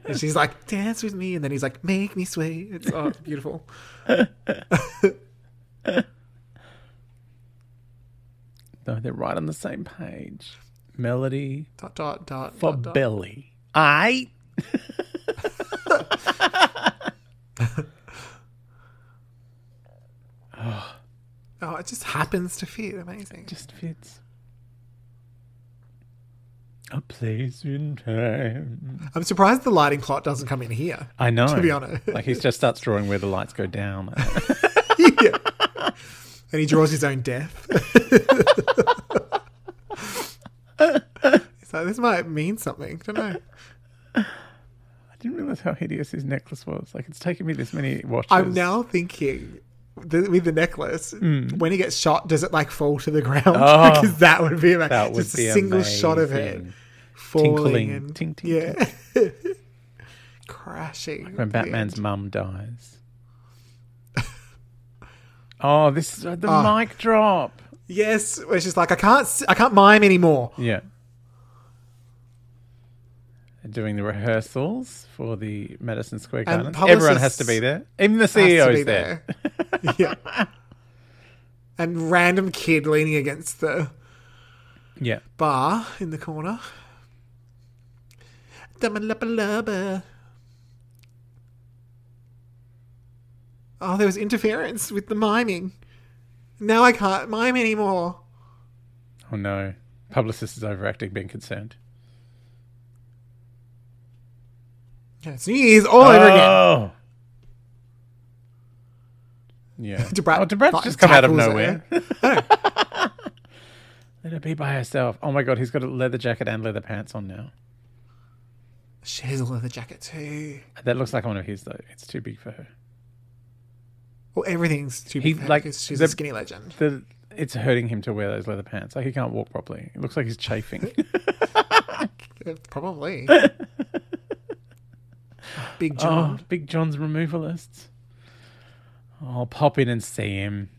Speaker 1: and she's like, dance with me, and then he's like, make me sway. It's oh, it's beautiful.
Speaker 2: No, they're right on the same page. Melody
Speaker 1: Dot dot dot.
Speaker 2: for
Speaker 1: dot, dot.
Speaker 2: belly. I.
Speaker 1: Oh, it just happens to fit. Amazing.
Speaker 2: just fits. A place in time.
Speaker 1: I'm surprised the lighting plot doesn't come in
Speaker 2: <laughs>
Speaker 1: here.
Speaker 2: I know.
Speaker 1: To be honest.
Speaker 2: like he just starts drawing where the lights
Speaker 1: <laughs>
Speaker 2: go down.
Speaker 1: yeah. And he draws his own
Speaker 2: <laughs>
Speaker 1: death. so this might mean something. Don't know.
Speaker 2: I didn't realize how hideous his necklace was. Like it's taken me this many watches.
Speaker 1: I'm now thinking the, with the necklace, when he gets shot, does it like fall to the <laughs> ground?
Speaker 2: Hmm. Oh,
Speaker 1: because that would be amazing.
Speaker 2: that would
Speaker 1: Just
Speaker 2: be
Speaker 1: a single shot of it
Speaker 2: amazing.
Speaker 1: falling
Speaker 2: Tinkling.
Speaker 1: and
Speaker 2: Tink, tink,
Speaker 1: yeah, <laughs> crashing.
Speaker 2: when Batman's
Speaker 1: <laughs>
Speaker 2: mum dies. oh, this is uh, the
Speaker 1: Ah.
Speaker 2: mic drop.
Speaker 1: yes, where she's like, I can't, s- I can't mime anymore.
Speaker 2: Yeah. They're Doing the rehearsals for the Madison Square
Speaker 1: And
Speaker 2: Garden. Everyone
Speaker 1: publicists
Speaker 2: has to be there. Even the
Speaker 1: Has to
Speaker 2: CEO's
Speaker 1: be
Speaker 2: there.
Speaker 1: there. <laughs>
Speaker 2: <laughs>
Speaker 1: yeah. And random kid leaning against the
Speaker 2: Yeah.
Speaker 1: bar in the corner. Dum-a-lub-a-lub-a. Oh, there was interference with the miming. Now I can't mime anymore.
Speaker 2: Oh no. Publicist is overacting, being concerned.
Speaker 1: Yeah, it's New Year's all over again.
Speaker 2: Oh.
Speaker 1: <laughs>
Speaker 2: Yeah.
Speaker 1: Debrat
Speaker 2: oh, Debrat's
Speaker 1: fucking
Speaker 2: just come out of
Speaker 1: tackles her.
Speaker 2: nowhere.
Speaker 1: <laughs>
Speaker 2: <laughs> Let her be by herself. Oh my god, he's got a leather jacket and leather pants on now.
Speaker 1: She has a leather jacket too.
Speaker 2: That looks like one of his though. It's too big for her.
Speaker 1: Well, everything's too
Speaker 2: He,
Speaker 1: big for her
Speaker 2: like,
Speaker 1: because she's
Speaker 2: the-
Speaker 1: a skinny legend.
Speaker 2: The it's hurting him to wear those leather pants. Like he can't walk properly. It looks like he's chafing.
Speaker 1: Uh,
Speaker 2: <laughs>
Speaker 1: Probably. Big <laughs>
Speaker 2: oh,
Speaker 1: John.
Speaker 2: Big John's removalists. Oh, I'll pop in and see him.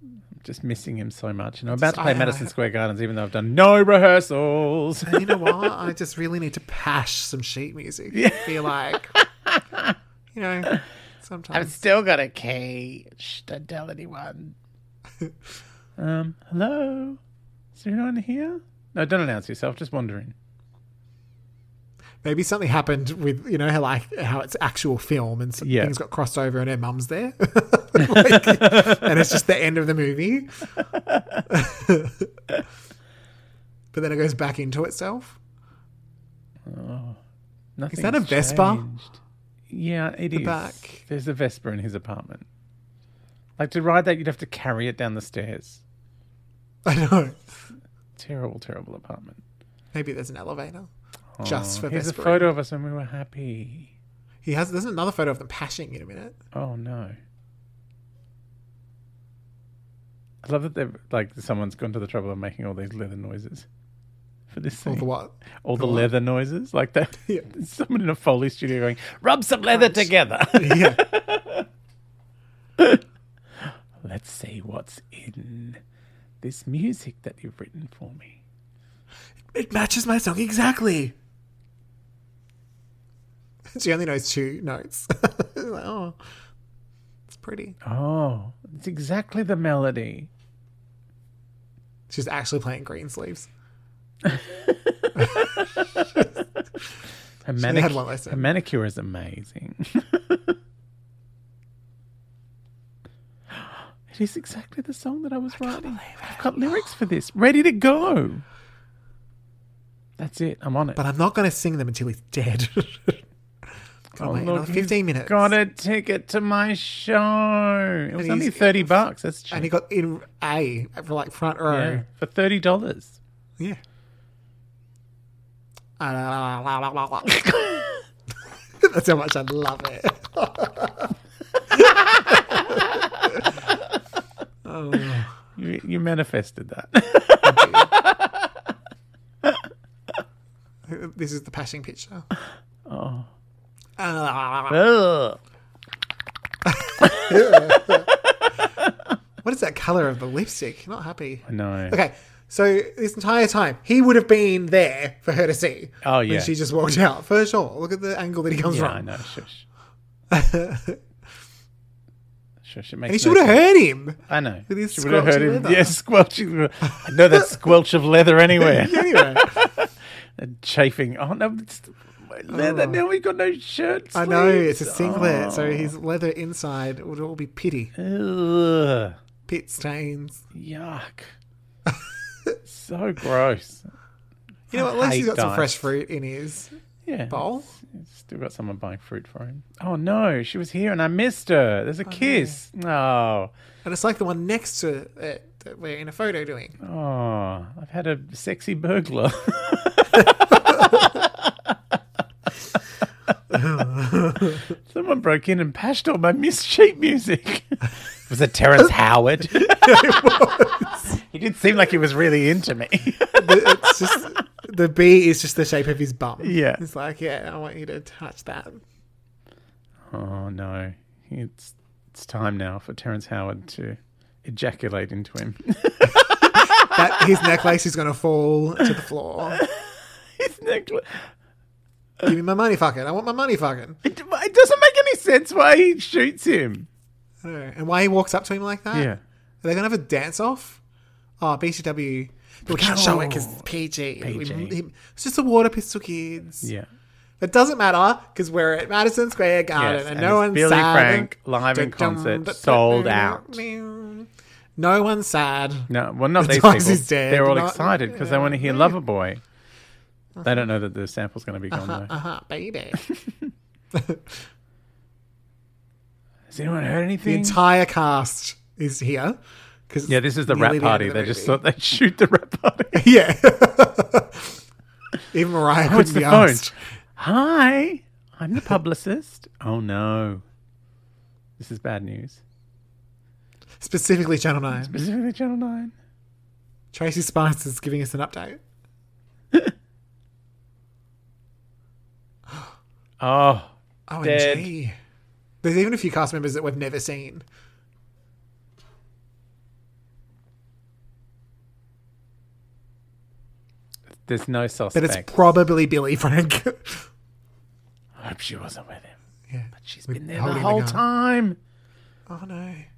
Speaker 2: I'm just missing him so much. And I'm about
Speaker 1: Just-
Speaker 2: to play
Speaker 1: I-
Speaker 2: Madison
Speaker 1: I-
Speaker 2: Square Gardens, even though I've done
Speaker 1: <laughs>
Speaker 2: no rehearsals.
Speaker 1: And you know what? I just really need to pash some sheet music. Be
Speaker 2: <laughs>
Speaker 1: like, you know, sometimes.
Speaker 2: still got a key. Shh, don't tell anyone. <laughs> um, hello? Is there anyone here? No, don't announce yourself. Just wondering.
Speaker 1: Maybe something happened with you know how like how it's actual film and some
Speaker 2: Yeah.
Speaker 1: things got crossed over and her mum's there, <laughs> Like, and it's just the end of the movie. <laughs> but then it goes back into itself.
Speaker 2: Nothing.
Speaker 1: that a Vespa?
Speaker 2: Yeah, it is.
Speaker 1: back.
Speaker 2: There's a Vespa in his apartment. Like to ride that, you'd have to carry it down the stairs.
Speaker 1: I know.
Speaker 2: Terrible, terrible apartment.
Speaker 1: Maybe there's an elevator just
Speaker 2: Oh,
Speaker 1: for eh?
Speaker 2: here's
Speaker 1: Vesper.
Speaker 2: a photo of us when we were happy.
Speaker 1: He has. There's another photo of them pashing in a minute.
Speaker 2: Oh no. I love that they've like someone's gone to the trouble of making all these leather noises for this
Speaker 1: Or
Speaker 2: thing.
Speaker 1: the what?
Speaker 2: all the
Speaker 1: what?
Speaker 2: leather noises like that.
Speaker 1: <laughs> Yeah.
Speaker 2: <laughs> Someone in a Foley studio going, rub some leather together.
Speaker 1: <laughs> Yeah.
Speaker 2: Let's see what's in this music that you've written for me.
Speaker 1: It matches my song exactly. She only knows two notes. <laughs> Like, oh, it's pretty.
Speaker 2: Oh, it's exactly the melody.
Speaker 1: She's actually playing Green Sleeves.
Speaker 2: Her,
Speaker 1: only had
Speaker 2: manic-
Speaker 1: one lesson.
Speaker 2: her manicure is amazing. <laughs> it is exactly the song that I was writing. I've got lyrics for this ready to go. That's it. I'm on
Speaker 1: <laughs>
Speaker 2: it.
Speaker 1: But I'm not going to sing them until he's dead. Oh, wait,
Speaker 2: Look,
Speaker 1: another
Speaker 2: he's
Speaker 1: 15 minutes.
Speaker 2: Got a ticket to my show. It was
Speaker 1: he's-
Speaker 2: only thirty bucks. That's cheap.
Speaker 1: And he got in A for like front row.
Speaker 2: for thirty dollars.
Speaker 1: Yeah. <laughs> That's how much I love it. <laughs>
Speaker 2: You, you
Speaker 1: <laughs>
Speaker 2: manifested that.
Speaker 1: This is the passion picture.
Speaker 2: Ugh.
Speaker 1: What is that color of the lipstick? Not happy.
Speaker 2: no.
Speaker 1: Okay, so this entire time he would have been there for her to see.
Speaker 2: Oh, yeah.
Speaker 1: when she just walked out for sure. Look at the angle that he comes
Speaker 2: Yeah, I
Speaker 1: from. <laughs>
Speaker 2: know. Shush. Shush. It
Speaker 1: And
Speaker 2: makes.
Speaker 1: he
Speaker 2: no
Speaker 1: should have
Speaker 2: sense.
Speaker 1: heard him.
Speaker 2: I know.
Speaker 1: with his
Speaker 2: She would have heard
Speaker 1: squelchy
Speaker 2: him.
Speaker 1: leather.
Speaker 2: Yeah, squelching. I know that squelch of
Speaker 1: <laughs>
Speaker 2: leather anywhere.
Speaker 1: Anyway,
Speaker 2: And chafing. Oh no, it's leather. Now we've got no shirts.
Speaker 1: Oh. I
Speaker 2: <laughs>
Speaker 1: know it's a singlet,
Speaker 2: Oh.
Speaker 1: so his leather inside would all be pity,
Speaker 2: Ugh.
Speaker 1: pit stains. <laughs>
Speaker 2: Oh. Yuck. so gross.
Speaker 1: You know, what?
Speaker 2: I
Speaker 1: at least he's got
Speaker 2: hate
Speaker 1: some
Speaker 2: dice.
Speaker 1: fresh fruit in his
Speaker 2: Yeah.
Speaker 1: bowl.
Speaker 2: He's Still got someone buying fruit for him. Oh no, she was here and I missed her. There's
Speaker 1: Oh,
Speaker 2: a kiss. No.
Speaker 1: And it's like the one next to it that we're in a photo doing.
Speaker 2: <laughs> Oh, I've had a sexy burglar. <laughs> Someone broke in and patched all my Miss Cheap music. <laughs> it was a Terrence Howard. <laughs> he did seem like he was really into me. <laughs>
Speaker 1: The- it's just the B is just the shape of his bum.
Speaker 2: Yeah.
Speaker 1: it's like yeah, I want you to touch that.
Speaker 2: oh no, it's it's time now for Terrence Howard to ejaculate into him. <laughs>
Speaker 1: That his necklace is gonna fall to the floor.
Speaker 2: His necklace.
Speaker 1: Give me my money, fucking. I want my money, fucking.
Speaker 2: It, it doesn't make any sense why he shoots him.
Speaker 1: I don't know. And why he walks up to him like that?
Speaker 2: Yeah.
Speaker 1: Are they going to have a dance off? Oh, BCW. But we can't show it because it's PG. We-
Speaker 2: PG.
Speaker 1: he- it's just the Water Pistol Kids.
Speaker 2: Yeah.
Speaker 1: It doesn't matter because we're at Madison Square Garden
Speaker 2: Yes,
Speaker 1: and,
Speaker 2: and
Speaker 1: no
Speaker 2: it's
Speaker 1: one's
Speaker 2: Billy
Speaker 1: sad.
Speaker 2: Frank live in concert, sold out.
Speaker 1: No one's sad.
Speaker 2: No, well, not
Speaker 1: The
Speaker 2: these
Speaker 1: Times
Speaker 2: people.
Speaker 1: is dead,
Speaker 2: They're all
Speaker 1: not- Uh-huh.
Speaker 2: excited because they want to hear Loverboy. They don't know that the sample's going to be
Speaker 1: <laughs>
Speaker 2: gone. though.
Speaker 1: Uh huh, baby.
Speaker 2: Has anyone heard
Speaker 1: the
Speaker 2: anything?
Speaker 1: entire cast is here. 'cause
Speaker 2: yeah, this is the
Speaker 1: nearly end
Speaker 2: rap
Speaker 1: of
Speaker 2: party.
Speaker 1: the
Speaker 2: they just
Speaker 1: movie.
Speaker 2: thought they'd shoot the rap
Speaker 1: <laughs>
Speaker 2: party.
Speaker 1: Yeah. Even Mariah
Speaker 2: Oh, it's
Speaker 1: couldn't
Speaker 2: the
Speaker 1: be
Speaker 2: phone.
Speaker 1: asked.
Speaker 2: Hi, I'm the publicist. oh no, this is bad news.
Speaker 1: Specifically, Channel 9.
Speaker 2: Specifically, Channel Nine.
Speaker 1: Tracy Spice is giving us an update.
Speaker 2: Oh,
Speaker 1: OMG. There's even a few cast members that we've never seen.
Speaker 2: there's no
Speaker 1: But
Speaker 2: suspect.
Speaker 1: it's probably Billy Frank. <laughs>
Speaker 2: I hope she wasn't with him.
Speaker 1: yeah.
Speaker 2: But she's been there the
Speaker 1: holding the
Speaker 2: whole
Speaker 1: gun.
Speaker 2: time.
Speaker 1: Oh no. I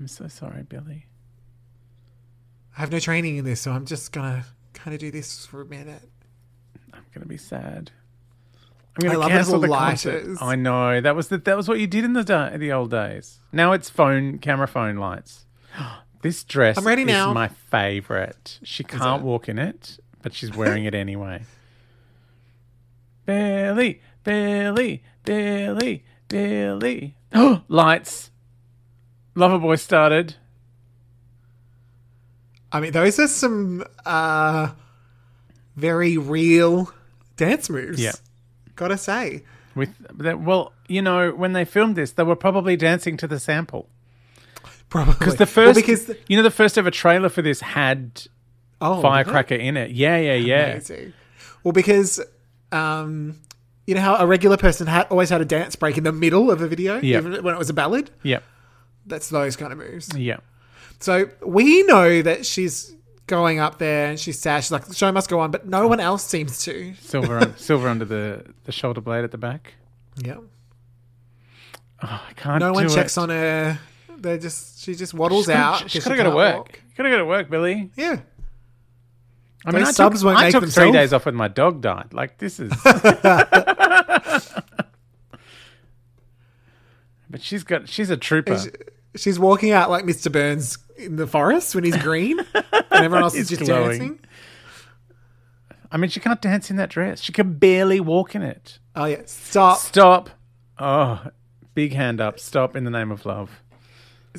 Speaker 2: I'm so sorry, Billy.
Speaker 1: have no training in this, so I'm just gonna kind of do this for a minute.
Speaker 2: I'm gonna be sad. I'm gonna
Speaker 1: I love those
Speaker 2: cancel the
Speaker 1: little
Speaker 2: concert.
Speaker 1: lighters.
Speaker 2: I know that was the, that was what you did in the da- the old days. Now it's phone camera phone lights. <gasps> This dress
Speaker 1: I'm ready
Speaker 2: is
Speaker 1: now.
Speaker 2: my favorite. She can't walk in it, but
Speaker 1: <laughs>
Speaker 2: she's wearing it anyway. Billy, Billy, Billy, Billy. <gasps> lights. Loverboy started.
Speaker 1: I mean, those are some uh, very real dance moves.
Speaker 2: Yeah.
Speaker 1: Gotta say.
Speaker 2: With that, well, you know, when they filmed this, they were probably dancing to the sample.
Speaker 1: Probably.
Speaker 2: Because the
Speaker 1: Well,
Speaker 2: first,
Speaker 1: because
Speaker 2: you know, the first ever trailer for this had
Speaker 1: oh,
Speaker 2: Firecracker in it. Yeah, yeah, yeah.
Speaker 1: Amazing. Well, because um, you know how a regular person ha- always had a dance break in the middle of a video,
Speaker 2: Yeah.
Speaker 1: even when it was a ballad.
Speaker 2: Yeah,
Speaker 1: That's those kind of moves.
Speaker 2: yeah.
Speaker 1: So we know that she's going up there and she's sad. She's like, the show must go on, but no one else seems to.
Speaker 2: Silver, un- <laughs> silver under the, the shoulder blade at the back.
Speaker 1: Yeah.
Speaker 2: Oh, I can't.
Speaker 1: No one
Speaker 2: do
Speaker 1: checks
Speaker 2: it.
Speaker 1: on her. They just she just waddles
Speaker 2: She's gotta-
Speaker 1: out.
Speaker 2: She's
Speaker 1: 'cause
Speaker 2: gotta
Speaker 1: she
Speaker 2: go to
Speaker 1: can't
Speaker 2: work.
Speaker 1: walk.
Speaker 2: Gotta go to work, Billy.
Speaker 1: Yeah.
Speaker 2: I mean,
Speaker 1: Those
Speaker 2: I
Speaker 1: subs
Speaker 2: took,
Speaker 1: won't
Speaker 2: I
Speaker 1: make
Speaker 2: took three
Speaker 1: themselves.
Speaker 2: days off when my dog died. Like
Speaker 1: <laughs>
Speaker 2: this is. but she's got. She's a trooper.
Speaker 1: She's walking out like Mr. Burns in the forest when he's
Speaker 2: <laughs>
Speaker 1: green and everyone else is
Speaker 2: He's
Speaker 1: just
Speaker 2: glowing.
Speaker 1: dancing.
Speaker 2: I mean, she can't dance in that dress. She can barely walk in it.
Speaker 1: Oh yeah. Stop.
Speaker 2: Stop Oh, big hand up. Stop in the name of love.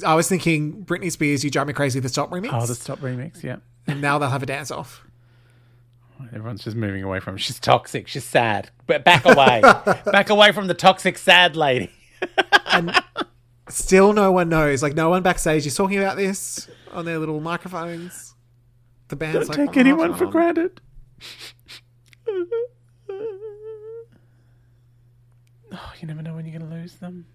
Speaker 1: I was thinking Britney Spears, You Drive Me Crazy, the Stop remix.
Speaker 2: Oh, the stop remix. Yeah.
Speaker 1: and now they'll have a dance off.
Speaker 2: Everyone's just moving away from. She's toxic. She's sad. But <laughs> back away. back away from the toxic, sad lady.
Speaker 1: Still, no one knows. Like, no one backstage is talking about this on their little microphones. The band's
Speaker 2: Don't
Speaker 1: like,
Speaker 2: take
Speaker 1: "Oh,
Speaker 2: anyone for
Speaker 1: come on."
Speaker 2: granted. <laughs> Oh, you never know when you're going to lose them.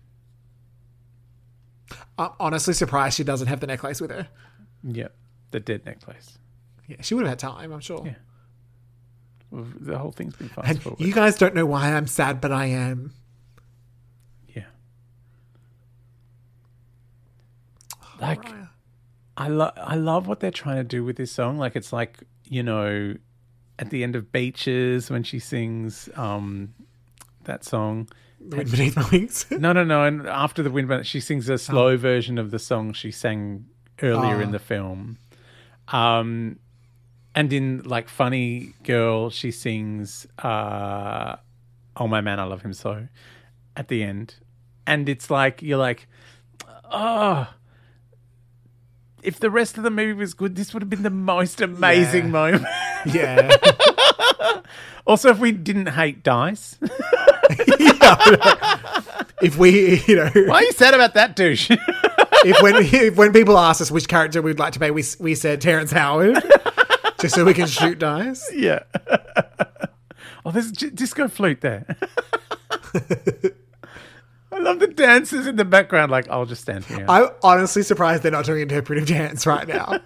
Speaker 1: I'm honestly surprised she doesn't have the necklace with her.
Speaker 2: Yep. The dead necklace.
Speaker 1: Yeah, she would have had time, I'm sure.
Speaker 2: Yeah. The whole thing's been fast
Speaker 1: And
Speaker 2: forward.
Speaker 1: you guys don't know why I'm sad, but I am.
Speaker 2: yeah. Like,
Speaker 1: Mariah.
Speaker 2: I love I love what they're trying to do with this song. Like it's like you know, at the end of Beaches when she sings um, that song.
Speaker 1: The wind beneath my
Speaker 2: <laughs>
Speaker 1: wings. <laughs>
Speaker 2: No, no, no. And after the wind, she sings a slow version of the song she sang earlier in the film. Um, and in like Funny Girl, she sings uh, "Oh My Man, I Love Him So" at the end, and it's like you're like, oh. If the rest of the movie was good, this would have been the most amazing
Speaker 1: Yeah.
Speaker 2: moment. <laughs>
Speaker 1: yeah.
Speaker 2: also, if we didn't hate Dice,
Speaker 1: If we, you know,
Speaker 2: <laughs> why are you sad about that <laughs> douche?
Speaker 1: if when if when people ask us which character we'd like to play, we s- we said Terrence Howard, <laughs> just so we can shoot dice.
Speaker 2: Yeah. <laughs> oh, there's a j- disco flute there. <laughs> I love the dancers in the background. Like, I'll just stand here.
Speaker 1: I'm honestly surprised they're not doing interpretive dance right
Speaker 2: <laughs>
Speaker 1: now.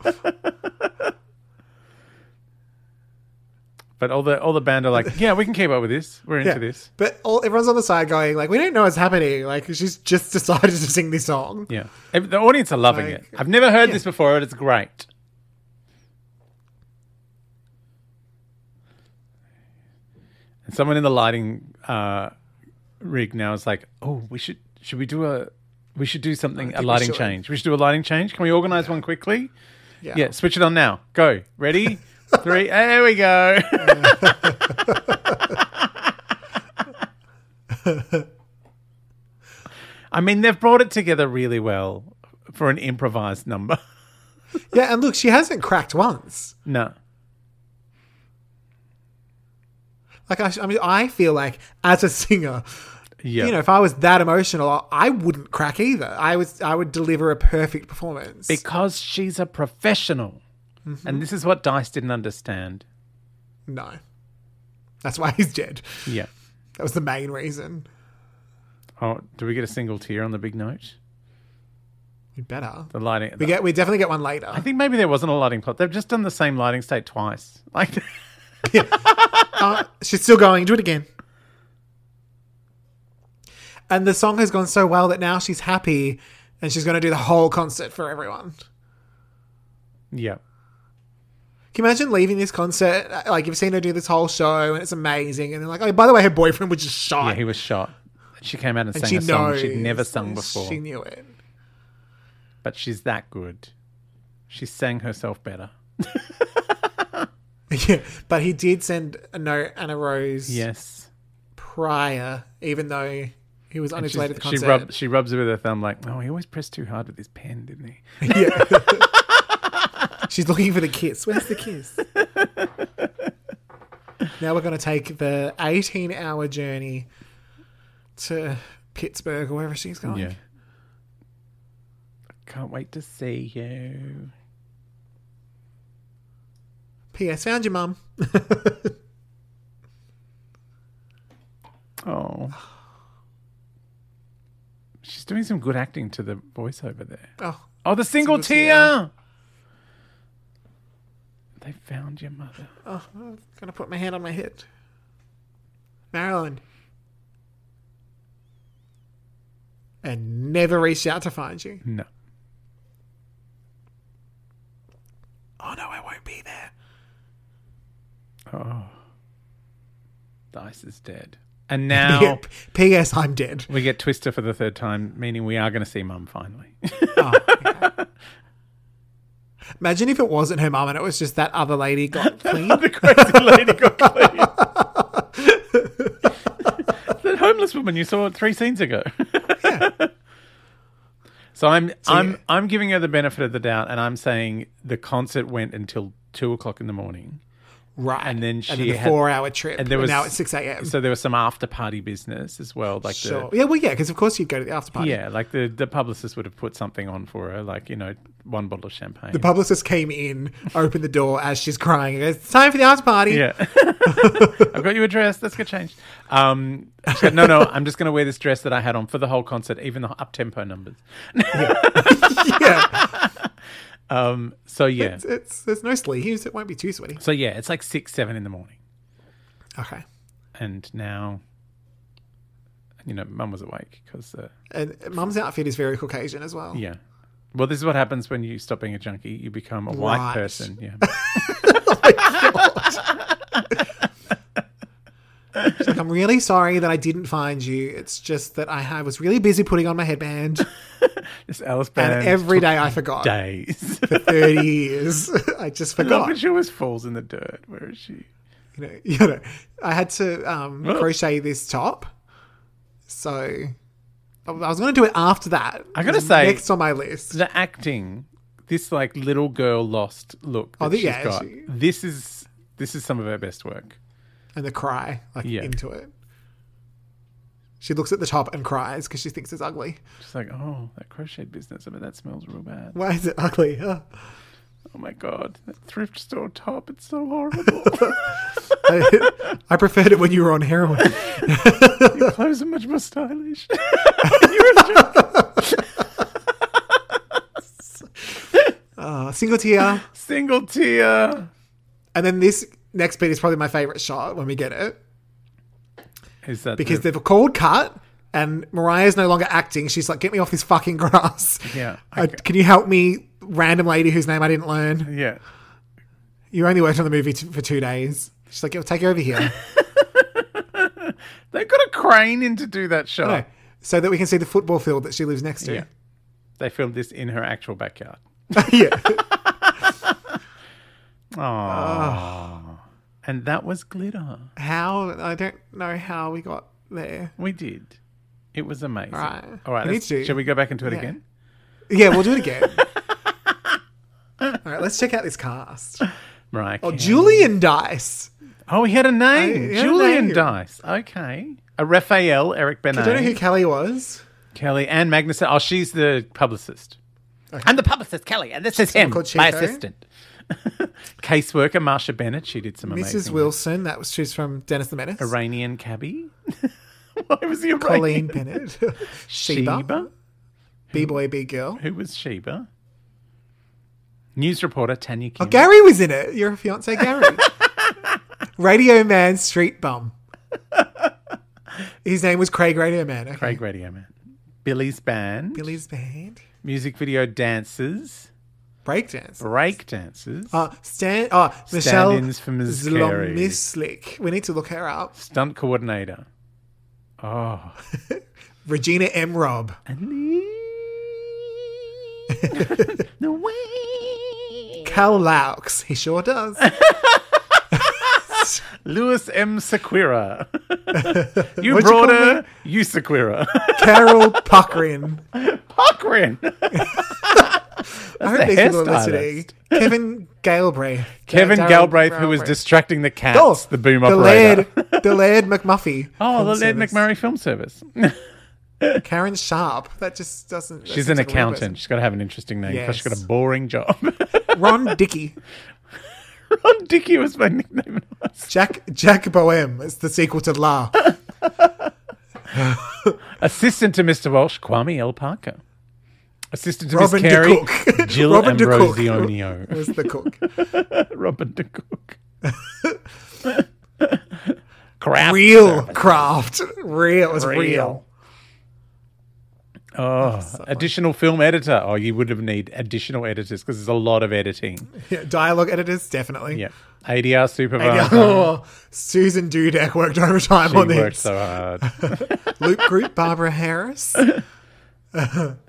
Speaker 2: but all the all the band are like, yeah, we can keep up with this. We're into
Speaker 1: Yeah.
Speaker 2: this.
Speaker 1: But all everyone's on the side going like, we don't know what's happening. Like she's just decided to sing this song.
Speaker 2: Yeah. Ev- The audience are loving
Speaker 1: Like-
Speaker 2: it. I've never heard this before, and it's great. And someone in the lighting uh, rig now is like, "Oh, we should should we do a we should do something a
Speaker 1: Uh, we
Speaker 2: lighting
Speaker 1: should.
Speaker 2: change. We should do a lighting change. Can we organize one quickly?
Speaker 1: Yeah.
Speaker 2: Yeah, switch it on now. Go.
Speaker 1: <laughs>
Speaker 2: Ready? Three. There we go. I mean, they've brought it together really well for an improvised number. <laughs>
Speaker 1: Yeah, and look, she hasn't cracked once.
Speaker 2: no.
Speaker 1: Like I, sh- I mean, I feel like as a singer,
Speaker 2: Yeah.
Speaker 1: you know, if I was that emotional, I wouldn't crack either. I was, I would deliver a perfect performance.
Speaker 2: because she's a professional.
Speaker 1: Mm-hmm.
Speaker 2: And this is what Dice didn't understand.
Speaker 1: no, that's why he's dead.
Speaker 2: Yeah.
Speaker 1: That was the main reason.
Speaker 2: Oh, do we get a single tear on the big note?
Speaker 1: You better.
Speaker 2: The lighting.
Speaker 1: We get we definitely get one later.
Speaker 2: I think maybe there wasn't a lighting plot. They've just done the same lighting state twice. <laughs> Like,
Speaker 1: Uh, she's still going. Do it again. And the song has gone so well that now she's happy, and she's going to do the whole concert for everyone.
Speaker 2: yeah.
Speaker 1: Can you imagine leaving this concert? uh, Like you've seen her do this whole show, and it's amazing. And then like, oh, by the way, her boyfriend was just shot.
Speaker 2: Yeah, he was shot. She came out and,
Speaker 1: and
Speaker 2: sang
Speaker 1: she
Speaker 2: a song
Speaker 1: knows
Speaker 2: she'd never sung before.
Speaker 1: She knew it. <laughs>
Speaker 2: But she's that good. She sang herself better.
Speaker 1: Yeah, but he did send a note Anna Rose
Speaker 2: Yes.
Speaker 1: prior, even though he was on his way to the
Speaker 2: She's-
Speaker 1: concert. <laughs>
Speaker 2: She, rub, she rubs it with her thumb, like, oh, he always pressed too hard with his pen, didn't he?
Speaker 1: <laughs> She's looking for the kiss. Where's the
Speaker 2: <laughs>
Speaker 1: kiss? now we're going to take the 18 hour journey to Pittsburgh or wherever she's going.
Speaker 2: Yeah. I can't wait to see you.
Speaker 1: P.S. Found your mum. <laughs>
Speaker 2: Oh. She's doing some good acting to the voiceover there.
Speaker 1: Oh,
Speaker 2: Oh, the single,
Speaker 1: Single
Speaker 2: tear.
Speaker 1: tear.
Speaker 2: They found your mother.
Speaker 1: oh, I'm going to put my hand on my head. Marilyn. And never reached out to find you.
Speaker 2: No.
Speaker 1: Oh, no, I won't be there.
Speaker 2: Oh. Dice is dead. And
Speaker 1: <laughs>
Speaker 2: now
Speaker 1: Yep. P.S. I'm dead.
Speaker 2: we get Twister for the third time, meaning we are going to see
Speaker 1: <laughs>
Speaker 2: Mum finally.
Speaker 1: Imagine if it wasn't her mum and it was just that other lady <laughs> got clean. <laughs>
Speaker 2: the crazy lady got clean. that homeless woman you saw three scenes ago. <laughs> So I'm I'm
Speaker 1: yeah.
Speaker 2: I'm giving her the benefit of the doubt, and I'm saying the concert went until two o'clock in the morning.
Speaker 1: Right.
Speaker 2: And then she
Speaker 1: and then the
Speaker 2: had-
Speaker 1: four hour trip.
Speaker 2: and
Speaker 1: And
Speaker 2: there was-
Speaker 1: now it's 6 a.m.
Speaker 2: So there was some after party business as well, like
Speaker 1: sure. Yeah, well, yeah, because of course you'd go to the after
Speaker 2: the
Speaker 1: party.
Speaker 2: yeah, like the the publicist would have put something on for her, like you know one bottle of champagne.
Speaker 1: The publicist came in, opened the door as she's crying, and goes, It's time for the after party.
Speaker 2: yeah, <laughs> I've got you a dress. Let's get changed. Um, she said, no, no, I'm just going to wear this dress that I had on for the whole concert, even the up tempo numbers. <laughs>
Speaker 1: Yeah.
Speaker 2: Um, so yeah,
Speaker 1: It's, it's, there's no sleeves. It won't be too sweaty.
Speaker 2: so yeah, it's like six, seven in the morning.
Speaker 1: Okay.
Speaker 2: and now you know mum was awake because uh,
Speaker 1: And mum's outfit is very Caucasian as well.
Speaker 2: yeah well this is what happens when you stop being a junkie you become a white
Speaker 1: Right.
Speaker 2: person
Speaker 1: <laughs>
Speaker 2: yeah
Speaker 1: She's like, I'm really sorry that I didn't find you. It's just that I had- was really busy putting on my headband,
Speaker 2: this alice
Speaker 1: and
Speaker 2: band
Speaker 1: every day
Speaker 2: <laughs>
Speaker 1: I forgot.
Speaker 2: days <laughs>
Speaker 1: 30 years. <laughs> I just
Speaker 2: Look,
Speaker 1: forgot.
Speaker 2: but she always falls in the dirt where is she
Speaker 1: you know, <laughs> you know, I had to um,
Speaker 2: Oh.
Speaker 1: crochet this top. So I I was going to do it after that.
Speaker 2: I gotta
Speaker 1: It's
Speaker 2: say-
Speaker 1: next on my list.
Speaker 2: the acting this like little girl lost look that
Speaker 1: Oh, the-
Speaker 2: she's
Speaker 1: yeah,
Speaker 2: got
Speaker 1: she-
Speaker 2: this is this is some of her best work
Speaker 1: and the cry, like
Speaker 2: Yeah.
Speaker 1: into it. She looks at the top and cries because she thinks it's ugly.
Speaker 2: she's like oh that crochet business i mean that smells real bad
Speaker 1: Why is it ugly? <laughs> Ugh.
Speaker 2: oh my god that thrift store top it's
Speaker 1: <laughs>
Speaker 2: so horrible
Speaker 1: I, I preferred it when you were on heroin.
Speaker 2: Your clothes are much more stylish. <laughs> You're a jerk.
Speaker 1: Uh, single tear.
Speaker 2: <laughs> Single tear.
Speaker 1: And then this next bit is probably my favorite shot when we get it
Speaker 2: Is that
Speaker 1: because
Speaker 2: the-
Speaker 1: they've called cut and Mariah's no longer acting. She's like, get me off this fucking grass.
Speaker 2: yeah,
Speaker 1: Uh,
Speaker 2: okay.
Speaker 1: can you help me, random lady whose name I didn't learn?
Speaker 2: yeah.
Speaker 1: You only worked on the movie t- for two days. She's like, "Yo, take over
Speaker 2: <laughs>
Speaker 1: here,
Speaker 2: They got a crane in to do that shot.
Speaker 1: No. so that we can see the football field that she lives next to."
Speaker 2: Yeah. They filmed this in her actual backyard.
Speaker 1: <laughs>
Speaker 2: <laughs>
Speaker 1: Yeah.
Speaker 2: Oh.
Speaker 1: Ah.
Speaker 2: Ah. And that was glitter.
Speaker 1: How I don't know how we got there.
Speaker 2: We did. It was amazing.
Speaker 1: Right.
Speaker 2: All right.
Speaker 1: We
Speaker 2: let's-
Speaker 1: need to.
Speaker 2: Shall we go back into it
Speaker 1: Yeah.
Speaker 2: again?
Speaker 1: Yeah, we'll do it
Speaker 2: <laughs>
Speaker 1: again. All right, let's check out this cast.
Speaker 2: Right.
Speaker 1: Oh, Julian Dice.
Speaker 2: oh, he had a name.
Speaker 1: I- he had a
Speaker 2: Julian
Speaker 1: name.
Speaker 2: Dice. Okay. A Raphael, Eric Benet.
Speaker 1: I don't know who Kelly was.
Speaker 2: Kelly and Magnuson. Oh, she's the publicist. I'm the publicist, Kelly, and this is him,
Speaker 1: called
Speaker 2: my
Speaker 1: Chico.
Speaker 2: assistant. <laughs> Caseworker Marsha Bennett. She did some
Speaker 1: Mrs.
Speaker 2: amazing.
Speaker 1: Wilson. That was she's from Dennis the Menace.
Speaker 2: <laughs> Iranian cabbie. Why was he
Speaker 1: Colleen
Speaker 2: Iranian? <laughs>
Speaker 1: Bennett.
Speaker 2: Sheba.
Speaker 1: Sheba. B boy, B girl.
Speaker 2: Who was Sheba? News reporter Tanya Kim.
Speaker 1: Oh, Gary was in it. Your fiance Gary.
Speaker 2: <laughs>
Speaker 1: Radio Man Street Bum. His name was Craig Radio Man. Okay.
Speaker 2: Craig Radio Man. Billy's band.
Speaker 1: Billy's band.
Speaker 2: Music video dancers.
Speaker 1: Breakdance.
Speaker 2: Break dancers.
Speaker 1: Uh, Stan, oh, Michelle
Speaker 2: Stand-ins for Ms. Carey.
Speaker 1: Zlomislik. We need to look her up.
Speaker 2: Stunt coordinator. Oh.
Speaker 1: Regina M. Rob.
Speaker 2: the <laughs> way.
Speaker 1: Cal Laux. He sure does.
Speaker 2: Lewis M.
Speaker 1: <laughs>
Speaker 2: Sequira. you
Speaker 1: What'd you
Speaker 2: brought
Speaker 1: call
Speaker 2: her, you <laughs> Sequira.
Speaker 1: Carol Puckrin.
Speaker 2: Puckrin.
Speaker 1: I
Speaker 2: the
Speaker 1: hope these people are
Speaker 2: hairstylist.
Speaker 1: listening. Kevin Galbraith.
Speaker 2: <laughs> Kevin
Speaker 1: Darren
Speaker 2: Galbraith, who was
Speaker 1: Galbraith.
Speaker 2: distracting the cats,
Speaker 1: Oh,
Speaker 2: the boom operator. <laughs>
Speaker 1: Laird, the Laird McMuffy.
Speaker 2: oh, the
Speaker 1: from
Speaker 2: Led
Speaker 1: Service.
Speaker 2: McMurray
Speaker 1: <laughs>
Speaker 2: Film Service.
Speaker 1: Karen Sharp. That just doesn't.
Speaker 2: She's an
Speaker 1: that's just a real
Speaker 2: accountant. She's got to have an interesting name because she's got
Speaker 1: Yes.
Speaker 2: a boring job. <laughs>
Speaker 1: person. Ron Dickey.
Speaker 2: Ron Dickey was my nickname. <laughs> when I was-
Speaker 1: Jack Jack Boehm. It's the sequel to La.
Speaker 2: Assistant to Mr. Walsh, Kwame L. Parker. Assistant to Miss
Speaker 1: Robin
Speaker 2: Carey,
Speaker 1: DeCook. <laughs>
Speaker 2: Jill
Speaker 1: Robin DeCook.
Speaker 2: Ambrosionio.
Speaker 1: <laughs> Was the cook.
Speaker 2: Robin the
Speaker 1: <laughs>
Speaker 2: Cook. Crap. <laughs>
Speaker 1: Real craft. Real. It was real.
Speaker 2: Real. Oh, additional film editor. Oh, you would have need additional editors because there's a lot of editing.
Speaker 1: Yeah, dialogue editors, definitely.
Speaker 2: Yeah. ADR
Speaker 1: <laughs> Yeah,
Speaker 2: supervisor.
Speaker 1: oh, Susan Dudek worked overtime
Speaker 2: She
Speaker 1: on
Speaker 2: worked
Speaker 1: this.
Speaker 2: so hard.
Speaker 1: Luke Group, Barbara
Speaker 2: <laughs>
Speaker 1: Harris.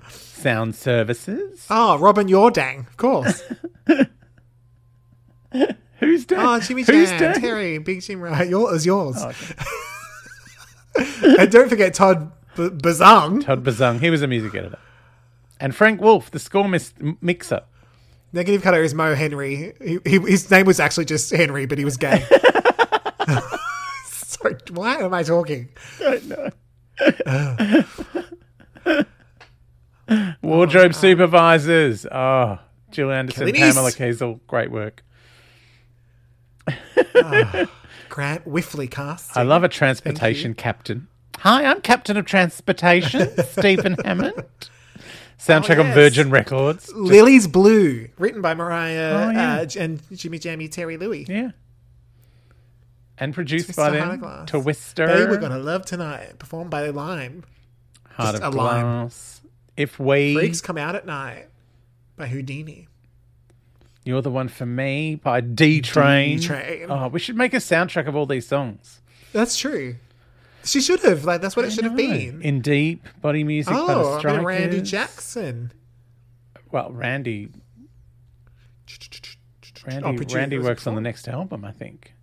Speaker 2: Sound services.
Speaker 1: Oh, Robin Yordang, of course.
Speaker 2: Who's down?
Speaker 1: Oh, Jimmy
Speaker 2: Who's
Speaker 1: Oh, Chan,
Speaker 2: down? Oh,
Speaker 1: Terry, Big Jim Wright. Your, it was yours. <laughs> and don't forget Todd B- Bazang.
Speaker 2: Todd Bazung, he was a music editor. And Frank Wolf, the score mis- m- mixer.
Speaker 1: Negative Cutter is Mo Henry. He, he, his name was actually just Henry, but he was
Speaker 2: <laughs>
Speaker 1: gay. <laughs> Sorry, why am I talking? Oh,
Speaker 2: Wardrobe supervisors. Oh, Jill Anderson,
Speaker 1: Kelly
Speaker 2: Pamela
Speaker 1: Neese.
Speaker 2: Kiesel, great work.
Speaker 1: Grant Whiffley cast.
Speaker 2: I love a transportation captain. Hi, I'm captain of
Speaker 1: <laughs>
Speaker 2: transportation, Stephen Hammond. Soundtrack on
Speaker 1: Oh, yes.
Speaker 2: Virgin Records.
Speaker 1: Lily's Blue, written by Mariah
Speaker 2: Oh, yeah.
Speaker 1: uh, and Jimmy Jammy Terry Louie.
Speaker 2: Yeah. And produced
Speaker 1: Twist
Speaker 2: by
Speaker 1: to Heart
Speaker 2: them,
Speaker 1: of Glass.
Speaker 2: Twister,
Speaker 1: They were gonna love tonight, performed by Lime.
Speaker 2: Heart
Speaker 1: just
Speaker 2: of
Speaker 1: a line.
Speaker 2: Glass. If we,
Speaker 1: Freaks come out at night by Houdini.
Speaker 2: you're the one for me by D Train.
Speaker 1: D-Train.
Speaker 2: Oh, we should make a soundtrack of all these songs.
Speaker 1: That's true. She should have. Like that's what it should have been.
Speaker 2: In deep body music by
Speaker 1: oh,
Speaker 2: the
Speaker 1: I mean,
Speaker 2: Strikers.
Speaker 1: Randy Jackson.
Speaker 2: Well, Randy,
Speaker 1: Oh,
Speaker 2: Randy,
Speaker 1: producer
Speaker 2: Randy
Speaker 1: was
Speaker 2: works on the
Speaker 1: before.
Speaker 2: next album, I think.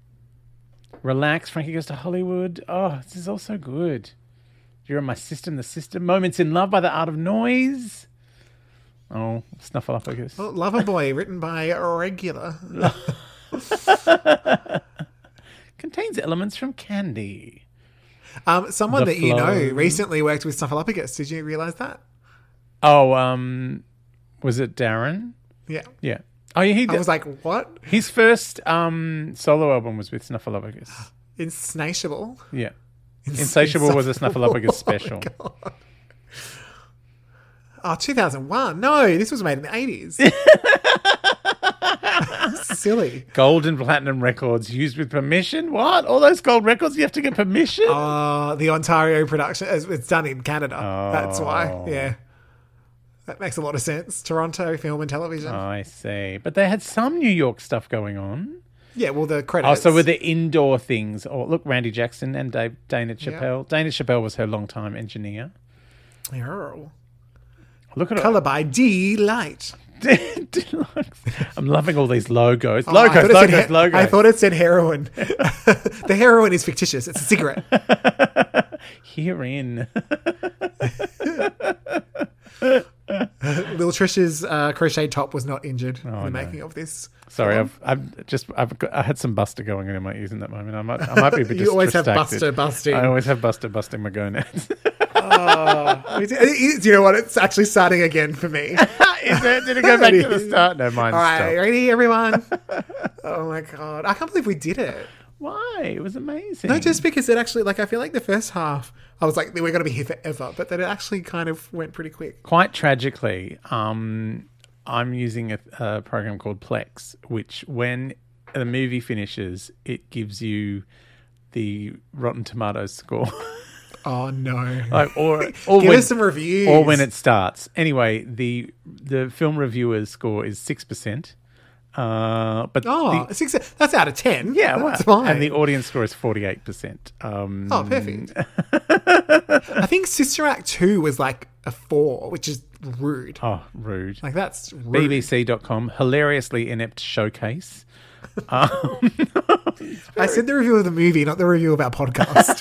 Speaker 2: Relax, Frankie goes to Hollywood. Oh, this is also good. You're in my system, the system. Moments in love by the art of noise. Oh, Snuffleupagus.
Speaker 1: Oh, Lover Boy, written by a
Speaker 2: <laughs>
Speaker 1: regular.
Speaker 2: Contains elements from candy.
Speaker 1: Um, someone
Speaker 2: The
Speaker 1: that you know
Speaker 2: Flow.
Speaker 1: recently worked with Snuffleupagus. Did you realize that?
Speaker 2: Oh, um, was it Darren?
Speaker 1: Yeah.
Speaker 2: Yeah. Oh, yeah. He
Speaker 1: I was like, what?
Speaker 2: his first um solo album was with Snuffleupagus.
Speaker 1: <gasps> Insatiable. <laughs>
Speaker 2: Yeah. Insatiable was a Snuffleupagus special.
Speaker 1: Oh, 2001. No, this was made in the
Speaker 2: <laughs>
Speaker 1: 80s. Silly.
Speaker 2: Gold and platinum records used with permission. What? All those gold records you have to get permission?
Speaker 1: Uh, the Ontario production, it's it's done in Canada. That's
Speaker 2: Oh.
Speaker 1: why. Yeah. That makes a lot of sense. Toronto Film and Television.
Speaker 2: I see. But they had some New York stuff going on.
Speaker 1: yeah, well, the
Speaker 2: Oh,
Speaker 1: credits.
Speaker 2: so with the indoor things. Oh, look, Randy Jackson and Dave, Dana Chappelle. Dana Chappelle was her longtime engineer.
Speaker 1: Oh, Yeah.
Speaker 2: Look at it.
Speaker 1: Color by D Light.
Speaker 2: <laughs> Deluxe. I'm loving all these logos.
Speaker 1: Oh, I thought
Speaker 2: Logos,
Speaker 1: it said
Speaker 2: logos,
Speaker 1: he-
Speaker 2: logos.
Speaker 1: I thought it said heroin. <laughs> the heroin is fictitious. It's a
Speaker 2: <laughs>
Speaker 1: cigarette.
Speaker 2: Herein. <laughs>
Speaker 1: Lil Trish's uh, crochet top was not injured in
Speaker 2: Oh,
Speaker 1: the making of this.
Speaker 2: Sorry, I've, I've just I've got, I had some Buster going on in my ears in that moment. I might I might be a
Speaker 1: <laughs>
Speaker 2: bit
Speaker 1: You always have
Speaker 2: distracted.
Speaker 1: Buster busting.
Speaker 2: I always have Buster busting
Speaker 1: <laughs>
Speaker 2: my gonads. <laughs>
Speaker 1: We did- it- it- you know what? It's actually starting again for
Speaker 2: <laughs>
Speaker 1: me.
Speaker 2: Is it? Did it go back to the start? No, mine's
Speaker 1: All right,
Speaker 2: stopped.
Speaker 1: ready, everyone? <laughs> oh my god, I can't believe we did it.
Speaker 2: Why? It was amazing.
Speaker 1: No, just because it actually, like, I feel like the first half, I was like, we're gonna be here forever, but then it actually kind of went pretty quick.
Speaker 2: quite tragically, um, I'm using a, a program called Plex, which when the movie finishes, it gives you the Rotten Tomatoes score, <laughs>
Speaker 1: Oh no!
Speaker 2: like or or
Speaker 1: <laughs> Give
Speaker 2: when,
Speaker 1: us some reviews.
Speaker 2: or when it starts. Anyway, the the film reviewer's score is six percent. Uh, but
Speaker 1: Oh,
Speaker 2: the,
Speaker 1: six, that's out of ten.
Speaker 2: yeah, well,
Speaker 1: that's fine.
Speaker 2: and the audience score is forty eight percent. Um,
Speaker 1: Oh, perfect.
Speaker 2: <laughs>
Speaker 1: I think Sister Act 2 was like a 4, which is rude.
Speaker 2: oh, rude.
Speaker 1: Like, that's rude.
Speaker 2: BBC.com, hilariously inept showcase.
Speaker 1: I said the review of the movie, not the review of our
Speaker 2: <laughs>
Speaker 1: podcast.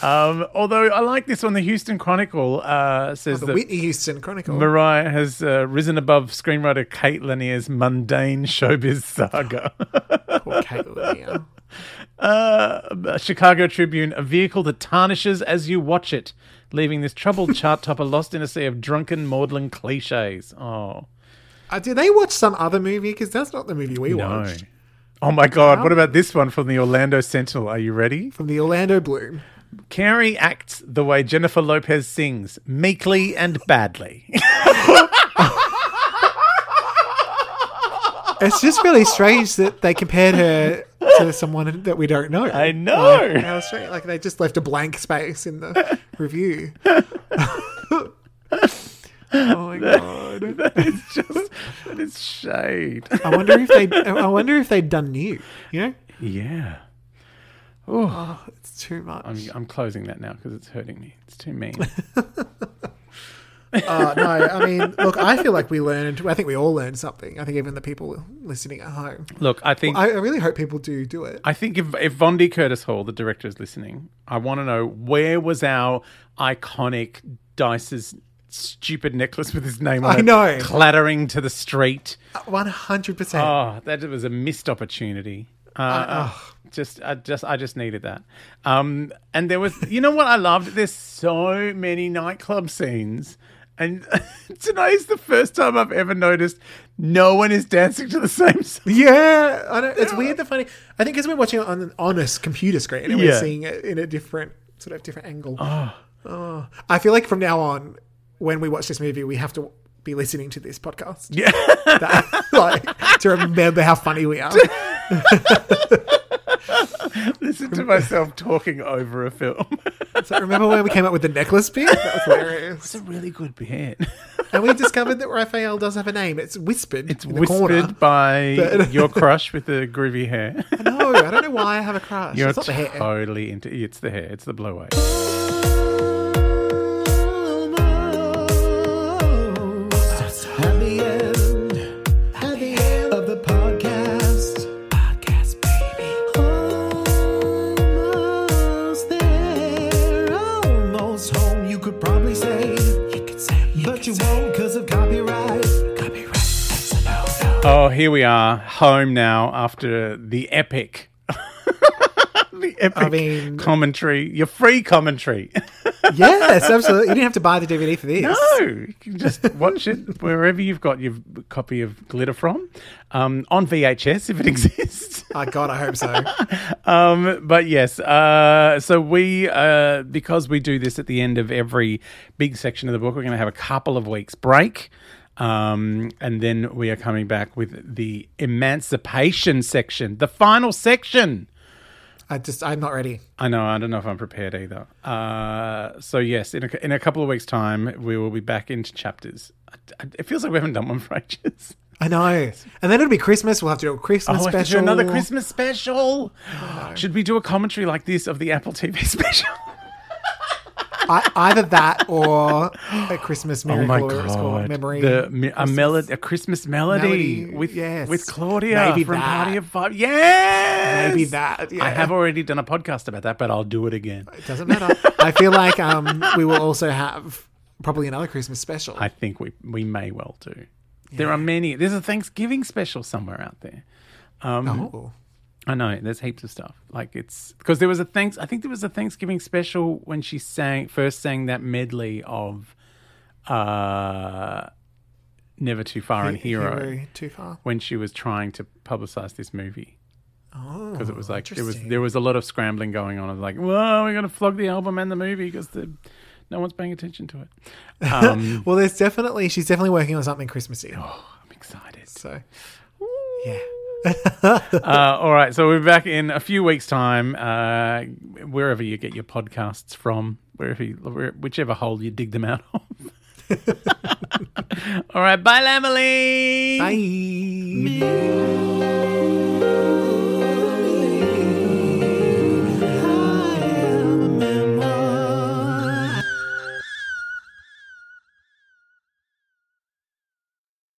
Speaker 2: Um, although I like this one, the Houston Chronicle uh, says
Speaker 1: the
Speaker 2: that
Speaker 1: Whitney Houston Chronicle.
Speaker 2: Mariah has uh, risen above screenwriter Kate Lanier's mundane <laughs> showbiz <laughs> saga.
Speaker 1: Poor Caitlin, yeah.
Speaker 2: uh, Chicago Tribune, a vehicle that tarnishes as you watch it, leaving this <laughs> troubled chart topper lost in a sea of drunken, maudlin cliches. Oh,
Speaker 1: Uh, did they watch some other movie? Because that's not the movie we
Speaker 2: no.
Speaker 1: watched.
Speaker 2: Oh my God, what about this one from the Orlando Sentinel? Are you ready?
Speaker 1: From the Orlando Bloom.
Speaker 2: Carrie acts the way Jennifer Lopez sings, meekly and badly.
Speaker 1: It's just really strange that they compared her to someone that we don't know.
Speaker 2: <laughs> I know.
Speaker 1: Like, how strange. Like, they just left a blank space in the review. oh my god.
Speaker 2: <laughs> it's just that it's shade.
Speaker 1: I wonder if they. I wonder if they'd done new. You know,
Speaker 2: <laughs> Yeah.
Speaker 1: oh, it's too much.
Speaker 2: I'm, I'm closing that now because it's hurting me. It's too mean.
Speaker 1: Uh, no, I mean, look, I feel like we learned. I think we all learned something. I think even the people listening at home.
Speaker 2: <laughs> Look, I think
Speaker 1: I I really hope people do do it.
Speaker 2: I think if, if Vondi Curtis Hall, the director, is listening, I want to know where was our iconic Dice's stupid necklace with his name on
Speaker 1: I
Speaker 2: it
Speaker 1: know.
Speaker 2: clattering to the street?
Speaker 1: Uh, One hundred percent.
Speaker 2: Oh, that was a missed opportunity. Uh, just, I just, I just needed that. Um, and there was, you know what I loved? There's so many nightclub scenes. And <laughs> tonight's the first time I've ever noticed no one is dancing to the same <laughs> song.
Speaker 1: Yeah, I don't, it's weird. The funny, I think, because we're watching it on an honest computer screen and we're
Speaker 2: Yeah. Ah.
Speaker 1: seeing it in a different sort of different angle. Oh. I feel like from now on, when we watch this movie, we have to be listening to this podcast,
Speaker 2: Yeah.
Speaker 1: <laughs> That- like to remember how funny we are.
Speaker 2: Listen to myself talking over a film. <laughs>
Speaker 1: So remember when we came up with the necklace bit? That was hilarious.
Speaker 2: It's a really good bit.
Speaker 1: And we discovered that Raphael does have a name. It's whispered.
Speaker 2: It's
Speaker 1: in the corner.
Speaker 2: whispered by
Speaker 1: But-
Speaker 2: your crush with the
Speaker 1: <laughs>
Speaker 2: groovy hair.
Speaker 1: No, I don't know why I have a crush.
Speaker 2: You're
Speaker 1: it's not the hair.
Speaker 2: totally into it's the hair. It's the blow away.
Speaker 3: You won't cause of copyright. Copyright, that's a no-no.
Speaker 2: Oh, here we are, home now after the epic. <laughs> the epic
Speaker 1: mean-
Speaker 2: commentary, your free commentary.
Speaker 1: Yes, absolutely. You didn't have to buy the DVD for this.
Speaker 2: <laughs> no, you can just watch it wherever you've got your copy of Glitter from, um, on VHS if it exists. <laughs>
Speaker 1: Oh, God, I hope so.
Speaker 2: Um, but yes, uh, so we uh, because we do this at the end of every big section of the book, we're going to have a couple of weeks break, um, and then we are coming back with the emancipation section, the final section.
Speaker 1: I just, I'm not ready.
Speaker 2: I know. I don't know if I'm prepared either. Uh, so yes, in a, in a couple of weeks' time, we will be back into chapters. I- I- It feels like we haven't done one for <laughs> ages.
Speaker 1: I know. And then it'll be Christmas. We'll have to do a Christmas
Speaker 2: Oh, I have to do
Speaker 1: special.
Speaker 2: another
Speaker 1: <gasps>
Speaker 2: Christmas special. Should we do a commentary like this of the Apple TV <laughs> special?
Speaker 1: I, either that or a
Speaker 2: <laughs>
Speaker 1: Christmas miracle or it's called memory.
Speaker 2: Oh The me- a melody, a Christmas melody,
Speaker 1: Melody,
Speaker 2: with
Speaker 1: yes.
Speaker 2: with Claudia
Speaker 1: Maybe
Speaker 2: from
Speaker 1: that.
Speaker 2: Party of Five. Yes,
Speaker 1: Maybe that, yeah.
Speaker 2: I have already done a podcast about that, but I'll do it again.
Speaker 1: it doesn't matter. I feel like um, we will also have probably another Christmas special.
Speaker 2: I think we we may well do. There are many. There's a Thanksgiving special somewhere out there.
Speaker 1: oh.
Speaker 2: I know. There's heaps of stuff. Like it's because there was a thanks. I think there was a Thanksgiving special when she sang first sang that medley of uh, "Never Too Far" and "Hero."
Speaker 1: Too far.
Speaker 2: when she was trying to publicize this movie
Speaker 1: Oh.
Speaker 2: because it was like there was
Speaker 1: interesting.
Speaker 2: there was a lot of scrambling going on. I was like, "Well, we're gonna flog the album and the movie because the no one's paying attention to it."
Speaker 1: <laughs>
Speaker 2: Um,
Speaker 1: Well, there's definitely, she's definitely working on something Christmassy.
Speaker 2: oh, I'm excited.
Speaker 1: So, yeah. <laughs>
Speaker 2: Uh, all right, so we're back in a few weeks' time, uh, wherever you get your podcasts from, wherever you, where, whichever hole you dig them out
Speaker 1: <laughs>
Speaker 2: of. <laughs> all right, bye, Lamely.
Speaker 1: Bye.
Speaker 3: Music